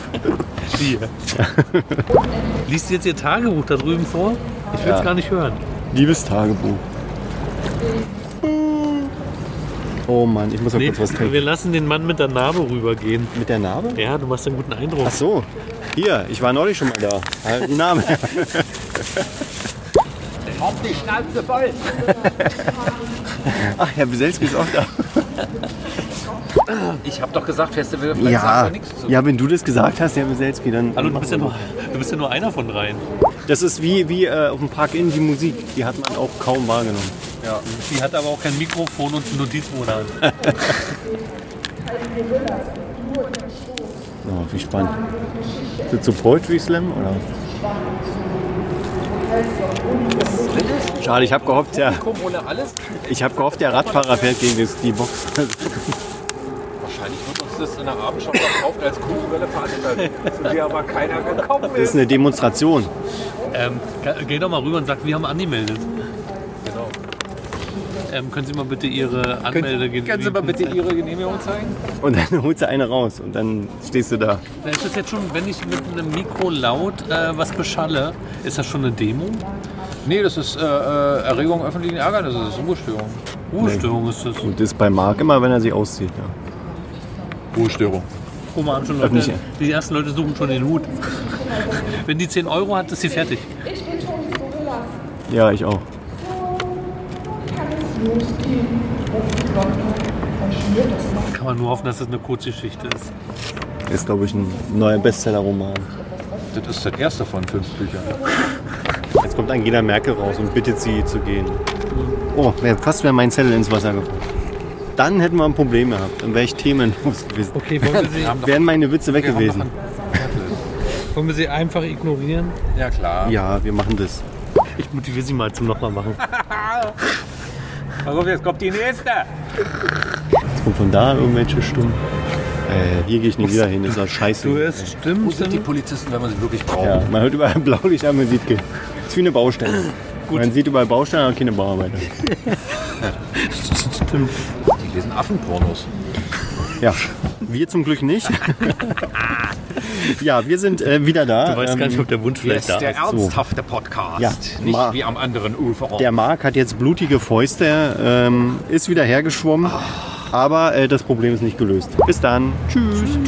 Speaker 3: Bier. Liest du jetzt ihr Tagebuch da drüben vor? Ich will es
Speaker 2: Ja.
Speaker 3: gar nicht hören.
Speaker 2: Liebes Tagebuch. Oh Mann, ich muss noch
Speaker 3: Nee,
Speaker 2: kurz was trinken.
Speaker 3: wir lassen den Mann mit der Narbe rübergehen.
Speaker 2: Mit der Narbe?
Speaker 3: Ja, du machst einen guten Eindruck.
Speaker 2: Ach so, hier, ich war neulich schon mal da. Halt den Namen.
Speaker 4: Auf die Schnauze voll.
Speaker 2: Ach, Herr Wieselski ist auch da.
Speaker 4: Ich habe doch gesagt, Festival vielleicht sagt
Speaker 2: Ja,
Speaker 4: doch nichts zu.
Speaker 2: ja, wenn du das gesagt hast, Herr Wieselski, dann.
Speaker 3: Hallo, du bist, ja nur, du bist ja nur einer von dreien.
Speaker 2: Das ist wie, wie äh, auf dem Park-In die Musik. Die hat man auch kaum wahrgenommen.
Speaker 3: Die hat aber auch kein Mikrofon und einen Notizbuch an.
Speaker 2: Oh, wie spannend. Ist das so Poetry Slam oder? Schade, ich habe gehofft, der,
Speaker 4: Komm, ohne alles.
Speaker 2: ich hab gehofft, der Radfahrer fährt gegen das- die Box.
Speaker 4: Wahrscheinlich wird uns das in der Abendschau verkauft als kulturelle Veranstaltung, zu der aber keiner gekommen
Speaker 2: Das ist
Speaker 4: ist.
Speaker 2: eine Demonstration.
Speaker 3: Ähm, ge- geh doch mal rüber und sag, wir haben angemeldet. Genau. Ähm, können Sie mal bitte Ihre Anmelde
Speaker 4: Können Sie mal bitte Ihre Genehmigung zeigen?
Speaker 2: Und dann holst du eine raus und dann stehst du da.
Speaker 3: Na, Ist das jetzt schon, wenn ich mit einem Mikro laut äh, was beschalle, ist das schon eine Demo?
Speaker 4: Nee, das ist äh, äh, Erregung öffentlichen Ärgernisses, das ist Ruhestörung.
Speaker 3: Ruhestörung Oh, ist das.
Speaker 2: Und das ist bei Marc immer, wenn er sich auszieht. Ja.
Speaker 4: Ruhestörung.
Speaker 3: Guck mal an, schon Leute,
Speaker 2: Öffentliche.
Speaker 3: die ersten Leute suchen schon den Hut. Wenn die 10 Euro hat, ist sie fertig.
Speaker 2: ja, ich auch.
Speaker 3: Kann man nur hoffen, dass das eine Kurzgeschichte ist.
Speaker 2: Ist, glaube ich, ein neuer Bestseller-Roman.
Speaker 4: Das ist das erste von fünf Büchern.
Speaker 2: Jetzt kommt Angela Merkel raus und bittet sie zu gehen. Oh, wär- fast wäre mein Zettel ins Wasser gefallen. Dann hätten wir ein Problem gehabt. Dann wäre ich themenlos gewesen.
Speaker 3: Okay, wollen wir
Speaker 2: Wären meine Witze weg gewesen.
Speaker 3: sie, wollen wir sie einfach ignorieren?
Speaker 4: Ja klar.
Speaker 2: Ja, wir machen das.
Speaker 3: Ich motiviere sie mal zum nochmal machen.
Speaker 4: Pass auf, jetzt kommt die nächste.
Speaker 2: Jetzt kommt von da irgendwelche Stimmen. Äh, hier gehe ich nicht wieder hin, ist das scheiße.
Speaker 3: Du hörst
Speaker 4: Wo
Speaker 3: stimmt.
Speaker 4: sind die Polizisten, wenn man sie wirklich braucht?
Speaker 2: Ja, man hört überall Blaulicht an, man sieht ge- ist wie eine Baustelle. Man sieht überall Baustellen, aber keine Bauarbeiter.
Speaker 3: Stimmt.
Speaker 4: Die lesen Affenpornos.
Speaker 2: Ja, wir zum Glück nicht. ja, wir sind äh, wieder da.
Speaker 3: Du weißt gar nicht, ob der Wunsch vielleicht da ist.
Speaker 4: ernsthafte Podcast.
Speaker 2: Ja, ma-
Speaker 4: am anderen Ufer.
Speaker 2: Der Marc hat jetzt blutige Fäuste, Ah. ähm, ist wieder hergeschwommen, aber äh, das Problem ist nicht gelöst. Bis dann. Tschüss.